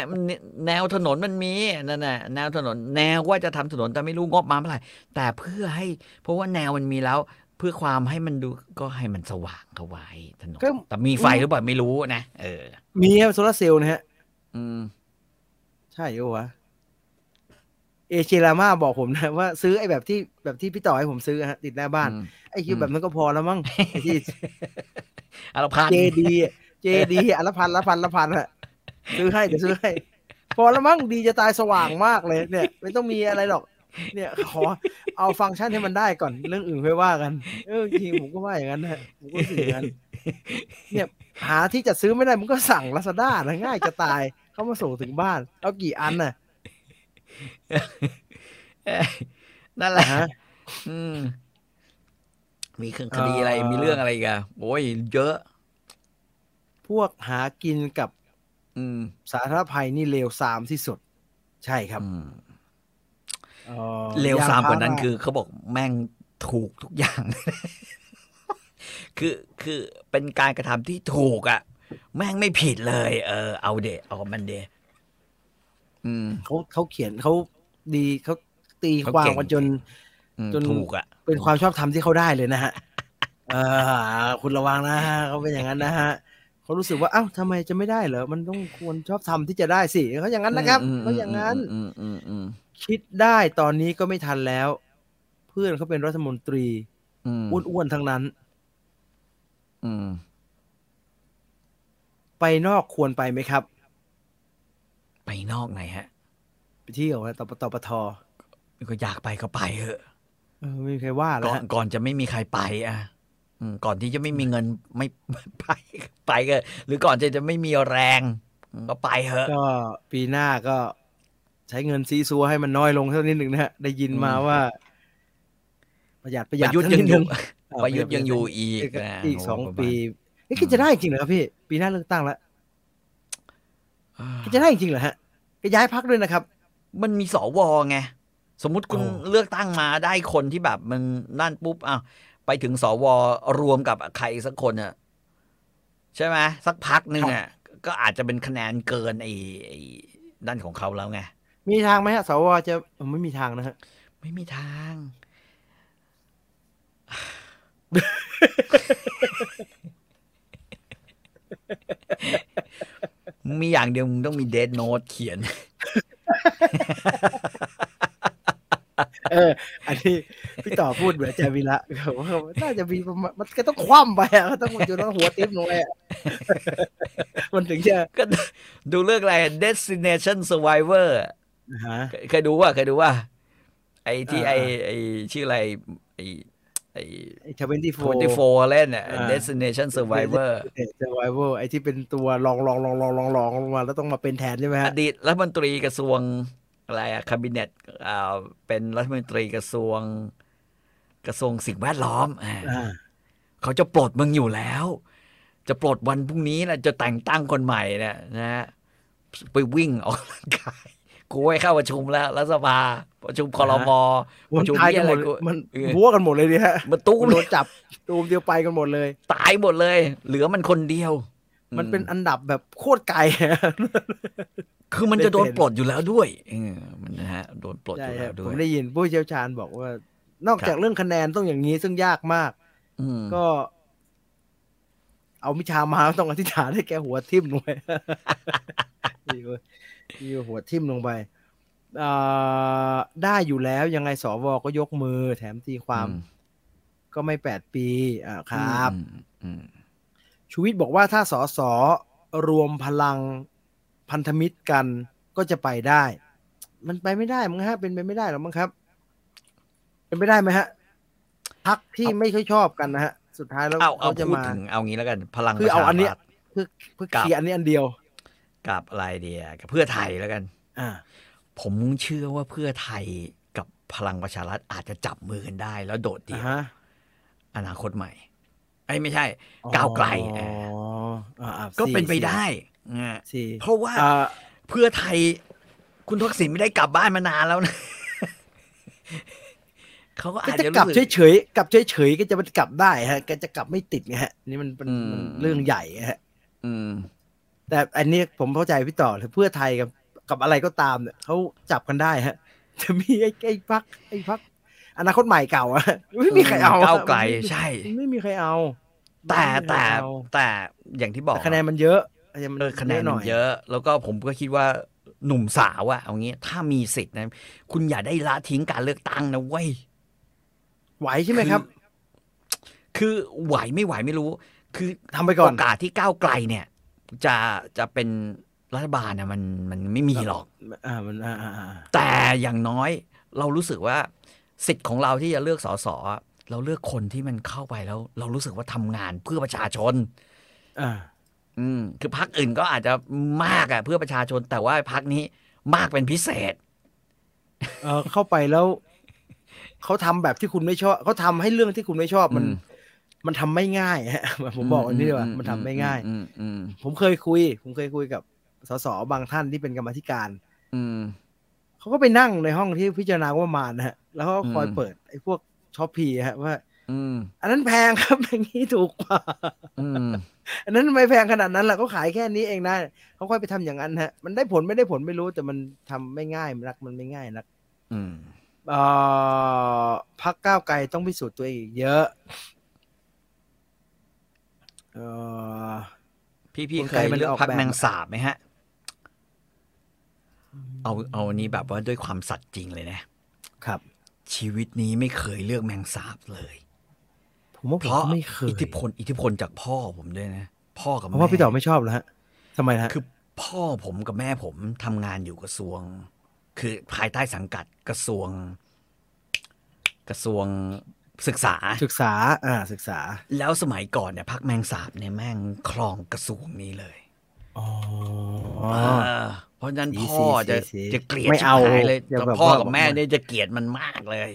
S2: แนวถนนมันมีนั่นน่ะแนวถนน แนวว่าจะทำถนนแต่ไม่รู้งบมาเมื่อไหร่แต่เพื่อให้ เพราะว่าแนวมันมีแล้ว เพื่อความให้มันดูก็ให้มันสว่างเข้าไว้ถนน
S1: ก็
S2: แต่มีไฟหรือเปล่าไม่รู้นะเออ
S1: มีโซลาร์เซลล์นะฮะ
S2: อืม
S1: ใช่โอ้วะเอเชยรามาบอกผมนะว่าซื้อไอ้แบบที่แบบที่พี่ต่อให้ผมซื้อฮะติดหน้าบ้านไอ้คิวแบบนั้นก็พอแล้วมั้งไอ้ที่
S2: อารพันธ์
S1: เจดีเจดีอัลพันละพันละพันอะซื้อให้เดี๋ยวซื้อให้ พอแล้วมั้งดีจะตายสว่างมากเลยเนี่ย ไม่ต้องมีอะไรหรอก เนี่ยขอเอาฟังก์ชันให้มันได้ก่อนเรื่องอื่นค่อยว่ากัน เออจริงผมก็ว่าอย่างนั้นนะผมก็รู้สึกอย่างนั้นเนี่ยหาที่จะซื้อไม่ได้มึงก็สั่งลาซาด้านะง่ายจะตายเขามาส่งถึงบ้าน เอากี่อันน่ะ
S2: เอ้ย *laughs* นั่นแหละ
S1: ฮะ
S2: อืมมีเครื่องคดีอะไรมีเรื่องอะไรอีกันโอ้ยเยอะ
S1: พวกหากินกับ
S2: อืม
S1: สาธารณภัยนี่เลวซามที่สุด ใช่ครับ
S2: อืม
S1: เอ่อ
S2: เร็วย สาม
S1: พ
S2: กว่านั้น
S1: ร
S2: คือเขาบอกแม่งถูกทุกอย่าง *laughs* คือคือเป็นการกระทำที่ถูกอ่ะ แม่งไม่ผิดเลย เออ เอาเดะเอากับมันเดะอืม
S1: เขาเขาเขียนเขาดีเขาตี
S2: เขา
S1: ความ
S2: เก่ง
S1: กันจน
S2: อืม
S1: จน
S2: ถูกอ่ะ
S1: เป็นความชอบธรรมที่เขาได้เลยนะฮะ เออคุณระวังนะฮะเขาเป็นอย่างนั้นนะฮะเขารู้สึกว่าเอ้าทำไมจะไม่ได้เหรอมันต้องควรชอบธรรมที่จะได้สิเขาอย่างนั้นนะครับ
S2: มม
S1: เขาอย่างนั้น
S2: อืมอืมอืม
S1: คิดได้ตอนนี้ก็ไม่ทันแล้ว เพื่อนเขาเป็นรัฐมนตรี
S2: อืม
S1: อ้วนๆทั้งนั้น
S2: อืม
S1: ไปนอกควรไปไหมครับ
S2: ไปนอกไหนฮะ
S1: ไปเที่ยวนะตปตปท
S2: ก็อยากไปก็ไปเถอะ
S1: เออไม่มีใครว่าแล้ว
S2: ก่อน
S1: ฮะ
S2: ก่อนจะไม่มีใครไปอ่ะอืมก่อนที่จะไม่มีเงินไม่ *laughs* ไปไปก็หรือก่อนจะจะไม่มีแรงก็ไปเถอะ
S1: ก็ปีหน้าก็ใช้เงินซีซัวให้มันน้อยลงเท่านิดหนึ่งนะฮะได้ยินมา
S2: อืม
S1: ว่า ประหยัดประห
S2: ป
S1: ยัด
S2: ระยุทธ์
S1: เท่า
S2: ยัง
S1: นิด
S2: อ
S1: หนึ่
S2: ยู่
S1: ง เ
S2: ประยุทธ์ยังอยู่อีก
S1: อีก
S2: นะ
S1: อีกสอง
S2: โโห
S1: ปีนี่คิดจะได้จริงเหรอครับพี่ ปีหน้าเลือกตั้งแล้ว
S2: ประมาณ
S1: คิดจะได้จริงเหรอฮะก็ย้ายพักด้วยนะครับ
S2: มันมีสวไง สมมุติคุณ
S1: โอ้
S2: เลือกตั้งมาได้คนที่แบบมันนั่นปุ๊บอ้าวไปถึงสวรวมกับใครสักคนอ่ะใช่ไหมสักพักหนึ่งอ่ะก็อาจจะเป็นคะแนนเกินไอ้ไอ้นั่นของเขาแล้วไง
S1: มีทางไหมฮะสวจะเออไม่มีทางนะฮะ
S2: ไม่มีทาง มีอย่างเดียวมึงต้องมีเด n โน t e เขียน
S1: เออ *laughs* อันนี้พี่ต่อพูดเหมือนอาจารย์วีระ *laughs* เขาว่าน่าจะมีประมาณมันก็ต้องคว่ำไปอะก็ต้องจุดต้องหัวติ๊บลงไปอะ *laughs* มันถึงจะ
S2: ก็ดูเรื่องอะไร Destination Survivor
S1: ฮะ
S2: เคยเคยดูว่าเคยดูว่า ไอ้ที่ไอ้
S1: อ่า
S2: ไอ้ชื่ออะไร ไอ้ไอ้
S1: ทเวนตี้โฟ
S2: โฟตีโฟเล่นอ่ะ
S1: อ่า
S2: Destination Survivor
S1: เซอร์ไวเวอร์ไอ้ที่เป็นตัวลองลองลองลองลองลองลงมาแล้วต้องมาเป็นแทนใช่ไหม
S2: อ
S1: ฮะ
S2: ดีตรัฐมนตรีกระทรวงอะไรอะคาบิเนตอ่าเป็นรัฐมนตรีกระทรวง กระทรวงสิ่งแวดล้อมอ่า
S1: อ่า
S2: เขาจะปลดมึงอยู่แล้ว จะปลดวันพรุ่งนี้นะจะแต่งตั้งคนใหม่เนี่ยนะฮะไปวิ่งออกกำลังกายกูให้เข้าประชุมแล้วรัฐสภาประชุมคอรมอ
S1: มันตายกันหมด
S2: ประชุมเหี้ยอะไรกู
S1: มัน
S2: เออ
S1: บัวกันหมดเลยเนี่ยฮะ
S2: มันตู้
S1: มันโดนจับตูมเดียวไปกันหมดเลย
S2: ตายหมดเลย เหลือมันคนเดียว
S1: มันเป็น
S2: อื
S1: อันดับแบบโคตรไกล
S2: คือมันจะโดน
S1: เป็น
S2: ปลดอยู่แล้วด้วยเออมันนะฮะโดนปลดอ
S1: ใช่ค
S2: ยู่
S1: รั
S2: แล้
S1: บ
S2: วด้
S1: ผม
S2: วย
S1: ได้ยินผู้เชี่ยวชาญบอกว่า นอก
S2: ครับ
S1: จากเรื่องคะแนนต้องอย่างนี้ซึ่งยากมาก
S2: อืม
S1: ก็ เอามิชามาต้องอธิษฐานให้แกหัวทิ่มลงไป ดีเว้ยดีกว่าหัวทิ่มลงไปอ่าได้อยู่แล้วยังไงสวก็ยกมือ แถมตีความก็ไม่แปดปีอ่าครับ
S2: อืม
S1: ชูวิทย์บอกว่าถ้าสสรวมพลังพันธมิตรกันก็จะไปได้ มันไปไม่ได้มั้งฮะ เป็นไปไม่ได้หรอกมั้งครับ เป็นไปได้ไหมฮะพักที่ไม่ค่อยชอบกันนะฮะ สุดท้ายแล้ว
S2: เอาเอา
S1: จะ
S2: พูด
S1: มา
S2: ถึงเอางี้แล้วกัน พลัง
S1: คือเอาอันเนี้ย
S2: ประชรัฐ
S1: เพื่อเพื่อ
S2: กับ
S1: เคลียร์อันนี้อันเดียว
S2: กับอะไรเดียกับเพื่อไทยแล้วกัน
S1: อ่า
S2: ผมเชื่อว่าเพื่อไทยกับพลังประชารัฐอาจจะจับมือกันได้ แล้วโดดเดี่ยว
S1: ฮะ
S2: อนาคตใหม่ไอ้ยไม่ใช่ ก้าวไกล
S1: อ๋อ
S2: เออ
S1: อ่าอ่า
S2: ก็เป็น
S1: สี่
S2: ไปได้อ่ะ
S1: สี่
S2: เพราะว่า
S1: อ่า
S2: เพื่อไทย คุณทักษิณไม่ได้กลับบ้านมานานแล้วนะ *laughs* เขาก็อาจ
S1: จะ
S2: จะ
S1: กลับ
S2: รู้สึก
S1: เฉยๆกลับเฉยๆก็จะมันกลับได้ฮะแก็จะกลับไม่ติดไงฮะ นี่มันเป็น
S2: อืม
S1: มันเรื่องใหญ่ฮะ
S2: อืม
S1: แต่อันนี้ผมเข้าใจพี่ต่อเลยเพื่อไทยกับกับอะไรก็ตามเนี่ยเขาจับกันได้ฮะ *laughs* จะมีไอ้ไอ้พักไอ้พักอนาคตใหม่เก่าอะ *laughs* ไม่มีใครเอาอะ
S2: ก้าวไกล
S1: มันม่
S2: ใช่
S1: มันไม่มีใครเอา
S2: แต่
S1: ไม่มีใคร
S2: แต่
S1: เอา
S2: แต่อย่างที่บอก
S1: แต่คะแนนมันเยอะคะแนนมัน
S2: เออคะแนน
S1: ห
S2: มั
S1: น่อน ย
S2: เยอะ แล้วก็ผมก็คิดว่าหนุ่มสาวอะเอางี้ ถ้ามีสิทธิ์นะ คุณอย่าได้ละทิ้งการเลือกตั้งนะเว้ย
S1: ไหวใช่ไหมครับ
S2: คือไหวไม่ไหวไม่รู้ คือ
S1: ทำไปก่อ
S2: โอน กาสที่ก้าวไกลเนี่ย จะจะเป็นรัฐบาลนะมันมันไม่มีหรอก
S1: อ่ามันอ่าอ่าอ่า
S2: แต่อย่างน้อย เรารู้สึกว่าสิทธิ์ของเราที่จะเลือกสสอะเราเลือกคนที่มันเข้าไปแล้ว เรารู้สึกว่าทำงานเพื่อประชาชน
S1: อ่า
S2: อืมคือพักอื่นก็อาจจะมากอะเพื่อประชาชน แต่ว่าพักนี้มากเป็นพิเศษ
S1: เออเข้าไปแล้ว เขาทำแบบที่คุณไม่ชอบเขาทำให้เรื่องที่คุณไม่ชอบมัน
S2: อืม
S1: มันทำไม่ง่ายฮะ *laughs* ผมบอกอันนี้ดีกว่ามันทำไม่ง่าย
S2: อืมอืม
S1: ผมเคยคุย ผมเคยคุยกับสสบางท่านที่เป็นกรรมาธิการ
S2: อืม
S1: เขาก็ไปนั่งในห้องที่พิจารณาว่ามานะฮะ แล้วก็คอย
S2: อืม
S1: เปิดไอ้พวกช็อปพีฮะว่า
S2: อืม
S1: อันนั้นแพงครับ *laughs* อย่างนี้ถูกกว่า
S2: อืม
S1: อันนั้นไม่แพงขนาดนั้นแหละเขาขายแค่นี้เองนะเขาค่อยไปทำอย่างนั้นฮะ มันได้ผลไม่ได้ผลไม่รู้แต่มันทำไม่ง่ายนักมันไม่ง่ายนัก
S2: อืม
S1: เอ่อพักก้าวไกลต้องพิสูจน์ตัวเองอีกเยอะ เอ่อ
S2: พี่พี่
S1: คน
S2: เค
S1: ไทย
S2: ย
S1: มัน
S2: เลือก
S1: ออก
S2: พัก
S1: แบบ
S2: แมงสาบไหมฮะ เอาเอาอันนี้แบบว่าด้วยความสัตย์จริงเลยนะ
S1: ครับ
S2: ชีวิตนี้ไม่เคยเลือกแมงสาบเลย
S1: ผมว่าผ
S2: เพ
S1: ม
S2: ราะ
S1: ก็ไม่เคย
S2: อิทธิพลอิทธิพลจากพ่อผมด้วยนะ พ่อกับ
S1: เพ
S2: แม่
S1: ราะว่าพี่ต่อไม่ชอบแล้วฮะทำไมนะฮะ
S2: คือพ่อผมกับแม่ผมทำงานอยู่กระทรวง คือภายใต้สังกัดกระทรวง กระทรวงศึกษา
S1: ศึกษา อ่า ศึกษา
S2: แล้วสมัยก่อนเนี่ยพักแมงสาบเนี่ยแม่งคลองกระทรวงนี้เลย
S1: อ๋อ
S2: เออเพราะฉะนั้น
S1: สี
S2: พ่อ
S1: สี
S2: จะ
S1: สี
S2: จะเกลียด
S1: ไม่เอา
S2: ชิบหยเลย
S1: จะแบบ
S2: พ่อกับ
S1: ว่า
S2: แม่เนี่ยจะเกลียดมันมากเลย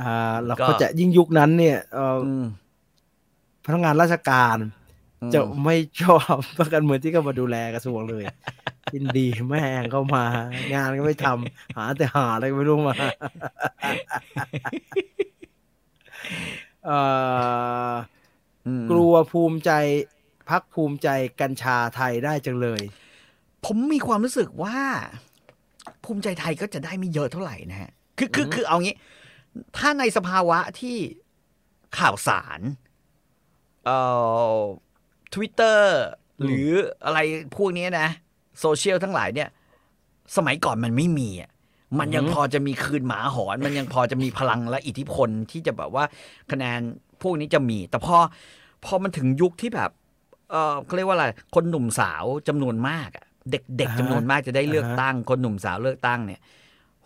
S1: อ่าเรา
S2: ก็
S1: ก็จะยิ่งยุคนั้นเนี่ยเอ่อ
S2: อืม
S1: พนักงานราชการ
S2: อืม
S1: จะไม่ชอบ *laughs* พรรคการเมืองที่เข้ามาดูแลกระทรวงเลยยินดีแม่งเข้ามา งานก็ไม่ทำ
S2: *laughs*
S1: หาแต่หาอะไรก็ไม่รู้มาเอ่อ
S2: อืม
S1: กลัวภูมิใจพักภูมิใจกัญชาไทยได้จังเลย
S2: ผมมีความรู้สึกว่า ภูมิใจไทยก็จะได้ไม่เยอะเท่าไหร่นะฮะคือคือ
S1: อืม
S2: คือเอางี้ ถ้าในสภาวะที่ข่าวสารเอ่อทวิตเตอร์หรืออะไรพวกนี้นะโซเชียลทั้งหลายเนี่ย สมัยก่อนมันไม่มีอ่ะมันยังพอจะมีคืนหมาหอน มันยังพอจะมีพลังและอิทธิพลที่จะแบบว่าคะแนนพวกนี้จะมี แต่พอพอมันถึงยุคที่แบบ เออเขาเรียกว่าอะไร คนหนุ่มสาวจำนวนมากอะเด็ก
S1: อ่า
S2: ๆ
S1: ฮะ
S2: จำนวนมากจะได้เลือก
S1: อ่าฮะ
S2: ตั้ง คนหนุ่มสาวเลือกตั้งเนี่ย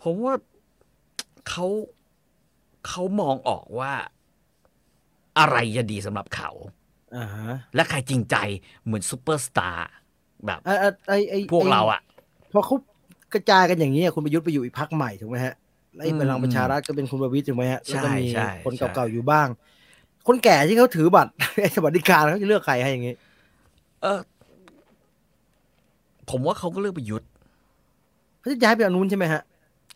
S2: ผมว่าเขาเขามองออกว่าอะไรจะดีสำหรับเขา
S1: อ่าฮะ
S2: และใครจริงใจเหมือนซูเปอร์สตาร์แบบ
S1: ไอ้ไอ้ไอ้ไอ้
S2: พวกเราอะ
S1: พอเขากระจายกันอย่างนี้ยคุณประยุทธ์ไปอยู่อีกพักใหม่ถูกไหมฮะแล้วไอ้
S2: อืม
S1: พลังประชารัฐก็เป็นคุณประวิตรถูกไหมฮะแล้วก็มี
S2: ใช่ใช่
S1: คน
S2: ใช่
S1: เก่าๆอยู่บ้าง คนแก่ที่เขาถือบัตร *laughs* สวัสดิการเขาจะเลือกใครให้อย่างนี้
S2: เออ ผมว่าเขาก็เลือกประยุทธ์
S1: เขาจะย้ายไปอนนุนใช่ไหมฮะ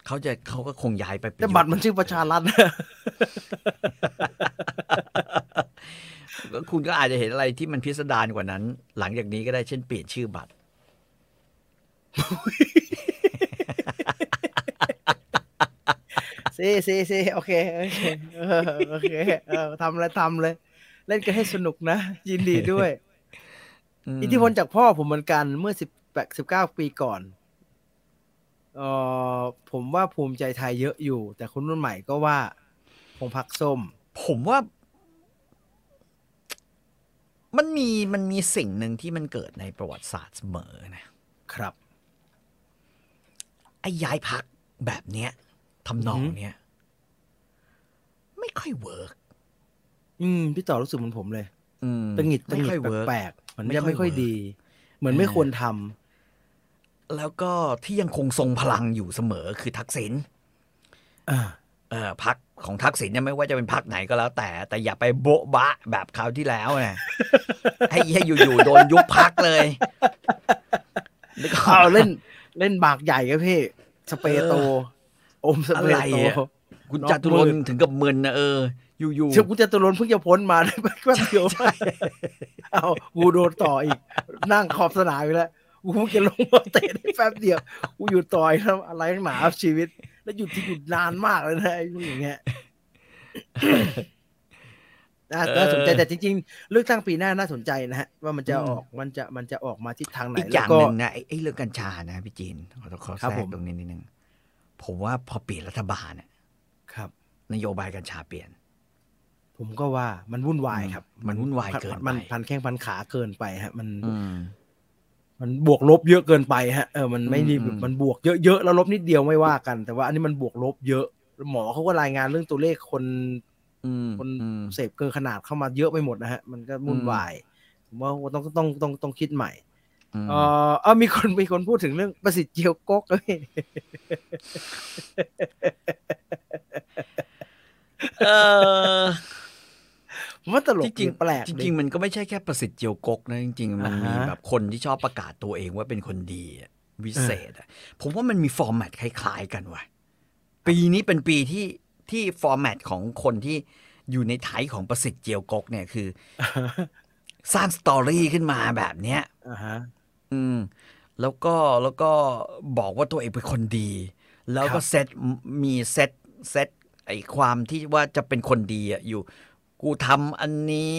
S2: เขาจะเขาก็คงย้ายไปประยุ
S1: แต่
S2: ทธ์
S1: บัตรมันชื่อประชารัฐ *laughs*
S2: ก็คุณก็อาจจะเห็นอะไรที่มันพิสดารกว่านั้น หลังจากนี้ก็ได้เช่นเปลี่ยนชื่อบัตร
S1: ซีซีซีโอเคโอเคเออโอเคเออทำเลยทำเลย เล่นกันให้สนุกนะ ยินดี
S2: *laughs*
S1: ด้วย
S2: ม
S1: อิทธิพลจากพ่อผมเหมือนกันเมื่อสิบแปดสิบเก้าปีก่อนเออผมว่าภูมิใจไทยเยอะอยู่ แต่คนรุ่นใหม่ก็ว่าคงพักส้ม
S2: ผมว่า มันมีมันมีสิ่งหนึ่งที่มันเกิดในประวัติศาสตร์เสมอนะครับ ไอ้ย้ายพักแบบเนี้ยทำนอง
S1: อือหือ
S2: เนี้ยไม่ค่อยเวิร์ก
S1: อืมพี่ต่อรู้สึกเหมือนผมเลย
S2: อืม
S1: ตังหงิดตัง
S2: ไม่
S1: หงิ
S2: ค่อย
S1: ด
S2: เวิร์ก
S1: แปลกๆมัน
S2: ไม่
S1: จะ
S2: ค่อย
S1: ไม่ค่อย
S2: เวิร์ก
S1: ดี เหมือนไม่ควรทำ
S2: แล้วก็ที่ยังคงทรงพลังอยู่เสมอคือทักษิณ
S1: อ่า
S2: เออพักของทักษิณเนี่ยไม่ว่าจะเป็นพักไหนก็แล้ว แต่ แต่อย่าไปโบ๊ะบะแบบคราวที่แล้วนะให้ให้อยู่ๆโดนยุบพักเลยนึกออก
S1: เอา
S2: ปะ
S1: เล่นเล่นบากใหญ่ครับพี่สเปรย์โตอมสเปรย์โต
S2: อะไรอะ คุณจตุรนต์ถึงกับมึนนะเออ อยู่ๆ
S1: เชื่อกูจะตุลนเพิ่งจะพ้นมา *laughs* ได้แป๊บเดียวเอากูโดนต่ออีก นั่งขอบสนามไปแล้วกูเพิ่งจะลงมาเตะได้แป๊บเดียวกูอยู่ต่อยทำอะไรข้างหนาชีวิต แล้วหยุดที่หยุดนานมากเลยนะไอ้พวกอย่างเงี้ย *coughs* น่าน่าสนใจ
S2: เออ
S1: แต่จริงๆ เลือกตั้งปีหน้าน่าสนใจนะฮะ ว่ามันจะออกมันจะมันจะออกมาทิศทางไหน
S2: อีกอ
S1: แล้
S2: ย่าว ง
S1: ก็
S2: หนึ่งนะไอ้ไอ้เรื่องกัญชานะพี่จีนขอขอ
S1: ครั
S2: แท
S1: บ
S2: ร
S1: ผ
S2: ก
S1: ม
S2: ตรงนี้นิดนึงผมว่าพอเปลี่ยนรัฐบาลน่ะ
S1: ครับ
S2: นโยบายกัญชาเปลี่ยน
S1: ผมก็ว่ามันวุ่นวายครับ
S2: อืมมันวุ่นวายเกินไป
S1: มันพันแข้งพันขาเกินไปฮะ มัน
S2: อืม
S1: มันบวกลบเยอะเกินไปฮะ เออ มันไม่
S2: อืม
S1: ดี
S2: อืม
S1: มันบวกเยอะๆ แล้วลบนิดเดียวไม่ว่ากัน แต่ว่าอันนี้มันบวกลบเยอะ หมอเขาก็รายงานเรื่องตัวเลขคน
S2: อืม
S1: คน
S2: อืม
S1: เสพเกินขนาดเข้ามาเยอะไปหมดนะฮะ มันก็วุ่นวายผมว่าต้องต้องต้องต้องคิดใหม่ เออเออมีคนมีคนพูดถึงเรื่องประสิทธิ์เจียวกกเอ้ย
S2: เออ
S1: ผมว่าตลก
S2: จริง
S1: ดีแปลก
S2: จ
S1: ดี
S2: ริงๆมันก็ไม่ใช่แค่ประสิทธิ์เจียวกกนะจริงๆ มัน
S1: อ่าฮะ
S2: มีแบบคนที่ชอบประกาศตัวเองว่าเป็นคนดีอะวิเศษอะผมว่ามันมีฟอร์แมตคล้าย ๆ กันว่ะ ปีนี้เป็นปีที่ที่ฟอร์แมตของคนที่อยู่ในไทยของประสิทธิ์เจียวกกเนี่ย
S1: *laughs*
S2: คือ
S1: อ่าฮะ
S2: สร้างสตอรี่ขึ้นมาแบบเนี้ย
S1: อ่าฮะ
S2: อืมแล้วก็แล้วก็บอกว่าตัวเองเป็นคนดี แล้วก็
S1: ครับ
S2: เซตมีเซตเซตไอความที่ว่าจะเป็นคนดีอะอยู่ กูทำอันนี้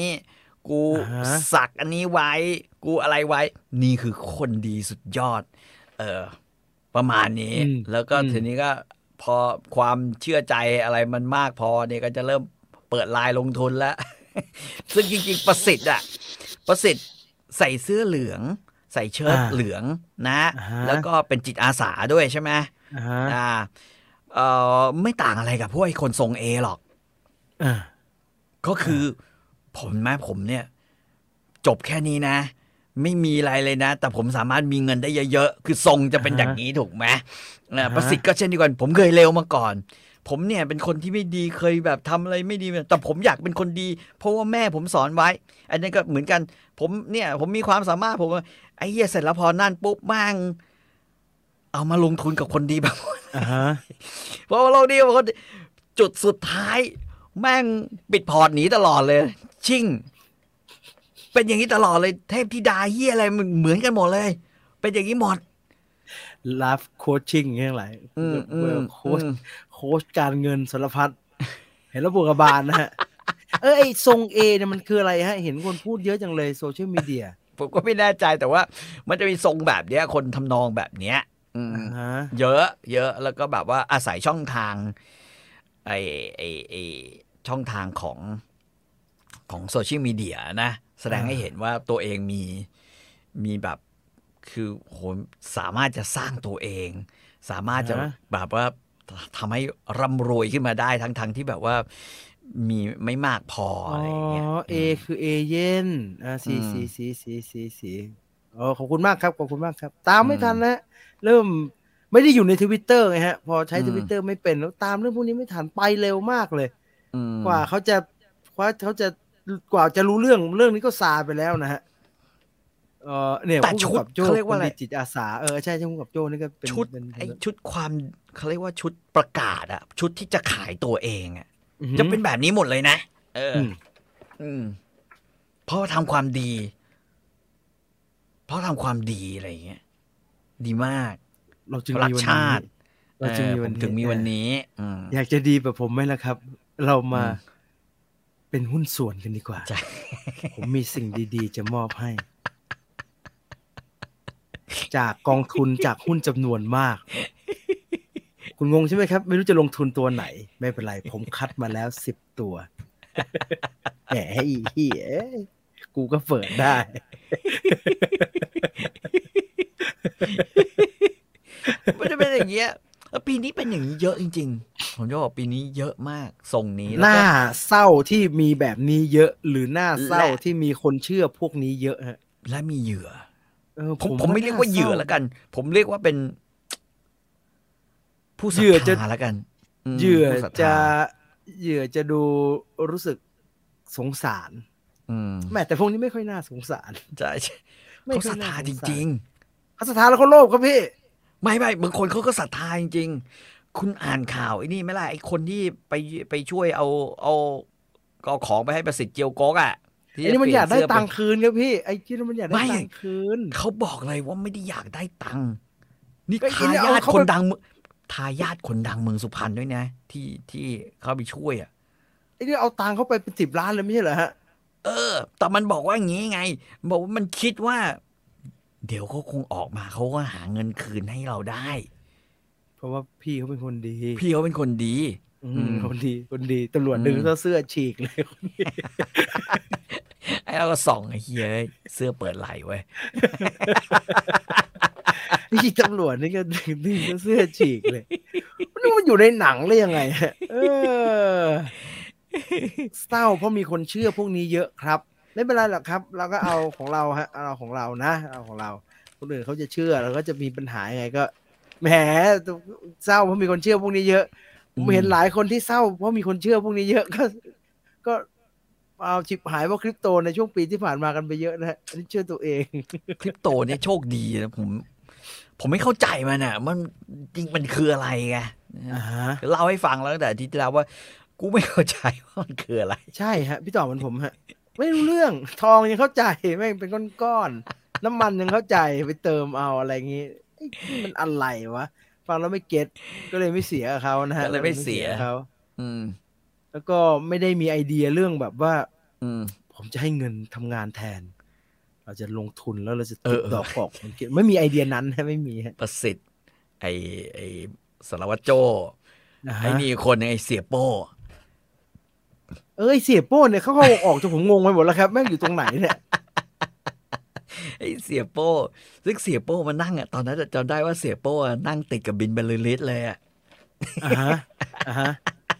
S2: กูสักอันนี้ไว้ กูอะไรไว้ นี่คือคนดีสุดยอด เออประมาณนี้
S1: อืม
S2: แล้วก็
S1: อืม
S2: ทีนี้ก็พอความเชื่อใจอะไรมันมากพอเนี่ยก็จะเริ่มเปิดลายลงทุนแล้ว *laughs* ซึ่งจริงๆประสิทธิ์อะประสิทธิ์ใส่เสื้อเหลือง ใส่เชิ้ต
S1: อ่า
S2: เหลืองนะ
S1: อ่าฮะ
S2: แล้วก็เป็นจิตอาสาด้วยใช่ไหม
S1: อ่าฮะ
S2: อ่าเอ่อไม่ต่างอะไรกับพวกไอ้คนทรงเอหรอก
S1: อ่า
S2: ก็คือผมแม่ผมเนี่ย จบแค่นี้นะ ไม่มีอะไรเลยนะ แต่ผมสามารถมีเงินได้เยอะๆ คือทรงจะเป็น
S1: อ่าฮะ
S2: อย่างนี้ถูกไหม
S1: อ่า
S2: นะ
S1: ฮะ
S2: ประสิทธิ์ก็เช่นเดียวกัน ผมเคยเลวมาก่อน ผมเนี่ยเป็นคนที่ไม่ดีเคยแบบทำอะไรไม่ดีแต่ผมอยากเป็นคนดี เพราะว่าแม่ผมสอนไว้ อันนี้ก็เหมือนกัน ผมเนี่ย ผมมีความสามารถผมก็ไอ้เหี้ยเสร็จแล้วพอนั่นปุ๊บบ้าง เอามาลงทุนกับคนดีแบบ
S1: อ่าฮะ
S2: เพราะว่าโลกนี้มันจุดสุดท้าย แม่งปิดพอร์ตหนีตลอดเลย ชิ่ง เป็นอย่างนี้ตลอดเลย เทพธิดาเฮียอะไรมันเหมือนกันหมดเลย เป็นอย่างนี้หมด
S1: ลาฟโคชชิ่งเรื่องไร
S2: อืมอืม
S1: โค
S2: อื
S1: ช
S2: ม
S1: โคชการเงินสารพัด *laughs* เห็นแล้วปวดกระบาลนะฮะ *laughs* เออไอทรงเอเนี่ยมันคืออะไรฮะ เห็นคนพูดเยอะจังเลยโซเชียลมีเดีย
S2: ผมก็ไม่แน่ใจแต่ว่า มันจะมีทรงแบบเนี้ย คนทำนองแบบเนี้ย อืม
S1: อ่าฮะ
S2: เยอะ เยอะแล้วก็แบบว่าอาศัยช่องทางไอไอไอช่องทางของของโซเชียลมีเดียนะ แสดงให้
S1: อ่า
S2: เห็นว่าตัวเองมีมีแบบคือโหสามารถจะสร้างตัวเอง สามารถจะแบบว่าทำให้ร่ำรวยขึ้นมาได้ทั้งทั้งที่แบบว่ามีไม่มากพอ
S1: อ๋อ
S2: อะไรอย่างเงี้ย
S1: เอคือเอเย่นอ่าสีสีสีสีสีสีอ๋อขอบคุณมากครับขอบคุณมากครับ ตามไม่ทันนะฮะเริ่มไม่ได้อยู่ในทวิตเตอร์ไงฮะ พอใช้ทวิตเตอร์ไม่เป็นแล้วตามเรื่องพวกนี้ไม่ทันไปเร็วมากเลย
S2: อืม
S1: กว่าเขาจะกว่าเขาจะกว่าจะรู้เรื่องเรื่องนี้ก็ซาไปแล้วนะฮะเออเนี่ย
S2: แต่
S1: ผู้
S2: ชุด
S1: กำกับโจ้
S2: เขาเรียกว่า
S1: ค
S2: อะ
S1: น
S2: ไร
S1: ดีจิตอาสาเออใช่ใช่ผู้กำกับโจ้นี่ก็เป็น
S2: ชุด
S1: เป็น
S2: ไอชุดความเขาเรียกว่าชุดประกาศอะชุดที่จะขายตัวเองอะ
S1: อือฮึ
S2: จะเป็นแบบนี้หมดเลยนะ เอออ
S1: ม
S2: อืมเพราะทำความดี เพราะทำความดีอะไรอย่างเงี้ยดีมาก
S1: เราจึง
S2: รั
S1: มี
S2: ก
S1: วัน
S2: ชา
S1: นี้
S2: ติ
S1: เราจึงมีวันนี้
S2: เออผถึงมีวันนี้ อืม
S1: อยากจะดีแบบผมไหมล่ะครับ เรามา
S2: อืม
S1: เป็นหุ้นส่วนกันดีกว่า
S2: ใช่
S1: ผมมีสิ่งดีๆ จะมอบให้ จากกองทุนจากหุ้นจำนวนมาก คุณงงใช่ไหมครับ ไม่รู้จะลงทุนตัวไหน ไม่เป็นไร ผมคัดมาแล้วสิบตัว แหมไอ้เหี้ยเอ้ยกูก็เปิดได้
S2: มันจะเป็นอย่างเงี้ยแล้วปีนี้เป็นอย่างนี้เยอะจริง ๆ ผมจะบอกปีนี้เยอะมากทรงนี้
S1: ห
S2: แล้ว
S1: น้า
S2: ก็
S1: เศร้าที่มีแบบนี้เยอะ หรือหน้าเศร้า
S2: และ
S1: ที่มีคนเชื่อพวกนี้เยอะฮะ
S2: และมีเหยื่อ
S1: เออ
S2: ผมผมไม่เรียกว่าเหยื่อแล้ว
S1: น
S2: กัน ผมเรียกว่าเป็น ผู้ศรั
S1: เหยื่อ
S2: ท
S1: จะ
S2: ธาแล้วกันม
S1: เหยื่อ
S2: ผู้ศรัทธา
S1: จะเหยื่อจะดูรู้สึกสงสาร
S2: อืม
S1: แม่แต่พวกนี้ไม่ค่อยน่าสงสาร
S2: ใช่ใช่
S1: ไม่
S2: เขา
S1: ค่
S2: ศ
S1: อย
S2: รัท
S1: น่
S2: ธา
S1: ส
S2: จ
S1: งส
S2: ริง
S1: เขาศรัทธาแล้วเขาโลภครับพี่
S2: ๆ ไม่ไม่บางคนเขาก็ศรัทธาจริง ๆ คุณอ่านข่าวไอ้นี่ไหมล่ะไอ้คนที่ไปไปช่วยเอาเอาก็ของไปให้ประสิทธิ์เจียวกอกอ่ะที่
S1: ไอ้นี่มันอ
S2: เปลี่
S1: ยากได้
S2: เสื้เป็
S1: ตังค์คืนครับพี่ ไอ้ที่นั่นมันอยากได้
S2: ไม่
S1: ตังค์คืน
S2: เขาบอกเลยว่าไม่ได้อยากได้ตังค์นี่
S1: ก็ไอ้
S2: ทา
S1: เนี่ย
S2: ยาท
S1: เอาเขา
S2: คน
S1: ไป
S2: ดังเมืองทายาทคนดังเมืองสุพรรณด้วยนะ ที่ที่เขาไปช่วยอ่ะ
S1: ไอ้นี่เอาตังค์เขาไปเป็นสิบล้านเลยไม่ใช่เหรอฮะ
S2: เออ แต่มันบอกว่าอย่างนี้ไง บอกว่ามันคิดว่า เดี๋ยวเขาคงออกมาเขาก็หาเงินคืนให้เราได้
S1: เพราะว่าพี่เขาเป็นคนดี
S2: พี่เขาเป็นคนดี
S1: อื
S2: อื
S1: ม
S2: ม
S1: คนดีคนดีตำรวจ
S2: อืม
S1: ดึงเสื้อเสื้อฉีกเลย
S2: ไอ้เราก็ส่องไอ้เฮียเอ้ยเสื้อเปิดไหลเว้ย
S1: นี่ตำรวจนี่ก็ดึงดึงเสื้อเสื้อฉีกเลยมัน มันอยู่ในหนังได้ยังไงฮะเออเศร้าเพราะมีคนเชื่อพวกนี้เยอะครับ ไม่เป็นไรหรอกครับ เราก็เอาของเราฮะเอาของเรานะเอาของเราคนอื่นเขาจะเชื่อแล้วก็จะมีปัญหายังไงก็แหมเศร้าเพราะมีคนเชื่อพวกนี้เยอะ ผมเห็นหลายคนที่เศร้าเพราะมีคนเชื่อพวกนี้เยอะก็ ก็เอาชิบหายว่าะคริปโตในช่วงปีที่ผ่านมากันไปเยอะนะฮะอันนี้เชื่อตัวเอง
S2: คริปโตเนี่ยโชคดีนะผม ผมไม่เข้าใจมันอ่ะ มันจริงมันคืออะไรไงเล่าให้ฟังแล้วตั้งแต่อาทิตย์ที่แล้วว่า กูไม่เข้าใจว่ามันคืออะไร
S1: ใช่ฮะ พี่ต่อเหมันผมฮะ ไม่รู้เรื่องทองยังเข้าใจแม่งเป็นก้อนๆน้ำมันยังเข้าใจไปเติมเอาอะไรอย่างงี้เอ้ยมันอะไรวะ ฟังแล้วไม่เก็ตก็เลยไม่เสียกับเขานะฮะ
S2: ก็เลยไม่เสีย
S1: เขา
S2: อืม
S1: แล้วก็ไม่ได้มีไอเดียเรื่องแบบว่า
S2: อืม
S1: ผมจะให้เงินทำงานแทน เราจะลงทุนแล้วเราจะ
S2: เอ
S1: ติ
S2: อ
S1: ด
S2: เออ
S1: ดอกออกผลเก็บไม่มีไอเดียนั้นฮะไม่มีฮะ
S2: ประสิทธิ์ ไอไอสารวัตรโจ
S1: นะฮะ
S2: ไอ้นี่คนหนึ่งไอ้เสียโป้
S1: เอ้ยเสียโป้เนี่ยเขาเข้าออกจนผมงงไปหมดแล้วครับแม่งอยู่ตรงไหนเนี่ย
S2: ไอ้เสียโป้ซึ่งเสียโป้มันนั่งอ่ะตอนนั้นอะจำได้ว่าเสียโป้อะนั่งติดกับบินบรรลือฤทธิ์เลยอ่ะ
S1: อ่าฮะอ่าฮะ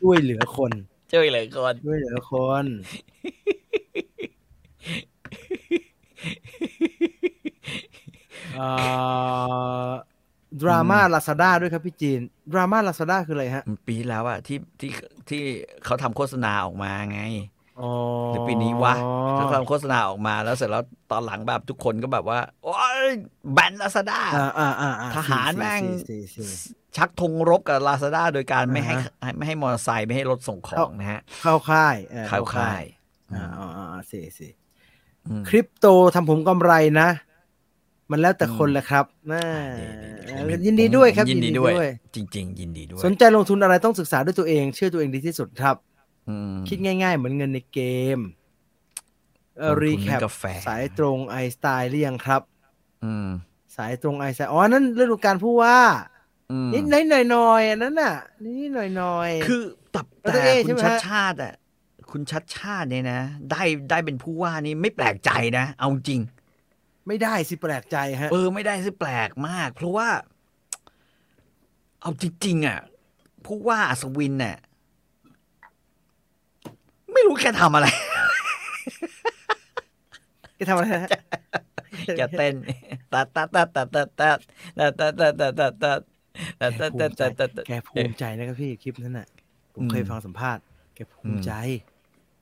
S1: ช่วยเหลือคน
S2: ช่วยเหลยคน
S1: ช่วยเหลือคนเอ่อดราม่าลาซาด้าด้วยครับพี่จีน ดราม่าลาซาด้าคืออะไรฮะ
S2: ปีที่แล้วอ่ะที่ที่ที่เขาทำโฆษณาออกมาไง
S1: อ๋อ
S2: หรือปีนี้วะ เขาทำโฆษณาออกมาแล้วเสร็จแล้วตอนหลังแบบทุกคนก็แบบว่า โอ๊ยแบนลาซาด้า
S1: อ่าอ่าอ่าอ่
S2: ทหารแม่ง
S1: สี่สี่สี่
S2: ชักธงรบกับลาซาด้าโดยการไม่ให้
S1: อ่าฮะ
S2: ไม่ให้มอเตอร์ไซค์ไม่ให้รถส่งของ
S1: เข้า
S2: นะฮะ
S1: เข้าค่ายออ
S2: เข้าค่าย
S1: อ่าอ่าอ่าเสียเสีย
S2: อืม
S1: คริปโตทำผมกำไรนะ มันแล้วแต่คน
S2: อืม
S1: แหละครับน่า
S2: อ่าดีๆ
S1: ยินดีด้วยครับ
S2: ผมยินดีด้วย จริง ๆ ยินดีด้วย
S1: สนใจลงทุนอะไรต้องศึกษาด้วยตัวเอง เชื่อตัวเองดีที่สุดครับ
S2: อืม
S1: คิดง่ายๆ เหมือนเงินในเกมเอ่อ
S2: ลงทุน
S1: รีแคป
S2: เรื่องกาแฟ
S1: สายตรงไอสไตล์หรือยังครับ
S2: อืม
S1: สายตรงไอสไตล์อ๋อ นั่นฤดูกาลผู้ว่า
S2: อืม
S1: นิดหน่อยหน่อยหน่อยๆอันนั้นน่ะ นิดหน่อยหน่อยๆ
S2: คือแต่
S1: ดร
S2: แต่
S1: เอ๊ใช่
S2: คุณ
S1: ไหม
S2: ชัด
S1: ฮะ
S2: ชาติอ่ะคุณชัดชาติเนี่ยนะ ได้ได้เป็นผู้ว่านี่ไม่แปลกใจนะ เอาจริง
S1: ไม่ได้สิแปลกใจฮะ
S2: เออไม่ได้สิแปลกมาก เพราะว่า เอาจริง ๆ อ่ะ ผู้ว่าอัศวินเนี่ยไม่รู้แกทำอะไร
S1: แกทำอะไรฮะ
S2: แกเต้นตัดตัดตัดตัดตัดตัดตัดตัดตัดตัดตัดตัดตัดตัดตัดตัดตัด
S1: แกภูมิใจนะครับพี่คลิปนั้นน่ะ ผม
S2: อืม
S1: เคยฟังสัมภาษณ์ แกภูมิใจ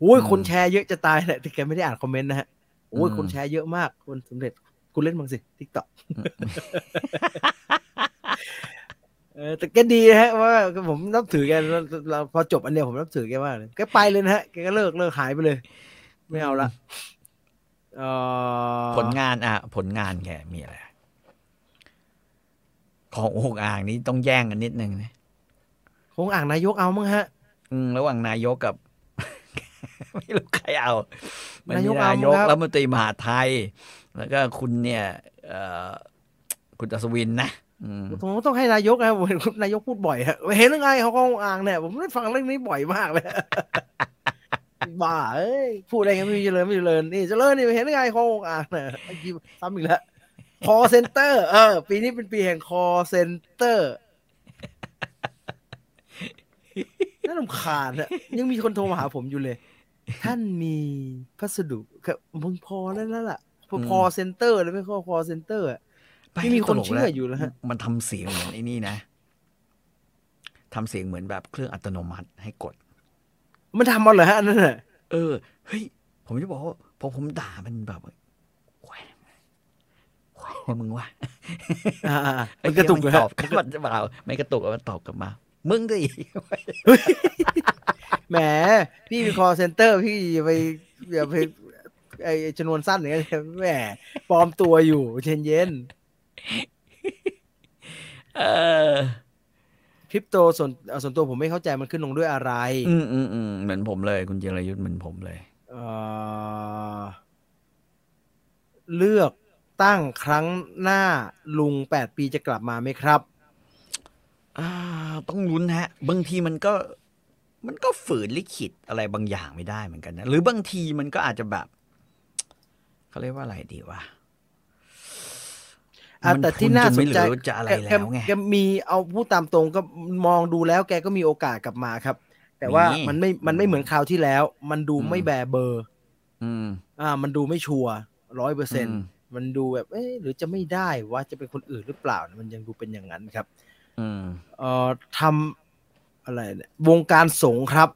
S1: โอ้ย
S2: อืม
S1: คนแชร์เยอะจะตายแหละแต่แกไม่ได้อ่านคอมเมนต์นะฮะโอ้ย
S2: อืม
S1: คนแชร์เยอะมาก คนสำเร็จคุณเล่นบ้างสิทิกตอก *laughs* เออแต่แกดีนะฮะว่าผมนับถือแกเราเราพอจบอันเดียวผมนับถือแกมากเลยแกไปเลยนะฮะแกก็เลิกเลิกหายไปเลย ไม่เอาละเอ่อ
S2: *laughs* ผลงานอ่ะ ผลงานแกมีอะไร ของโอกอ่างนี้ต้องแย่งกันนิดนึงนะ
S1: คงอ่างนายกเอามั้งฮะ
S2: อืมระหว่างนายกกับ *laughs* ไม่รู้ใครเอามัน
S1: นาย
S2: มี
S1: กเอา
S2: นายก
S1: ครับ
S2: รัฐมนตรีมหาดไทย แล้วก็คุณเนี่ย เอ่อ คุณอัศวินนะอืม
S1: ผมต้องให้นายกนะผมเห็นคุณนายกพูดบ่อย *laughs* ฮะเห็นเรื่องไงเขาก็อ่างเนี่ย ผมได้ฟังเรื่องนี้บ่อยมากเลย *laughs* บ้าเอ้ยพูดอะไรกันไม่มีเจริญไม่มีเจริญนี่เจริญนี่เห็นเรื่องไงเขาอ่างเนี่ยไอ้ยิ้มซ้ำอีกแล้วคอเซนเตอร์เออ ปีนี้เป็นปีแห่งคอเซนเตอร์น่าลำคาญอะยังมีคนโทรมาหาผมอยู่เลย ท่านมีพัสดุครับมึงพอแล้วแล้วล่ะพอเซนเตอร์เลยไม่เข้าคอเซนเตอร์ ไม่มีคนเชื่ออยู่แล้วฮะ
S2: มันทำเสียงเหมือนไอ้นี่นะทำเสียงเหมือนแบบเครื่องอัตโนมัติให้กด
S1: มันทำมาเหรอฮะอันนั่นน่ะ
S2: เออ เฮ้ย ผมจะบอกว่าพอผมด่ามันแบบควายควายมึงวะ
S1: อ่าๆๆมัน
S2: ไอ้
S1: กระตุก
S2: เหี้
S1: เลย ยฮะ
S2: มันตอบมันจะเปล่าไม่กระตุกอะมันตอบกลับมา มึงก็อีก
S1: แหม พี่มีคอเซ็นเตอร์ พี่อย่าไปอย่าไปไอ้จำนวนสั้นอย่างเงี้ยแหมปลอมตัวอยู่เย็นเย็น
S2: เออ
S1: ๆคริปโตส่วนเอ่อส่วนตัวผมไม่เข้าใจมันขึ้นลงด้วยอะไร
S2: อืมอืมอืมเหมือนผมเลย คุณเจรยุทธ์เหมือนผมเลย
S1: เอ่อ เลือกตั้งครั้งหน้าลุงแปดปีจะกลับมาไหมครับ
S2: อ่า ต้องลุ้นฮะ บางทีมันก็ มันก็ฝืนลิขิตอะไรบางอย่างไม่ได้เหมือนกันนะ หรือบางทีมันก็อาจจะแบบ เขาเรียกว่าอะไรดีวะ
S1: อ่ะ
S2: มั
S1: แต่ที่น่าสนใจ
S2: คงจะไม่เหลือจะอะไรแล้วไง
S1: แกมีเอาพูดตามตรงก็มองดูแล้วแกก็มีโอกาสกลับมาครับ แต่ว่า
S2: มี
S1: มันไม่มันไม่เหมือนคราวที่แล้ว มันดูไม่
S2: อืม
S1: แบร์เบอร์
S2: อืม
S1: อ่า มันดูไม่ชัวร้อยเปอร์เซ็น
S2: ม
S1: มันดูแบบเอ๊ะหรือจะไม่ได้ว่าจะเป็นคนอื่นหรือเปล่า มันยังดูเป็นอย่างนั้นครับ
S2: อืม
S1: เอ่อทำอะไรเนี่ยวงการสงฆ์ครับ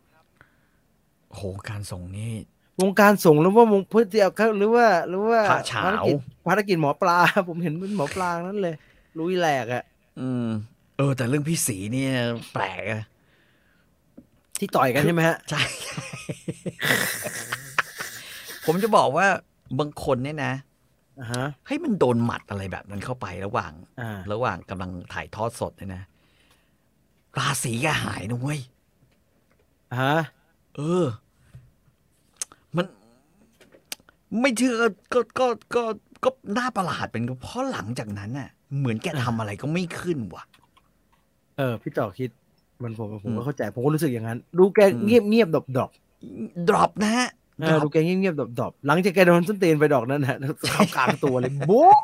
S2: โหการส่งนี่
S1: วงการสงฆ์หรือว่าวงพฤติเอาเขาหรือว่าหรือว่า
S2: พระเฉา
S1: ภารกิจภารกิจหมอปลา *laughs* ผมเห็นเป็นหมอปลานั้นเลยลุยแหลกอะ
S2: อืม เออ แต่เรื่องพี่สีเนี่ยแปลกอะ
S1: ที่ต่อยกันใช่ไหมฮะ
S2: ใช่ *laughs* ผมจะบอกว่าบางคนเนี่ยนะ
S1: อ่าฮะ
S2: เฮ้ยมันโดนหมัดอะไรแบบนั้นเข้าไประหว่าง
S1: อ่า
S2: ระหว่างกำลังถ่ายทอดสดเนี่ยนะ ราศีก็หายนะเว้ย
S1: ฮะ
S2: เออ มัน ไม่เชื่อก็ก็ก็ก็ก็น่าประหลาดเป็นเพราะหลังจากนั้นน่ะ เหมือนแกทำอะไรก็ไม่ขึ้นว่ะ
S1: เออ พี่ต่อคิดเหมันผมผม
S2: อื
S1: ก็
S2: ม
S1: เข้าใจ ผมก็รู้สึกอย่างนั้น ดูแก
S2: อืม
S1: เงียบเงียบดอบดอบ
S2: ดรอปนะฮะ
S1: ๆเออดูแกเงียบเงียบดอบดอบๆหลังจากแกโดนส้นตีนไปดอกนั้นนะ *laughs* เข้ากลางตัวเลย *laughs* โบ๊ะ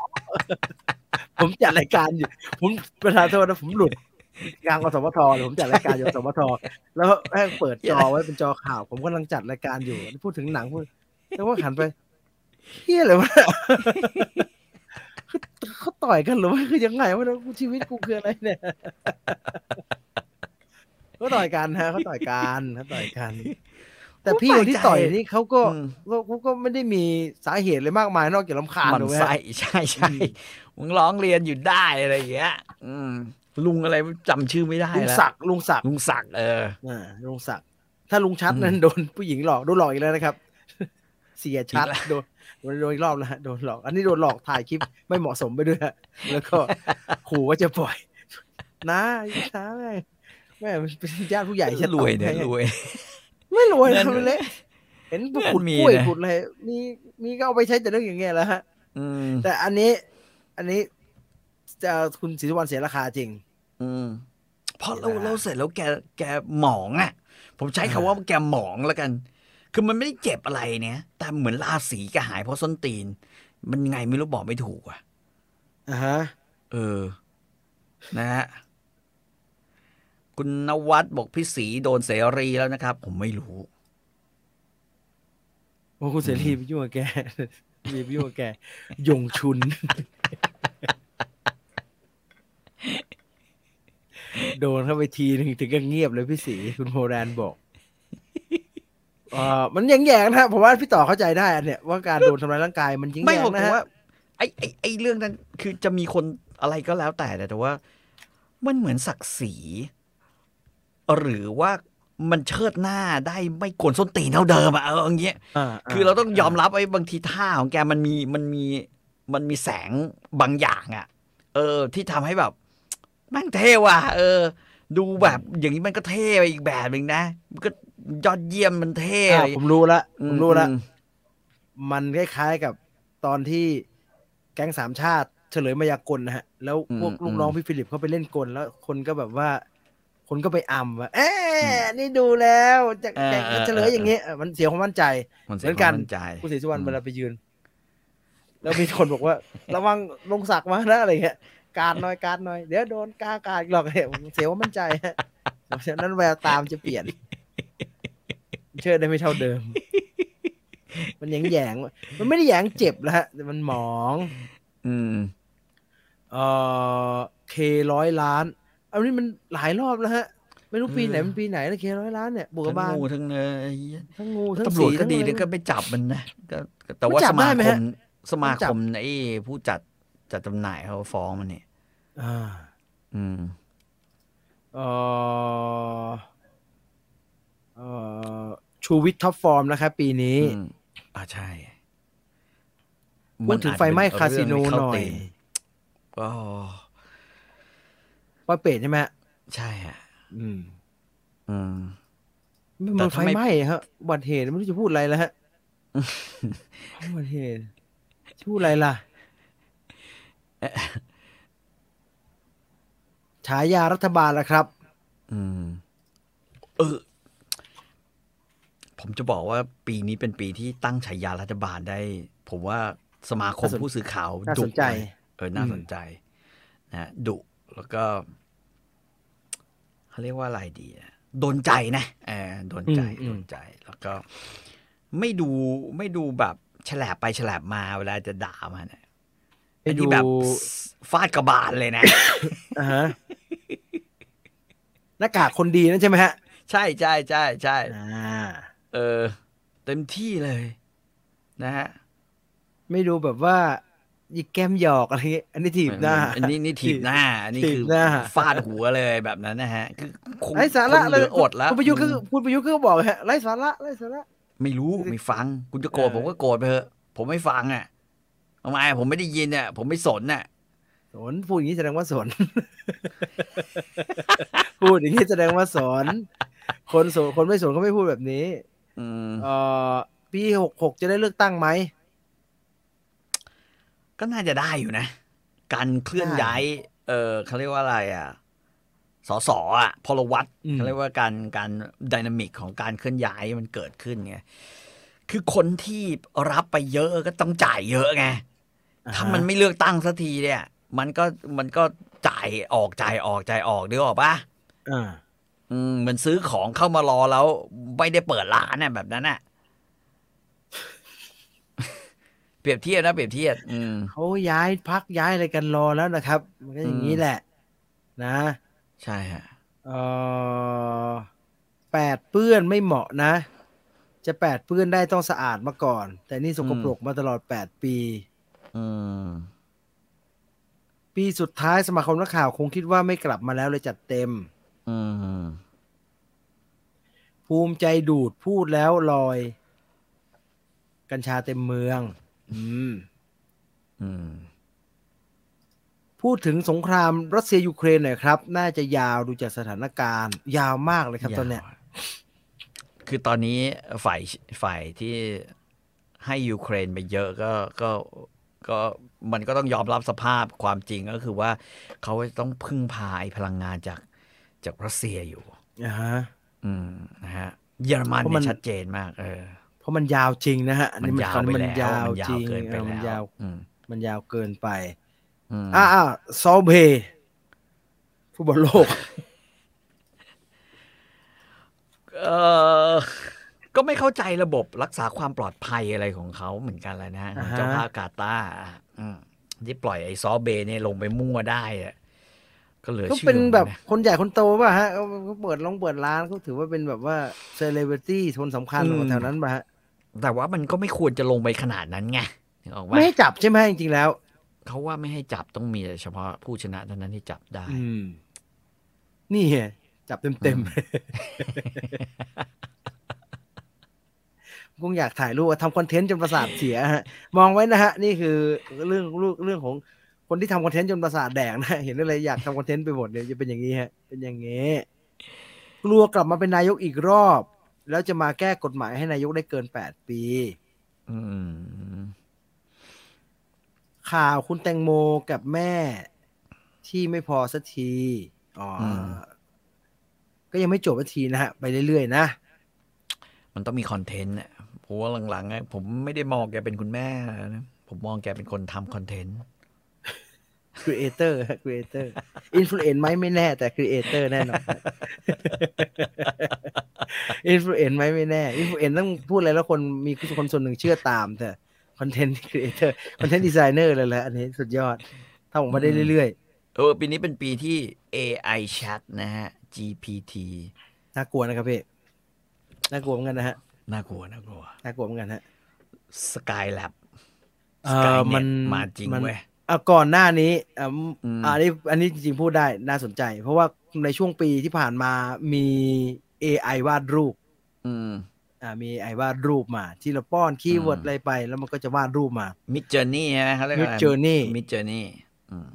S1: ผมจัดรายการอยู่ ผมประธานโทษนะผมหลุดกลางอสมทเลยผมจัดรายการอยู่อสมท *laughs* แล้วแม่งเปิดจอไว้เป็นจอข่าว ผมกำลังจัดรายการอยู่พูดถึงหนังพูดแล้วว่าหันไปเฮียอะไรวะ *laughs* เนี่ยคือเขาต่อยกันหรือว่าคือยังไงวะเนี่ยกูชีวิตกูคืออะไรเนี่ย *laughs* เขาต่อยกันฮะเขาต่อยกันเขาต่อยกัน แต่พี่คนที่ต่อยนี่เขาก็
S2: อืม
S1: เขาเขาก็ไม่ได้มีสาเหตุเลยมากมายนอกจากลำคาญ
S2: มัน
S1: ถูกไหม
S2: ไส้
S1: ฮะ
S2: ใช่ใช่
S1: อืม
S2: มึงร้องเรียนอยู่ได้อะไรอย่างเงี้ย อืม ลุงอะไรจำชื่อไม่ได้
S1: ลุง
S2: แล้ว
S1: ศักดิ์ลุงศักดิ์
S2: ลุงศักดิ์เออ
S1: อ่าลุงศักดิ์ถ้าลุงชัด
S2: อืม
S1: นั้นโดนผู้หญิงหลอกโดนหลอกอีกแล้วนะครับ *laughs* เสียชัด
S2: อีกแล้ว
S1: โดนโดนโดนอีกรอบแล้วฮะโดนหลอก อันนี้โดนหลอกถ่ายค
S2: *laughs*
S1: ลิป ไม่เหมาะสมไปด้วยฮะแล้วก็ *laughs* ขู่ว่าจะปล่อย *laughs* นะช้าแม่งแม่งเป็นญาติผู้ใหญ่ฉัน
S2: *laughs* รวยเนี่ย
S1: อาไป
S2: รวย
S1: ไม่รวยนะ
S2: นั่น
S1: มันเละเห็นพวก
S2: นั่น
S1: ขุด
S2: มี
S1: กล้วย
S2: นะ
S1: ขุดอะไรมีมีก็เอาไปใช้แต่เรื่องอย่างเงี้ยแหล้วฮะ
S2: อืม
S1: แต่อันนี้ อันนี้จะคุณศรีสุวรรณเสียราคาจริง
S2: อืมพอเรา
S1: เวลา
S2: เราเสร็จแล้วแกแกหมองอ่ะ ผมใช้คำว่าแกหมองแล้วกัน คือมันไม่ได้เจ็บอะไรเนี่ยแต่เหมือนราศีแกหายเพราะส้นตีน มันไงไม่รู้บอกไม่ถูกอ่ะ
S1: อ่าฮะ
S2: เออ นะฮะ คุณนวัดบอกพี่สีโดนเสรีแล้วนะครับ ผมไม่รู้
S1: โอ้คุณเสรีไปยุ่งกับแก *laughs* มีไปยุ่งกับแก ยงชุน โดนเข้าไปทีหนึ่งถึงก็เงียบเลยพี่สีคุณโฮแรนบอกเออมันยังแยงนะฮะผมว่าพี่ต่อเข้าใจได้อันเนี้ยว่าการโดนทำร้ายร่างกายมันยิง
S2: ไม่
S1: แยง
S2: ผม
S1: นะ
S2: ถึง
S1: ฮะ
S2: ว่าไอ้ไอ้ไอ้เรื่องนั้น คือจะมีคนอะไรก็แล้วแต่นะแต่ว่า มันเหมือนศักดิ์ศรี หรือว่ามันเชิดหน้าได้ไม่กวนส้นตีนเท่าเดิมอะเอออย่างเงี้ยคือเราต้องยอมรับไอ้บางทีท่าของแกมันมีมันมีมันมีแสงบางอย่างอะเออ ที่ทำให้แบบแม่งเท่ว่ะเออ ดูแบบอย่างนี้มันก็เท่ไปอีกแบบหนึ่งนะมันก็ยอดเยี่ยมมันเท่
S1: อ่ะผมรู้ละผมรู้ละ
S2: อืม
S1: มันคล้ายๆกับตอนที่แก๊งสามชาติเฉลยมายากลนะฮะ แล้วพวกลูกน้องพี่ฟิลิปเขาไปเล่นกลแล้วคนก็แบบว่า คนก็ไปอัมว่าเอ๊ะนี่ดูแล้วจากแก๊งเฉลยอย่างเงี้ยเออมันเสียความมั่นใจ
S2: มัน
S1: เหมื
S2: เสีย
S1: อน
S2: ค
S1: กั
S2: วาน มมั่นใจ
S1: คุณศรีสุวรรณ
S2: อืม
S1: เวลาไปยืน แล้วมีคนบอกว่า *laughs* ระวังลงสักดิ์มานะอะไรเงี้ยการหน่อยการหน่อยเดี๋ยวโดนกากาอีกหรอกเนี่ยผมเสียความมั่นใจฮะเพราะฉะนั้นแววตามจะเปลี่ยน เชื่อได้ไม่เท่าเดิม มันแยงแยงๆมันไม่ได้แยงเจ็บแล้วฮะแต่มันหมอง
S2: อืม
S1: เออเคร้อยล้านอันนี้มันหลายรอบแล้วฮะ ไม่รู้ปีไหน
S2: เออ
S1: มันปีไหนแล้วเคร้อยล้านเนี่ยบวกกั
S2: ทั้
S1: บ
S2: ง
S1: บ้าน
S2: งูทั้งเนยไอ้เหี้ย
S1: ทั้งงูทั้ง
S2: ตำร
S1: สี
S2: วจก็
S1: ทั้ง
S2: ดี
S1: อะไร
S2: แล้วก็ไปจับมันนะก็แต่
S1: มั
S2: ว่าน
S1: จั
S2: ส
S1: บ
S2: มา
S1: ได้ไหม
S2: ค
S1: ฮะ
S2: มสมา
S1: มันจั
S2: ค
S1: บ
S2: มไอ้ผู้จัดจัดจำหน่ายเขาฟ้องมันเนี่ย
S1: อ่า
S2: อืม
S1: เอ่อเอ่อชูวิทย์ท็อปฟอร์มนะครับปีนี้
S2: อืมอ่าใช่
S1: พูดถึงไฟไหม้คาสิโนหน่อย
S2: ก็
S1: ปอยเปรตใช่ไหมฮะ
S2: ใช่อ่ะ
S1: อืม
S2: อืม แต่
S1: มัน
S2: ทำ
S1: ไฟ
S2: ไม
S1: ไหม้ฮะอุบัติเหตุไม่รู้จะพูดอะไรแล้วฮะอุบัติเหตุจะพูดอะไรล่ะฉายารัฐบาลละครับ
S2: อืม เออ ผมจะบอกว่าปีนี้เป็นปีที่ตั้งฉายารัฐบาลได้ ผมว่าสมาคม
S1: น่าสน
S2: ผู้สื่อข่าว
S1: น่าส
S2: ดุ
S1: นใจ
S2: เลยเอ อน่าสนใจนะดุแล้วก็เขาเรียกว่าอะไรดีนะโดนใจนะเออโดนใจ
S1: อืมอืม
S2: โดนใจ แล้วก็ ไม่ดูไม่ดูแบบฉลาบไปฉลาบมาเวลาจะด่ามันอะ
S1: ไอ้
S2: ไอ้
S1: ดู
S2: ที่แบบฟาดกระบาลเลยนะ
S1: *laughs* อ่าฮะหน้ากากคนดีนั่นใช่ไหมฮะ
S2: ใช่ใช่ใช่ใช่
S1: อ่า
S2: เออ เต็มที่เลย นะฮะ
S1: ไม่ดูแบบว่าหยิกแก้มหยอกอะไรเงี้ยอันนี้ถีบหน้า
S2: อันนี้นี่ถีบหน้า อันนี้
S1: ถีบ
S2: คือ
S1: หน้า
S2: ฟาดหัวเลยแบบนั้นนะฮะ คือคง
S1: ไร้สาระ
S2: คงเหลืออดแล้ว
S1: คุณประยุทธ์ก็คือคุณประยุทธ์ก็บอกฮะไร้สาระไร้สาระ
S2: ไม่รู้ไม่ฟัง คุณจะโกรธ
S1: เออ
S2: ผมก็โกรธไปเถอะผมไม่ฟังอ่ะทำไมผมไม่ได้ยินอ่ะผมไม่สนอ่ะ
S1: สนพูดอย่างนี้แสดงว่าส
S2: *laughs*
S1: น พูดอย่างนี้แสดงว่าสนคนสนคนไม่สนเขาไม่พูดแบบนี้
S2: อืม
S1: เอ่อปีหกหกจะได้เลือกตั้งไหม
S2: ก็น่าจะได้อยู่นะ การเคลื่อน
S1: ได้
S2: ย้าย เออเขาเรียกว่าอะไรอ่ะสอสออ่ะพลวัต
S1: อืม
S2: เขาเรียกว่าการการดินามิกของการเคลื่อนย้ายมันเกิดขึ้นไงคือคนที่รับไปเยอะก็ต้องจ่ายเยอะไง ถ้ามันไม่เลือกตั้งสักทีเนี่ย มันก็มันก็จ่ายออกจ่ายออกจ่ายออกนึกออกปะ
S1: อ่า
S2: อืมเหมันซื้อของเข้ามารอแล้ว ไม่ได้เปิดร้านน่ะแบบนั้นน่ะ เปรียบเทียบนะเปรียบเทียบอืม
S1: เขาย้ายพักย้ายอะไรกันรอแล้วนะครับ มันก็อย่างนี้แหละ นะ
S2: ใช่ฮะ
S1: เอ่อแปดเปื้อนไม่เหมาะนะ จะแปดเปื้อนได้ต้องสะอาดมาก่อน แต่นี่สกปรกมาตลอดแปดปี
S2: อืม
S1: ปีสุดท้ายสมาคมนักข่าวคงคิดว่าไม่กลับมาแล้วเลยจัดเต็ม
S2: อืม
S1: ภูมิใจดูดพูดแล้วลอย กัญชาเต็มเมือง อืม
S2: อืม
S1: พูดถึงสงครามรัสเซียยูเครนหน่อยครับ น่าจะยาวดูจากสถานการณ์ ยาวมากเลยครับ
S2: ยาว
S1: ตอนเนี้ย
S2: คือตอนนี้ฝ่ายฝ่ายที่ให้ยูเครนไปเยอะก็ก็ก็มันก็ต้องยอมรับสภาพความจริงก็คือว่า เขาต้องพึ่งพาไอ้พลังงานจากจากรัสเซียอยู่
S1: อ่าฮะ
S2: อืมนะฮะเยอรมัน
S1: เพราะมั
S2: เนี่ย
S1: น
S2: ชัดเจนมาก เออ
S1: เพราะมันยาวจริงนะฮะอั
S2: มันยาว
S1: ฟั
S2: ไป
S1: มั
S2: แล้ว
S1: ยาว
S2: มันยา
S1: จ
S2: ว
S1: ริง
S2: เกินไป
S1: เออมัน
S2: แล้
S1: ยาว
S2: ว อืม
S1: มันยาวเกินไป
S2: อืม
S1: อ่าอ่าซอลเบฟุตบอลโลก
S2: เออก็ไม่เข้าใจระบบรักษาความปลอดภัยอะไรของเขาเหมือนกันแหละนะ
S1: อ่าฮะ
S2: เจ้าภาพกาตาร์อ่ะอืมที่ปล่อยไอ้ซอเบเนี่ยลงไปมั่วได้อะก็เหลือ
S1: ก็
S2: ชื่อ
S1: เป็นแบบ
S2: หมือกัะ
S1: คนใหญ่คนโตป่ะฮะเขาเขาเปิดร้องเปิดร้านเขาถือว่าเป็นแบบว่าเซเลบริตี้คนสำคัญ
S2: อืม
S1: คนแถวนั้นป่ะฮะ
S2: แต่ว่ามันก็ไม่ควรจะลงไปขนาดนั้นไงนึกออกว่า
S1: ไม่ให้จับใช่ไหมจริงๆแล้ว
S2: เขาว่าไม่ให้จับต้องมีแต่เฉพาะผู้ชนะเท่านั้นที่จับได้
S1: อืม นี่ไงจับเต็ม *laughs* เต็มๆกุ้งอยากถ่ายรูปอะทำคอนเทนต์จนประสาทเสียฮะ มองไว้นะฮะ นี่คือเรื่องลูกเรื่องของคนที่ทำคอนเทนต์จนประสาทแดกนะ เห็นอะไรอยากทำคอนเทนต์ไปหมดเนี่ยจะเป็นอย่างนี้ฮะ เป็นอย่างนี้กลัวกลับมาเป็นนายกอีกรอบ แล้วจะมาแก้กฎหมายให้นายกได้เกินแปดปี
S2: อืม
S1: ข่าวคุณแตงโมกับแม่ที่ไม่พอสักที อ๋ออ
S2: ม
S1: ก็ยังไม่จบสักทีนะฮะ ไปเรื่อยๆนะ
S2: มันต้องมีคอนเทนต์อะเพราะว่าหลังๆอะผมไม่ได้มองแกเป็นคุณแม่นะ ผมมองแกเป็นคนทำคอนเทนต์
S1: ครีเอเตอร์ครีเอเตอร์ อินฟลูเอนซ์ไหมไม่แน่ แต่ครีเอเตอร์แน่นอน อินฟลูเอนซ์ไหมไม่แน่ อินฟลูเอนซ์ต้องพูดอะไรแล้วคนมีคนส่วนหนึ่งเชื่อตามเถอะคอนเทนต์ครีเอเตอร์ คอนเทนต์ดีไซเนอร์เลยแหละอันนี้สุดยอดทำออกมาได้เรื่อย
S2: เออ ปีนี้เป็นปีที่ AI Chat นะฮะ GPT
S1: ๆ น่ากลัวนะครับพี่ น่ากลัวเหมือนกันนะฮะ
S2: น่ากลัวน่ากลัว
S1: น่ากลัวเหมือนกันฮะ
S2: Skylab
S1: เอ่อ
S2: Skynet
S1: มัน
S2: มาจริง
S1: มัน
S2: เว้ย
S1: เอาก่อนหน้านี้อ่ะ
S2: อืม
S1: อันนี้อันนี้จริงๆพูดได้น่าสนใจ เพราะว่าในช่วงปีที่ผ่านมามี AI วาดรูป
S2: อืม
S1: อ่ามี AI วาดรูปมาที่เราป้อนคีย์เวิร์ด
S2: อืม
S1: อะไรไป แล้วมันก็จะวาดรูปมา
S2: Mid Journey ใช่ไหมเขาเรียก
S1: Mid Journey
S2: Mid Journey อืม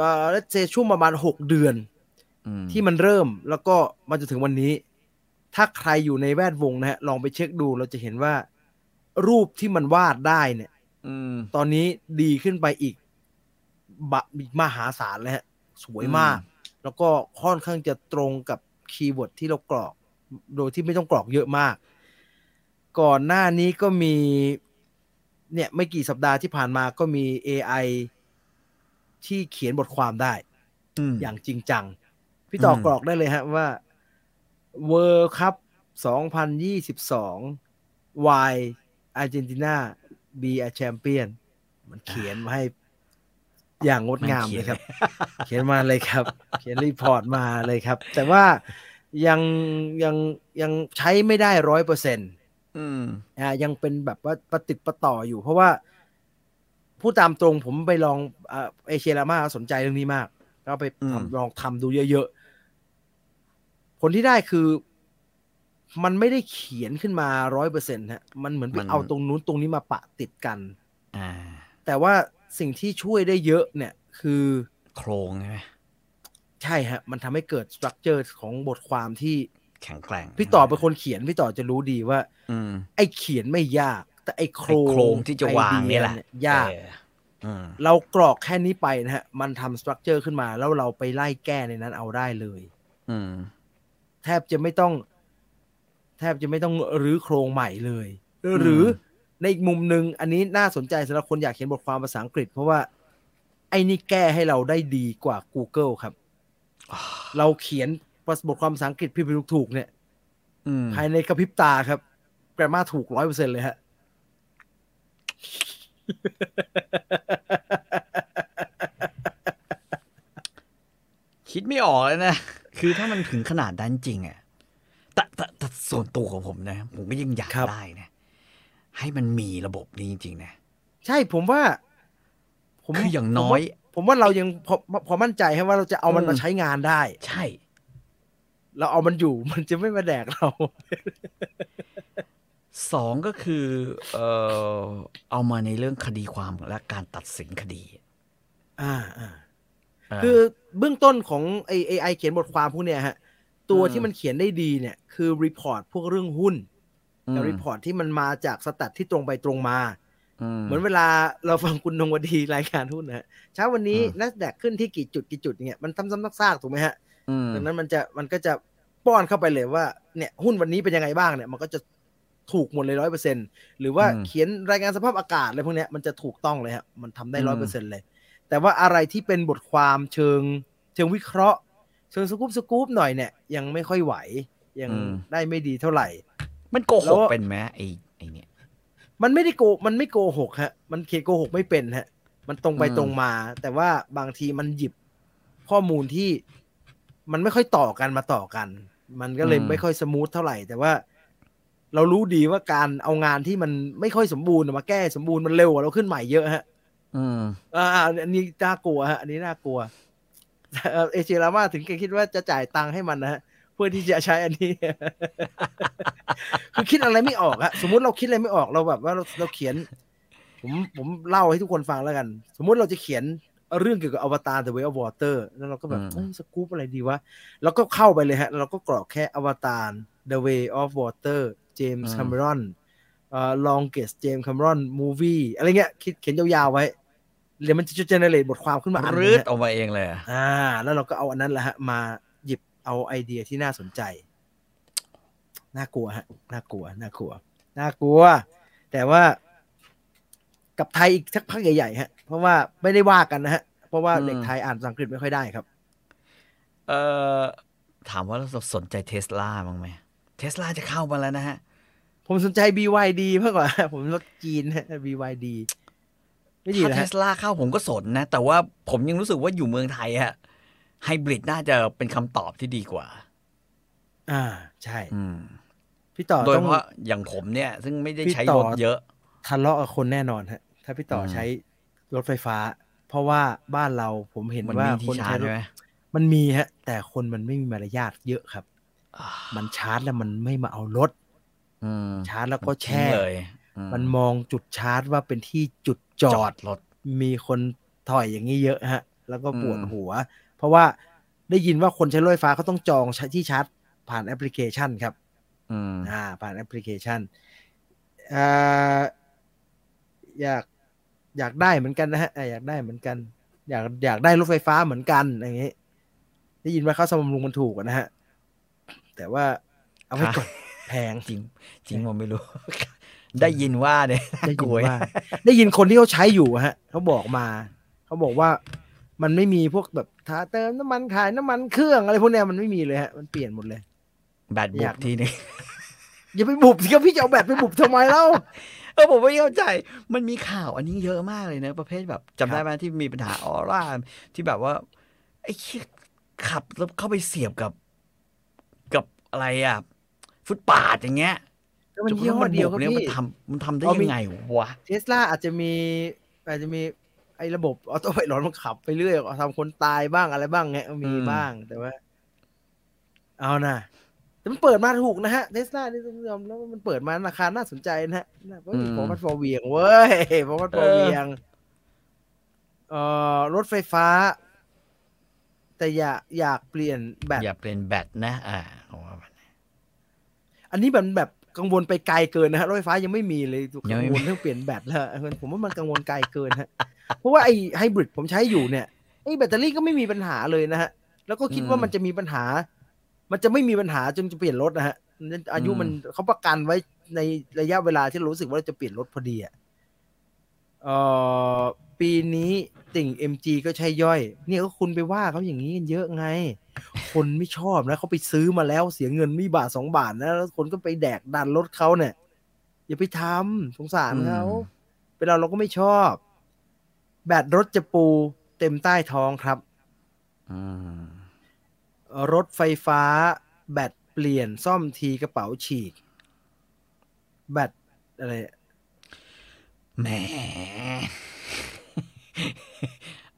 S1: ว่าแล้วเจช่วงประมาณ 6 เดือน
S2: อืม
S1: ที่มันเริ่มแล้วก็มาจนถึงวันนี้ ถ้าใครอยู่ในแวดวงนะฮะ ลองไปเช็คดูเราจะเห็นว่า รูปที่มันวาดได้เนี่ย
S2: อืม
S1: ตอนนี้ดีขึ้นไปอีกบะอีกมหาศาลเลยฮะ สวยมาก
S2: อื
S1: แล้วก็ค่อนข้างจะตรงกับคีย์เวิร์ดที่เรากรอก โดยที่ไม่ต้องกรอกเยอะมาก ก่อนหน้านี้ก็มี เนี่ยไม่กี่สัปดาห์ที่ผ่านมาก็มี AI ที่เขียนบทความได้
S2: อืม
S1: อย่างจริงจัง พี่ต่ออ
S2: ม
S1: กรอกได้เลยฮะว่าเวอร์คัพ2022 why Argentina be a champion มันเขียนมาให้อย่างงดงามเลยครับ เขียนมาเลยครับ เขียนรีพอร์ตมาเลยครับ แต่ว่ายังยังยังใช้ไม่ได้ร้อยเปอร์เซ็นต์
S2: อืม
S1: อ่ายังเป็นแบบว่าประติดประต่ออยู่ เพราะว่าพูดตามตรงผมไปลองอ่าเอเชียรามาสนใจเรื่องนี้มาก ก็ไป
S2: อืม
S1: ทำลองทำดูเยอะๆ ผลที่ได้คือ มันไม่ได้เขียนขึ้นมาร้อยเปอร์เซ็นต์ฮะมันเหมือนไปเอาตรงนู้นตรงนี้มาปะติดกัน
S2: อ่า
S1: แต่ว่าสิ่งที่ช่วยได้เยอะเนี่ย คือ
S2: โครงใช่ไหม
S1: ใช่ฮะ มันทำให้เกิดสตรัคเจอร์ของบทความที่
S2: แข็งแกร่ง
S1: พี่ต่อเป็นคนเขียนพี่ต่อจะรู้ดีว่า
S2: อืม
S1: ไอ้เขียนไม่ยาก แต่ไอ้โคร
S2: ไอ้
S1: ง
S2: โครงที่จะวาง
S1: ไอดี
S2: เนี่ยแหละ
S1: ยาก
S2: เอออืม
S1: เรากรอกแค่นี้ไปนะฮะ มันทำสตรัคเจอร์ขึ้นมา แล้วเราไปไล่แก้ในนั้นเอาได้เลย
S2: อืม
S1: แทบจะไม่ต้อง แทบจะไม่ต้องรื้อโครงใหม่เลย หรือในอีกมุมหนึ่งอันนี้น่าสนใจสำหรับคนอยากเขียนบทความภาษาอังกฤษ เพราะว่า ไอ้นี่แก้ให้เราได้ดีกว่า Google ครับ เราเขียนบทความภาษาอังกฤษพิมพ์ถูกๆเนี่ย
S2: อืม
S1: ภายในกระพริบตาครับ แกรมมาถูกร้อยเปอร์เซ็นเลยฮะ
S2: คิดไม่ออกเลยนะ คือถ้ามันถึงขนาดนั้นจริงอ่ะแต่แต่แต่ส่วนตัวของผมนะ ผมก็ยังอยาก
S1: ครับ
S2: ได้นะ ให้มันมีระบบนี้จริงๆนะ
S1: ใช่ผมว่า ผม
S2: คืออย่างน้อย
S1: ผมว่าเรายังพอพอมั่นใจให้ว่าเราจะเอามัน
S2: อืม
S1: มาใช้งานได้
S2: ใช่
S1: เราเอามันอยู่ *laughs* มันจะไม่มาแดกเรา
S2: สองก็คือเออเอามาในเรื่องคดีความและการตัดสินคดี
S1: อ่าอ่า
S2: เ
S1: คือเบื้องต้นของไอไอเขียนบทความพวกเนี้ยฮะ ตัว
S2: อืม
S1: ที่มันเขียนได้ดีเนี่ย คือรีพอร์ตพวกเรื่องหุ้น
S2: ม
S1: กับรีพอร์ตที่มันมาจากสแตัทที่ตรงไปตรงมา
S2: ม
S1: เหมือนเวลาเราฟังคุณนงวดีรายการหุ้นนะฮะเช้าวันนี้
S2: อืม
S1: นัสแดกขึ้นที่กี่จุดกี่จุดเนี่ยมันซ้ำๆซากๆถูกไหมฮะ
S2: อืม
S1: ดังนั้นมันจะมันก็จะป้อนเข้าไปเลยว่าเนี่ยหุ้นวันนี้เป็นยังไงบ้างเนี่ยมันก็จะถูกหมดเลยร้อยเปอร์เซ็นหรือว่าเขียนรายงานสภาพอากาศอะไรพวกเนี้ยมันจะถูกต้องเลยฮะมันทำได้ร้อยเปอร์เซ็นเลยแต่ว่าอะไรที่เป็นบทความเชิงเชิงวิเคราะห์ เชิงสกู๊ปสกู๊ปหน่อยเนี่ยยังไม่ค่อยไหว ยังได้ไม่ดีเท่าไหร่
S2: มันโกห
S1: แล้
S2: ก
S1: ว
S2: เป็นไหมไอ้ไอ้เนี่ย
S1: มันไม่ได้โกมันไม่โกหกฮะมันเขียนโกหกไม่เป็นฮะมันตรงไป
S2: อืม
S1: ตรงมา แต่ว่าบางทีมันหยิบข้อมูลที่มันไม่ค่อยต่อกันมาต่อกัน มันก็เลยไม่ค่อยสมูทเท่าไหร่ แต่ว่าเรารู้ดีว่าการเอางานที่มันไม่ค่อยสมบูรณ์มาแก้สมบูรณ์มันเร็วกว่าเราขึ้นใหม่เยอะฮะ
S2: อืม
S1: อ่าอ่าอันนี้น่ากลัวฮะอันนี้น่ากลัว *laughs* เอ่อเอเชียรามาถึงแกคิดว่าจะจ่ายตังค์ให้มันนะฮะเพื่อที่จะใช้อันนี้ *laughs* คือคิดอะไรไม่ออกอะสมมติเราคิดอะไรไม่ออกเราแบบว่าเราเราเขียน ผมผมเล่าให้ทุกคนฟังแล้วกัน สมมติเราจะเขียนเรื่องเกี่ยวกับอวตาร The Way of Water แล้วเราก็แบบ
S2: อืม
S1: เอ้ยสกู๊ปอะไรดีวะ แล้วก็เข้าไปเลยฮะ เราก็กรอกแค่อวตาร The Way of Water James
S2: อืม
S1: Cameron เอ่อ longest James Cameron movie อะไรเงี้ยคิดเขียนยาวๆไว้เดี๋ยวมันจะเจเนเรตบทความขึ้นมาอันหนึ
S2: รื
S1: ง
S2: ด
S1: ฮะ
S2: ออกมาเองเลยอะ
S1: อ่า แล้วเราก็เอาอันนั้นแหละฮะ มาหยิบเอาไอเดียที่น่าสนใจ น่ากลัวฮะ น่ากลัว น่ากลัว น่ากลัว แต่ว่า กับไทยอีกสักพักใหญ่ๆฮะ เพราะว่าไม่ได้ว่ากันนะฮะ เพราะว่าเด็กไทยอ่านภาษาอังกฤษไม่ค่อยได้ครับ
S2: เออถามว่าเราสนใจเทสลาบ้างไหมเทสลาจะเข้ามาแล้วนะฮะ
S1: ผมสนใจ BYD มากกว่า *laughs* ผมรถจีนฮะ BYD ไม่ดี
S2: ถ้า
S1: นะ
S2: เท
S1: ฮะ
S2: สลาเข้าผมก็สนนะ แต่ว่าผมยังรู้สึกว่าอยู่เมืองไทยอะไฮบริดน่าจะเป็นคำตอบที่ดีกว่า
S1: อ่า ใช่
S2: อืม
S1: พี่ต่อ
S2: โดย
S1: ต้
S2: เฉ
S1: อง
S2: พาะอย่างผมเนี่ย ซึ่งไม่ได้ใช้
S1: พี่ต่
S2: ร
S1: อ
S2: ถเยอะ
S1: ทะเลาะกับคนแน่นอนฮะ ถ้าพี่ต่ออ
S2: ม
S1: ใช้รถไฟฟ้า เพราะว่าบ้านเราผมเห็น
S2: มัน
S1: ว่าค
S2: มีที่
S1: น
S2: ชา
S1: ใช้
S2: ร์จ
S1: รถ
S2: ใช่ไหม
S1: มันมีฮะ แต่คนมันไม่มีมารยาทเยอะครับ
S2: อ่า
S1: มันชาร์จแล้วมันไม่มาเอารถ
S2: อืม
S1: ชาร์จแล้วก็แช่
S2: ทิ้งเลยอื
S1: มันมองจุดชาร์จว่าเป็นที่จุดจ
S2: จ
S1: อ
S2: อ
S1: ด
S2: ดรถ
S1: มีคนถอยอย่างนี้เยอะฮะ แล้วก็ปวด
S2: อืม
S1: หัว เพราะว่าได้ยินว่าคนใช้รถไฟฟ้าเขาต้องจองที่ชาร์จผ่านแอปพลิเคชันครับ
S2: อืม
S1: อ่า ผ่านแอปพลิเคชันอ่าอยากอยากได้เหมือนกันนะฮะอ่าอยากได้เหมือนกัน อยากอยากได้รถไฟฟ้าเหมือนกันอย่างงี้ ได้ยินว่าเขาสมรุงมันถูกอะนะฮะ แต่ว่าเอาไว้
S2: ค่ะ
S1: ก่อนแพ
S2: *laughs*
S1: ง
S2: จริง จริงผมไม่รู้ *laughs* ได้ยินว่าเนี่ย
S1: ได้ยิน
S2: กลัว
S1: ว่าได้ยินคนที่เขาใช้อยู่อะฮะเขาบอกมา เขาบอกว่า มันไม่มีพวกแบบท้าเติมน้ำมันขายน้ำมันเครื่องอะไรพวกเนี้ยมันไม่มีเลยฮะมันเปลี่ยนหมดเลย
S2: แบตบุ
S1: อยาก ก
S2: ทีนึง
S1: อย่าไปบุบสิครับพี่จะเอาแบตไปบุบทำไมเล่า
S2: เออผมไม่เข้าใจมันมีข่าวอันนี้เยอะมากเลยนะประเภทแบบจำได้ไหมที่มีปัญหาออร่าที่แบบว่าไอ้เหี้ยขับแล้วเข้าไปเสียบกับ กับอะไรอ่ะ ฟุตปาดอย่างเงี้ย
S1: แล้วมัน
S2: จกระ
S1: ยี่
S2: ทั่ง
S1: ห้อเดียว
S2: บ
S1: ครับ
S2: กเนี่ยมัน
S1: พี่
S2: ทำมันทำได้
S1: เอามี
S2: ยังไงวะ
S1: เทสลาอาจจะมีอาจจะมีไอ้ระบบออโต้ไพลอตมันขับไปเรื่อยทำคนตายบ้างอะไรบ้างเงี้ยมีบ้างแต่ว่า เอานะแต่มันเปิดมาถูกนะฮะเทสลานี่ต้องยอมแล้วามันเปิดมาราคาน่าสนใจนะฮะเพราะพอพัดฟอเวียงเว้ยพอพัดฟอเวียงเอ่อรถไฟฟ้า แต่อยากอยากเปลี่ยนแบต
S2: อย่าเปลี่ยนแบตนะ อ่าผมว่ามัน
S1: อันนี้แบบแบบกังวลไปไกลเกินนะฮะรถไฟฟ้ายังไม่มีเลย
S2: ยั
S1: กั
S2: ง
S1: ง
S2: ไม่มี
S1: วลเรื่องเปลี่ยนแบตแล้วฮะผมว่ามันกังวลไกลเกินฮะ เพราะว่าไอ้ไฮบริดผมใช้อยู่เนี่ยไอ้แบตเตอรี่ก็ไม่มีปัญหาเลยนะฮะ แล้วก็คิดว่ามันจะมีปัญหา มันจะไม่มีปัญหาจนจะเปลี่ยนรถนะฮะมันอายุมันเขาประกันไว้ในระยะเวลาที่เรารู้สึกว่าเราจะเปลี่ยนรถพอดีอะเอ่อปีนี้ติ่ง MG ก็ใช่ย่อย เนี่ยก็คุณไปว่าเขาอย่างนี้กันเยอะไง คนไม่ชอบนะเขาไปซื้อมาแล้วเสียเงินไม่บาทสองบาทนะแล้วคนก็ไปแดกดันรถเขาเนี่ย อย่าไปทำสงสารเขา
S2: อืม
S1: เป็นเราเราก็ไม่ชอบ แบตรถจะปูเต็มใต้ท้องครับ
S2: อืม
S1: รถไฟฟ้า แบตเปลี่ยนซ่อมทีกระเป๋าฉีก แบตอะไร
S2: แหม *laughs*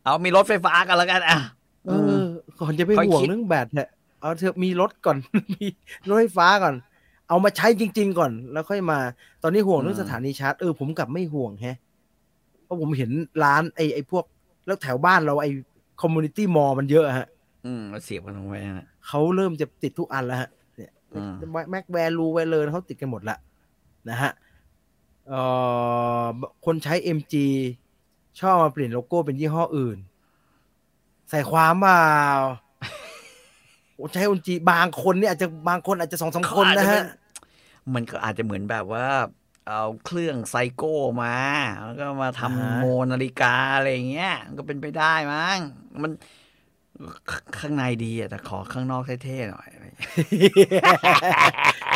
S2: เอามีรถไฟฟ้ากันแล้วกันอ่ะ
S1: เออ ก่อนจะไป
S2: ค่อย
S1: ห่วง
S2: คิด
S1: เรื่องแบตเนี่ยเอาเถอะมีรถก่อน *laughs* มีรถไฟฟ้าก่อน เอามาใช้จริง ๆ ก่อน แล้วค่อยมา ตอนนี้ห่วงเรื่องสถานีชาร์จเออผมกลับไม่ห่วงแฮะเพราะผมเห็นร้านไอ้ไอ้พวก แล้วแถวบ้านเราไอ้คอมมูนิตี้มอลมันเยอะฮะ
S2: อืมเอาเสียบกันลงไปนะ
S1: เขาเริ่มจะติดทุกอันแล้วฮะ เนี่ย
S2: อืม
S1: แม็กแวลูแวเลอร์เขาติดกันหมดละนะฮะเอ่อคนใช้ MG ชอบมาเปลี่ยนโลโก้เป็นยี่ห้ออื่น ใส่ความเปล่าคนใช้ MG บางคนเนี่ยอาจจะบางคนอาจจะสองสามคนนะฮะ
S2: มันก็อาจจะเหมือนแบบว่า เอาเครื่องไซโก้มา แล้วก็มาทำ
S1: อ่าฮะ
S2: โมนาฬิกาอะไรอย่างเงี้ยมันก็เป็นไปได้มั้งมันขข้างในดีอะแต่ขอข้างนอกเท่ๆหน่อยอะไรอย่างเงี้ย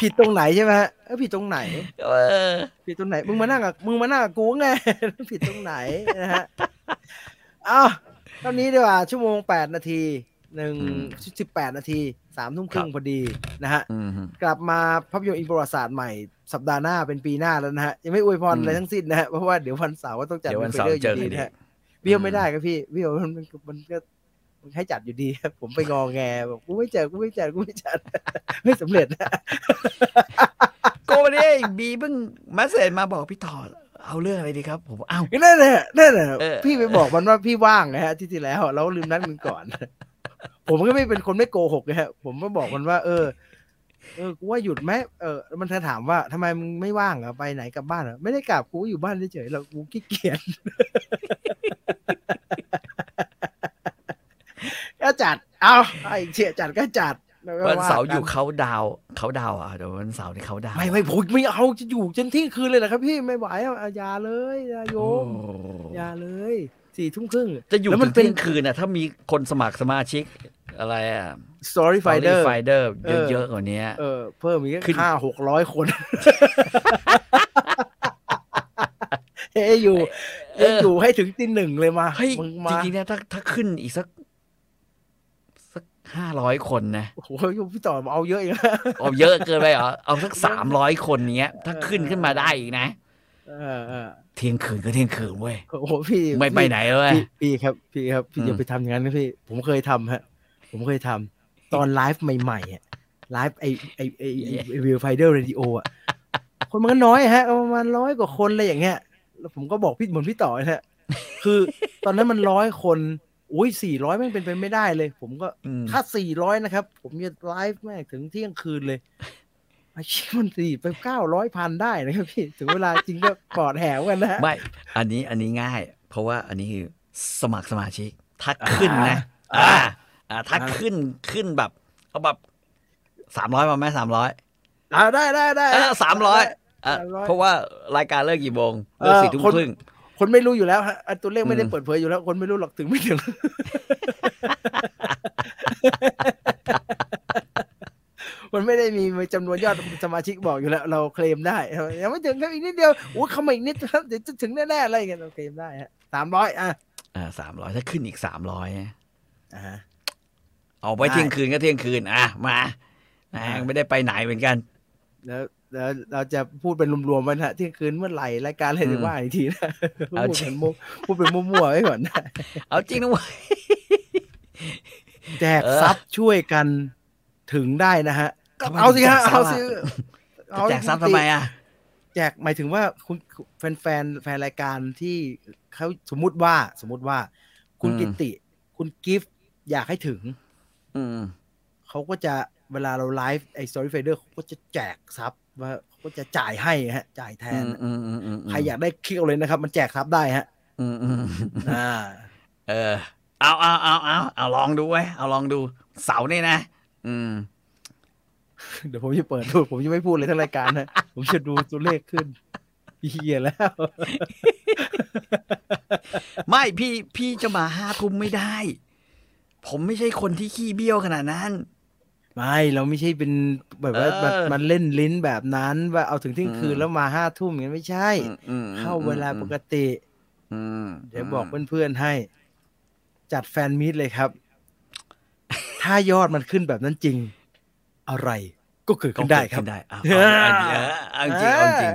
S1: ผิดตรงไหนใช่ไหมฮะเออผิดตรงไหน
S2: เออ
S1: ผิดตรงไหน มึงมานั่งกับมึงมานั่งกับกูไง ผิดตรงไหนนะฮะ เอาเท่านี้ดีกว่า ชั่วโมงแปดนาทีหนึ่ง
S2: อืม
S1: สิบแปดนาทีสามทุ่มครึ่ง
S2: ครับ
S1: พอดีนะฮะ
S2: อืมฮึ
S1: กลับมาภาพยนตร์อินประวัติศาสตร์ใหม่สัปดาห์หน้าเป็นปีหน้าแล้วนะฮะ ยังไม่อวยพร
S2: อืม
S1: อะไรทั้งสิ้นนะฮะ เพราะว่าเดี๋ยววันเสาร์ก็ต้องจัด
S2: เดี๋ยววัน
S1: ป็
S2: เสาร์
S1: ฟด
S2: เจอ
S1: ร์
S2: กัน
S1: ยู่ดีนะฮะ
S2: อีก
S1: เบี้ยว
S2: อืม
S1: ไม่ได้ครับพี่เบี้ยวมันมันมันก็มันให้จัดอยู่ดีครับผมไปงอแงบอกกูไม่จัดกูไม่จัดกูไม่จัด ไม่สำเร็จนะ
S2: โกวันนี้บีเพิ่งมาเสจมาบอกพี่ต่อเอาเรื่องอะไรดีครับผมเอ้า
S1: นั่นแหละนั่นแหละ
S2: เออ
S1: พี่ไปบอกมันว่าพี่ว่างนะฮะอาที่ที่แล้วเราลืมนัดกันก่อน *laughs* ผมก็ไม่เป็นคนไม่โกหกนะฮะ ผมก็บอกมันว่า เออ เออกูว่าหยุดไหมเออแล้วมันจะถามว่าทำไมมึงไม่ว่างเหรอ่ะไปไหนกลับบ้านเหรอไม่ได้กลับกูอยู่บ้านเฉยๆเรากูขี้เกียจ *laughs* ก็จัด เอาไอ้เชี่ยจัดก็จัดแล้วก็
S2: วันเสาร์
S1: กั
S2: อยู่เขาดาวน์เขาดาวน์อ่ะเดี๋ยววันเสาร์นี่เขาดาวน์
S1: ไม่ไม่ผมไม่เอาจะอยู่จนเที่ยงคืนเลยนะครับ พี่ไม่ไหวอะเอาอย่าเลยอย่าโย
S2: โอ้
S1: มอย่าเลยสี่ทุ่มครึ่ง
S2: จะอยู่
S1: แล้วมั
S2: ถึ
S1: น
S2: ง
S1: เป็น
S2: เที่ยงคืนอ่ะ ถ้ามีคนสมัครสมาชิกอะไรอ่ะ
S1: story finder
S2: ไฟเดอร์เยอะๆกว่านี้
S1: เออเพิ่มอีก
S2: ขึ้น
S1: ห้าหกร้อยคน
S2: *laughs*
S1: เอ้ยอยู่
S2: เออ
S1: อยู่ให้ถึงตีหนึ่งเลยมา
S2: เฮ้ย
S1: มึง
S2: จ
S1: มา
S2: ริงๆนะถ้าถ้าขึ้นอีกสัก สักห้าร้อยคนนะ
S1: โอ้โหพี่ต่อมาเอาเยอะอีก
S2: เอาเยอะเกินไปเหรอ เอาสักสามร้อยคนเนี้ย ถ้า
S1: เออ
S2: ขึ้นขึ้นมาได้อีกนะ
S1: เออเออ
S2: เที่ยงคืนก็เที่ยงคืนเว้ย
S1: โอ้โหพี่
S2: ไม่ไปไหนเลย
S1: พี่พี่ครับ พี่ครับ พี่
S2: อืม
S1: อย่าไปทำอย่างนั้นนะพี่ ผมเคยทำฮะ ผมเคยทำตอนไลฟ์ใหม่ๆอะไลฟ์ไอไอไอวิวไฟเดอร์เรดิโออะคนมันก็น้อยฮะประมาณร้อยกว่าคนอะไรอย่างเงี้ย แล้วผมก็บอกพี่เหมือนพี่ต่อนะฮะ คือตอนนั้นมันร้อยคนอุ้ยสี่ร้อยแม่งเป็นไปไม่ได้เลย ผมก็
S2: อืม
S1: ถ้า 400 นะครับ ผมจะไลฟ์แม่งถึงเที่ยงคืนเลยไอ้เชี่ยมันสี่ไป 900,000 ได้นะครับพี่ ถึงเวลาจริงก็ปอดแหวกันนะฮะ
S2: *laughs* ไม่ อันนี้อันนี้ง่าย เพราะว่าอันนี้คือสมัครสมาชิก ถ้าขึ้นนะ
S1: อ่า
S2: อ่า อ่า ถ้า
S1: อ่า
S2: ขึ้นขึ้นแบบเอาแบบสามร้อยมาไหมสามร้อย
S1: อ่าได้ได้ได้
S2: สามร้อย
S1: 300
S2: เพราะว่ารายการเลิกกี่โมงเลิก
S1: เออ
S2: สี่ทุ่ม
S1: คน
S2: ครึ่ง
S1: คนไม่รู้อยู่แล้วฮะอันตัวเลขไม่ได้
S2: อืม
S1: เปิดเผยอยู่แล้ว คนไม่รู้หรอกถึงไม่ถึง *laughs* มันไม่ได้มีจำนวนยอดสมาชิกบอกอยู่แล้ว เราเคลมได้ยังไม่ถึงครับอีกนิดเดียวโอ้ยเข้ามาอีกนิดครับเดี๋ยวจะถึงแน่ๆอะไรอย่างเงี้ยเราเคลมได้ฮะสามร้อยอ่ะ
S2: อ่าสามร้อยถ้าขึ้นอีกสามร้อย
S1: อ่าฮะ
S2: เอาไว้
S1: ได้
S2: เที่ยงคืนก็เที่ยงคืนอ่ะมานะ
S1: อ่า
S2: ไม่ได้ไปไหนเหมือนกัน
S1: แล้วแล้วเราจะพูดเป็นรวมๆมันฮะเที่ยงคืนเมื่อไหร่รายการอะไร
S2: อืม
S1: จะว่าอีกทีนะ
S2: เอา
S1: พูด
S2: จริ
S1: เป็
S2: ง
S1: นมุกพูดเป็นมั่วๆไว้ก่อนนะ
S2: เอาจริงนะเว้ย
S1: แจก
S2: เออ
S1: ทรัพย์ช่วยกันถึงได้นะฮะ
S2: ทำไม
S1: เอาสิฮะ
S2: ถึงแจก
S1: เอาสิเอา
S2: ทรัพย์อะแจกซับทำไมอ่ะ
S1: แจกหมายถึงว่าคุณแฟนแฟนแฟนรายการที่เขาสมมุติว่าสมมุติว่า คุณ
S2: อืม
S1: กิติ คุณกิฟต์อยากให้ถึง
S2: อืม
S1: เขาก็จะเวลาเราไลฟ์ไอ้ Story Fader เขาก็จะแจกทรัพย์ว่าเขาก็จะจ่ายให้ฮะ จ่ายแท
S2: อื
S1: น
S2: มอืมอืมอืม
S1: ใครอยากได้คลิกเอาเลยนะครับ มันแจกทรัพย์ได้
S2: *laughs*
S1: ฮะ
S2: อืมอืม
S1: อ่า
S2: เออ เอาเอาเอาเอาเอาลองดูไว้ยเอาลองดู เสาร์นี่นะ อืม
S1: เดี๋ยวผมจะเปิดดู ผมจะไม่พูดเลยทั้งรายการนะ ผมจะดูตัวเลขขึ้น *laughs* เฮียแล้ว
S2: ไม่พี่พี่จะมาห้าทุ่มไม่ได้ ผมไม่ใช่คนที่ขี้เบี้ยวขนาดนั้น
S1: ไม่ เราไม่ใช่เป็นแบบว่า
S2: เออ
S1: แบบมันเล่นลิ้นแบบนั้น ว่าเอาถึงเที่ยงคืน
S2: อืม
S1: แล้วมาห้าทุ่มอย่างนั้นไม่ใช่
S2: อืมอืม
S1: เข้าเวลาปกติ
S2: อืม
S1: เดี๋ยวบอกเพื่อนๆให้ จัดแฟนมีตเลยครับ
S2: *laughs*
S1: ถ้ายอดมันขึ้นแบบนั้นจริง อะไรก็เกิด
S2: ก็
S1: ขึ้น
S2: เกิ
S1: ได้ครับ
S2: ขึ้นได้เอาเอาเอาเอาจริงเอาจริง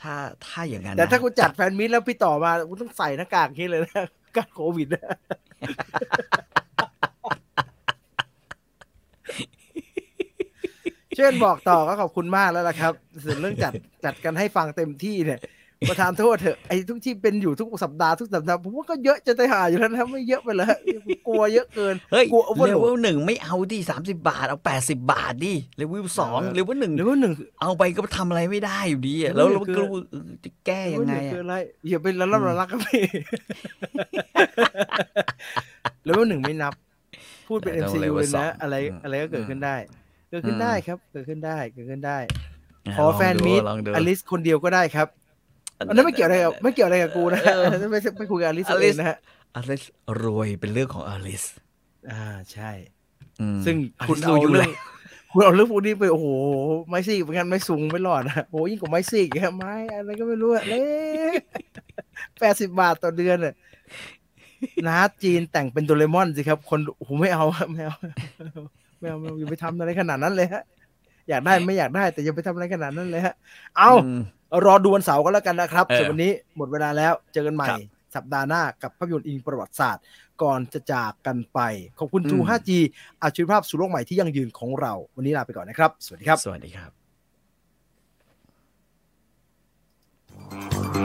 S2: ถ้าถ้าอย่างนั้นนะ
S1: แต่ถ้ากูจัดแฟนมีตแล้วพี่ต่อมากูต้องใส่หน้ากากอย่างนี้เลยนะ *laughs* กันโควิดนะเช่นบอกต่อก็ขอบคุณมากแล้วล่ะครับส่วนเรื่องจัด *laughs* จัดกันให้ฟังเต็มที่เนี่ย ประทานโทษเถอะไอ้ทุกที่เป็นอยู่ทุกสัปดาห์ทุกสัปดาห์ผมว่าก็เยอะจะได้หาอยู่แล้ว *laughs* นะไม่เยอะไปเลยกลัวเยอะเกิน
S2: เฮ้ย
S1: กลัว overload
S2: เลเวลหนึ่งไม่เอาดิสามสิบาท เอาแปดสิบาทดิเลเวลสอง
S1: เออ
S2: เลเวลหนึ่ง
S1: หรือว่าหนึ่ง
S2: เอาไปก็ทำอะไรไม่ได้อยู่ดีอะ
S1: เล
S2: แล้ว
S1: เวล
S2: เรา
S1: คือ
S2: ก็จะแก้ยังไง
S1: เลเวลหนึ่คือ
S2: อะ
S1: อะไรอย่าไปละล่ำละลักกัน
S2: *laughs*
S1: พี่เลเวลหนึ่งไม่นับ พูดเป็น
S2: แต่ต้อง
S1: MCU
S2: เลเวล
S1: เลย
S2: สอง
S1: นะอะไร
S2: อืม
S1: อะไรก็เกิดขึ้นได้ เกิด
S2: อื
S1: ขึ้น
S2: ม
S1: ได้ครับ เกิดขึ้นได้เกิดขึ้นได้
S2: ะ
S1: ขอแฟนมีต
S2: ลองดู
S1: อลิสคนเดียวก็ได้ครับอันนั้นไม่เกี่ยวอะไรกับไม่เกี่ยวอะไรกับกูนะ
S2: เออ
S1: อันนั้นไม่ไม่คุยกับอลิส
S2: อลิ
S1: เอ
S2: ซ
S1: งนะฮะ
S2: อลิสรวยเป็นเรื่องของอลิส
S1: อ่าใช่
S2: อืม
S1: ซึ่ง
S2: อลิซ
S1: คุณ
S2: รู้
S1: เอา
S2: อยู่
S1: เรื่
S2: แล้
S1: อง
S2: ว
S1: คุณเอาเรื่องพวกนี้ไปโอ้โหไม้ซีกเหมือนกันไม้สูงไม่รอดนะโอ้ยิ่งกว่าไม้ซีกอีกฮะไม้อะไรก็ไม่รู้อะเละแปดสิบบาทต่อเดือนอะนาจีนแต่งเป็นโดเรมอนสิครับ คนโอ้โหไม่เอาอะไม่เอาไม่เอาไม่เอาอย่าไปทำอะไรขนาดนั้นเลยฮะ อยากได้ไม่อยากได้ แต่อย่าไปทำอะไรขนาดนั้นเลยฮะ เอา
S2: ม
S1: รอดูวันเสาร์ก็แล้วกันนะครับ
S2: เออ
S1: ส่วนวันนี้หมดเวลาแล้วเจอกันใหม่
S2: ครับ
S1: สัปดาห์หน้ากับภาพยนตร์อิงประวัติศาสตร์ ก่อนจะจากกันไป ขอบคุณทู
S2: อืม
S1: 5G อาชีพภาพสู่โลกใหม่ที่ยั่งยืนของเรา วันนี้ลาไปก่อนนะครับ สวัสดีครับ
S2: สวัสดีครับ
S3: Thank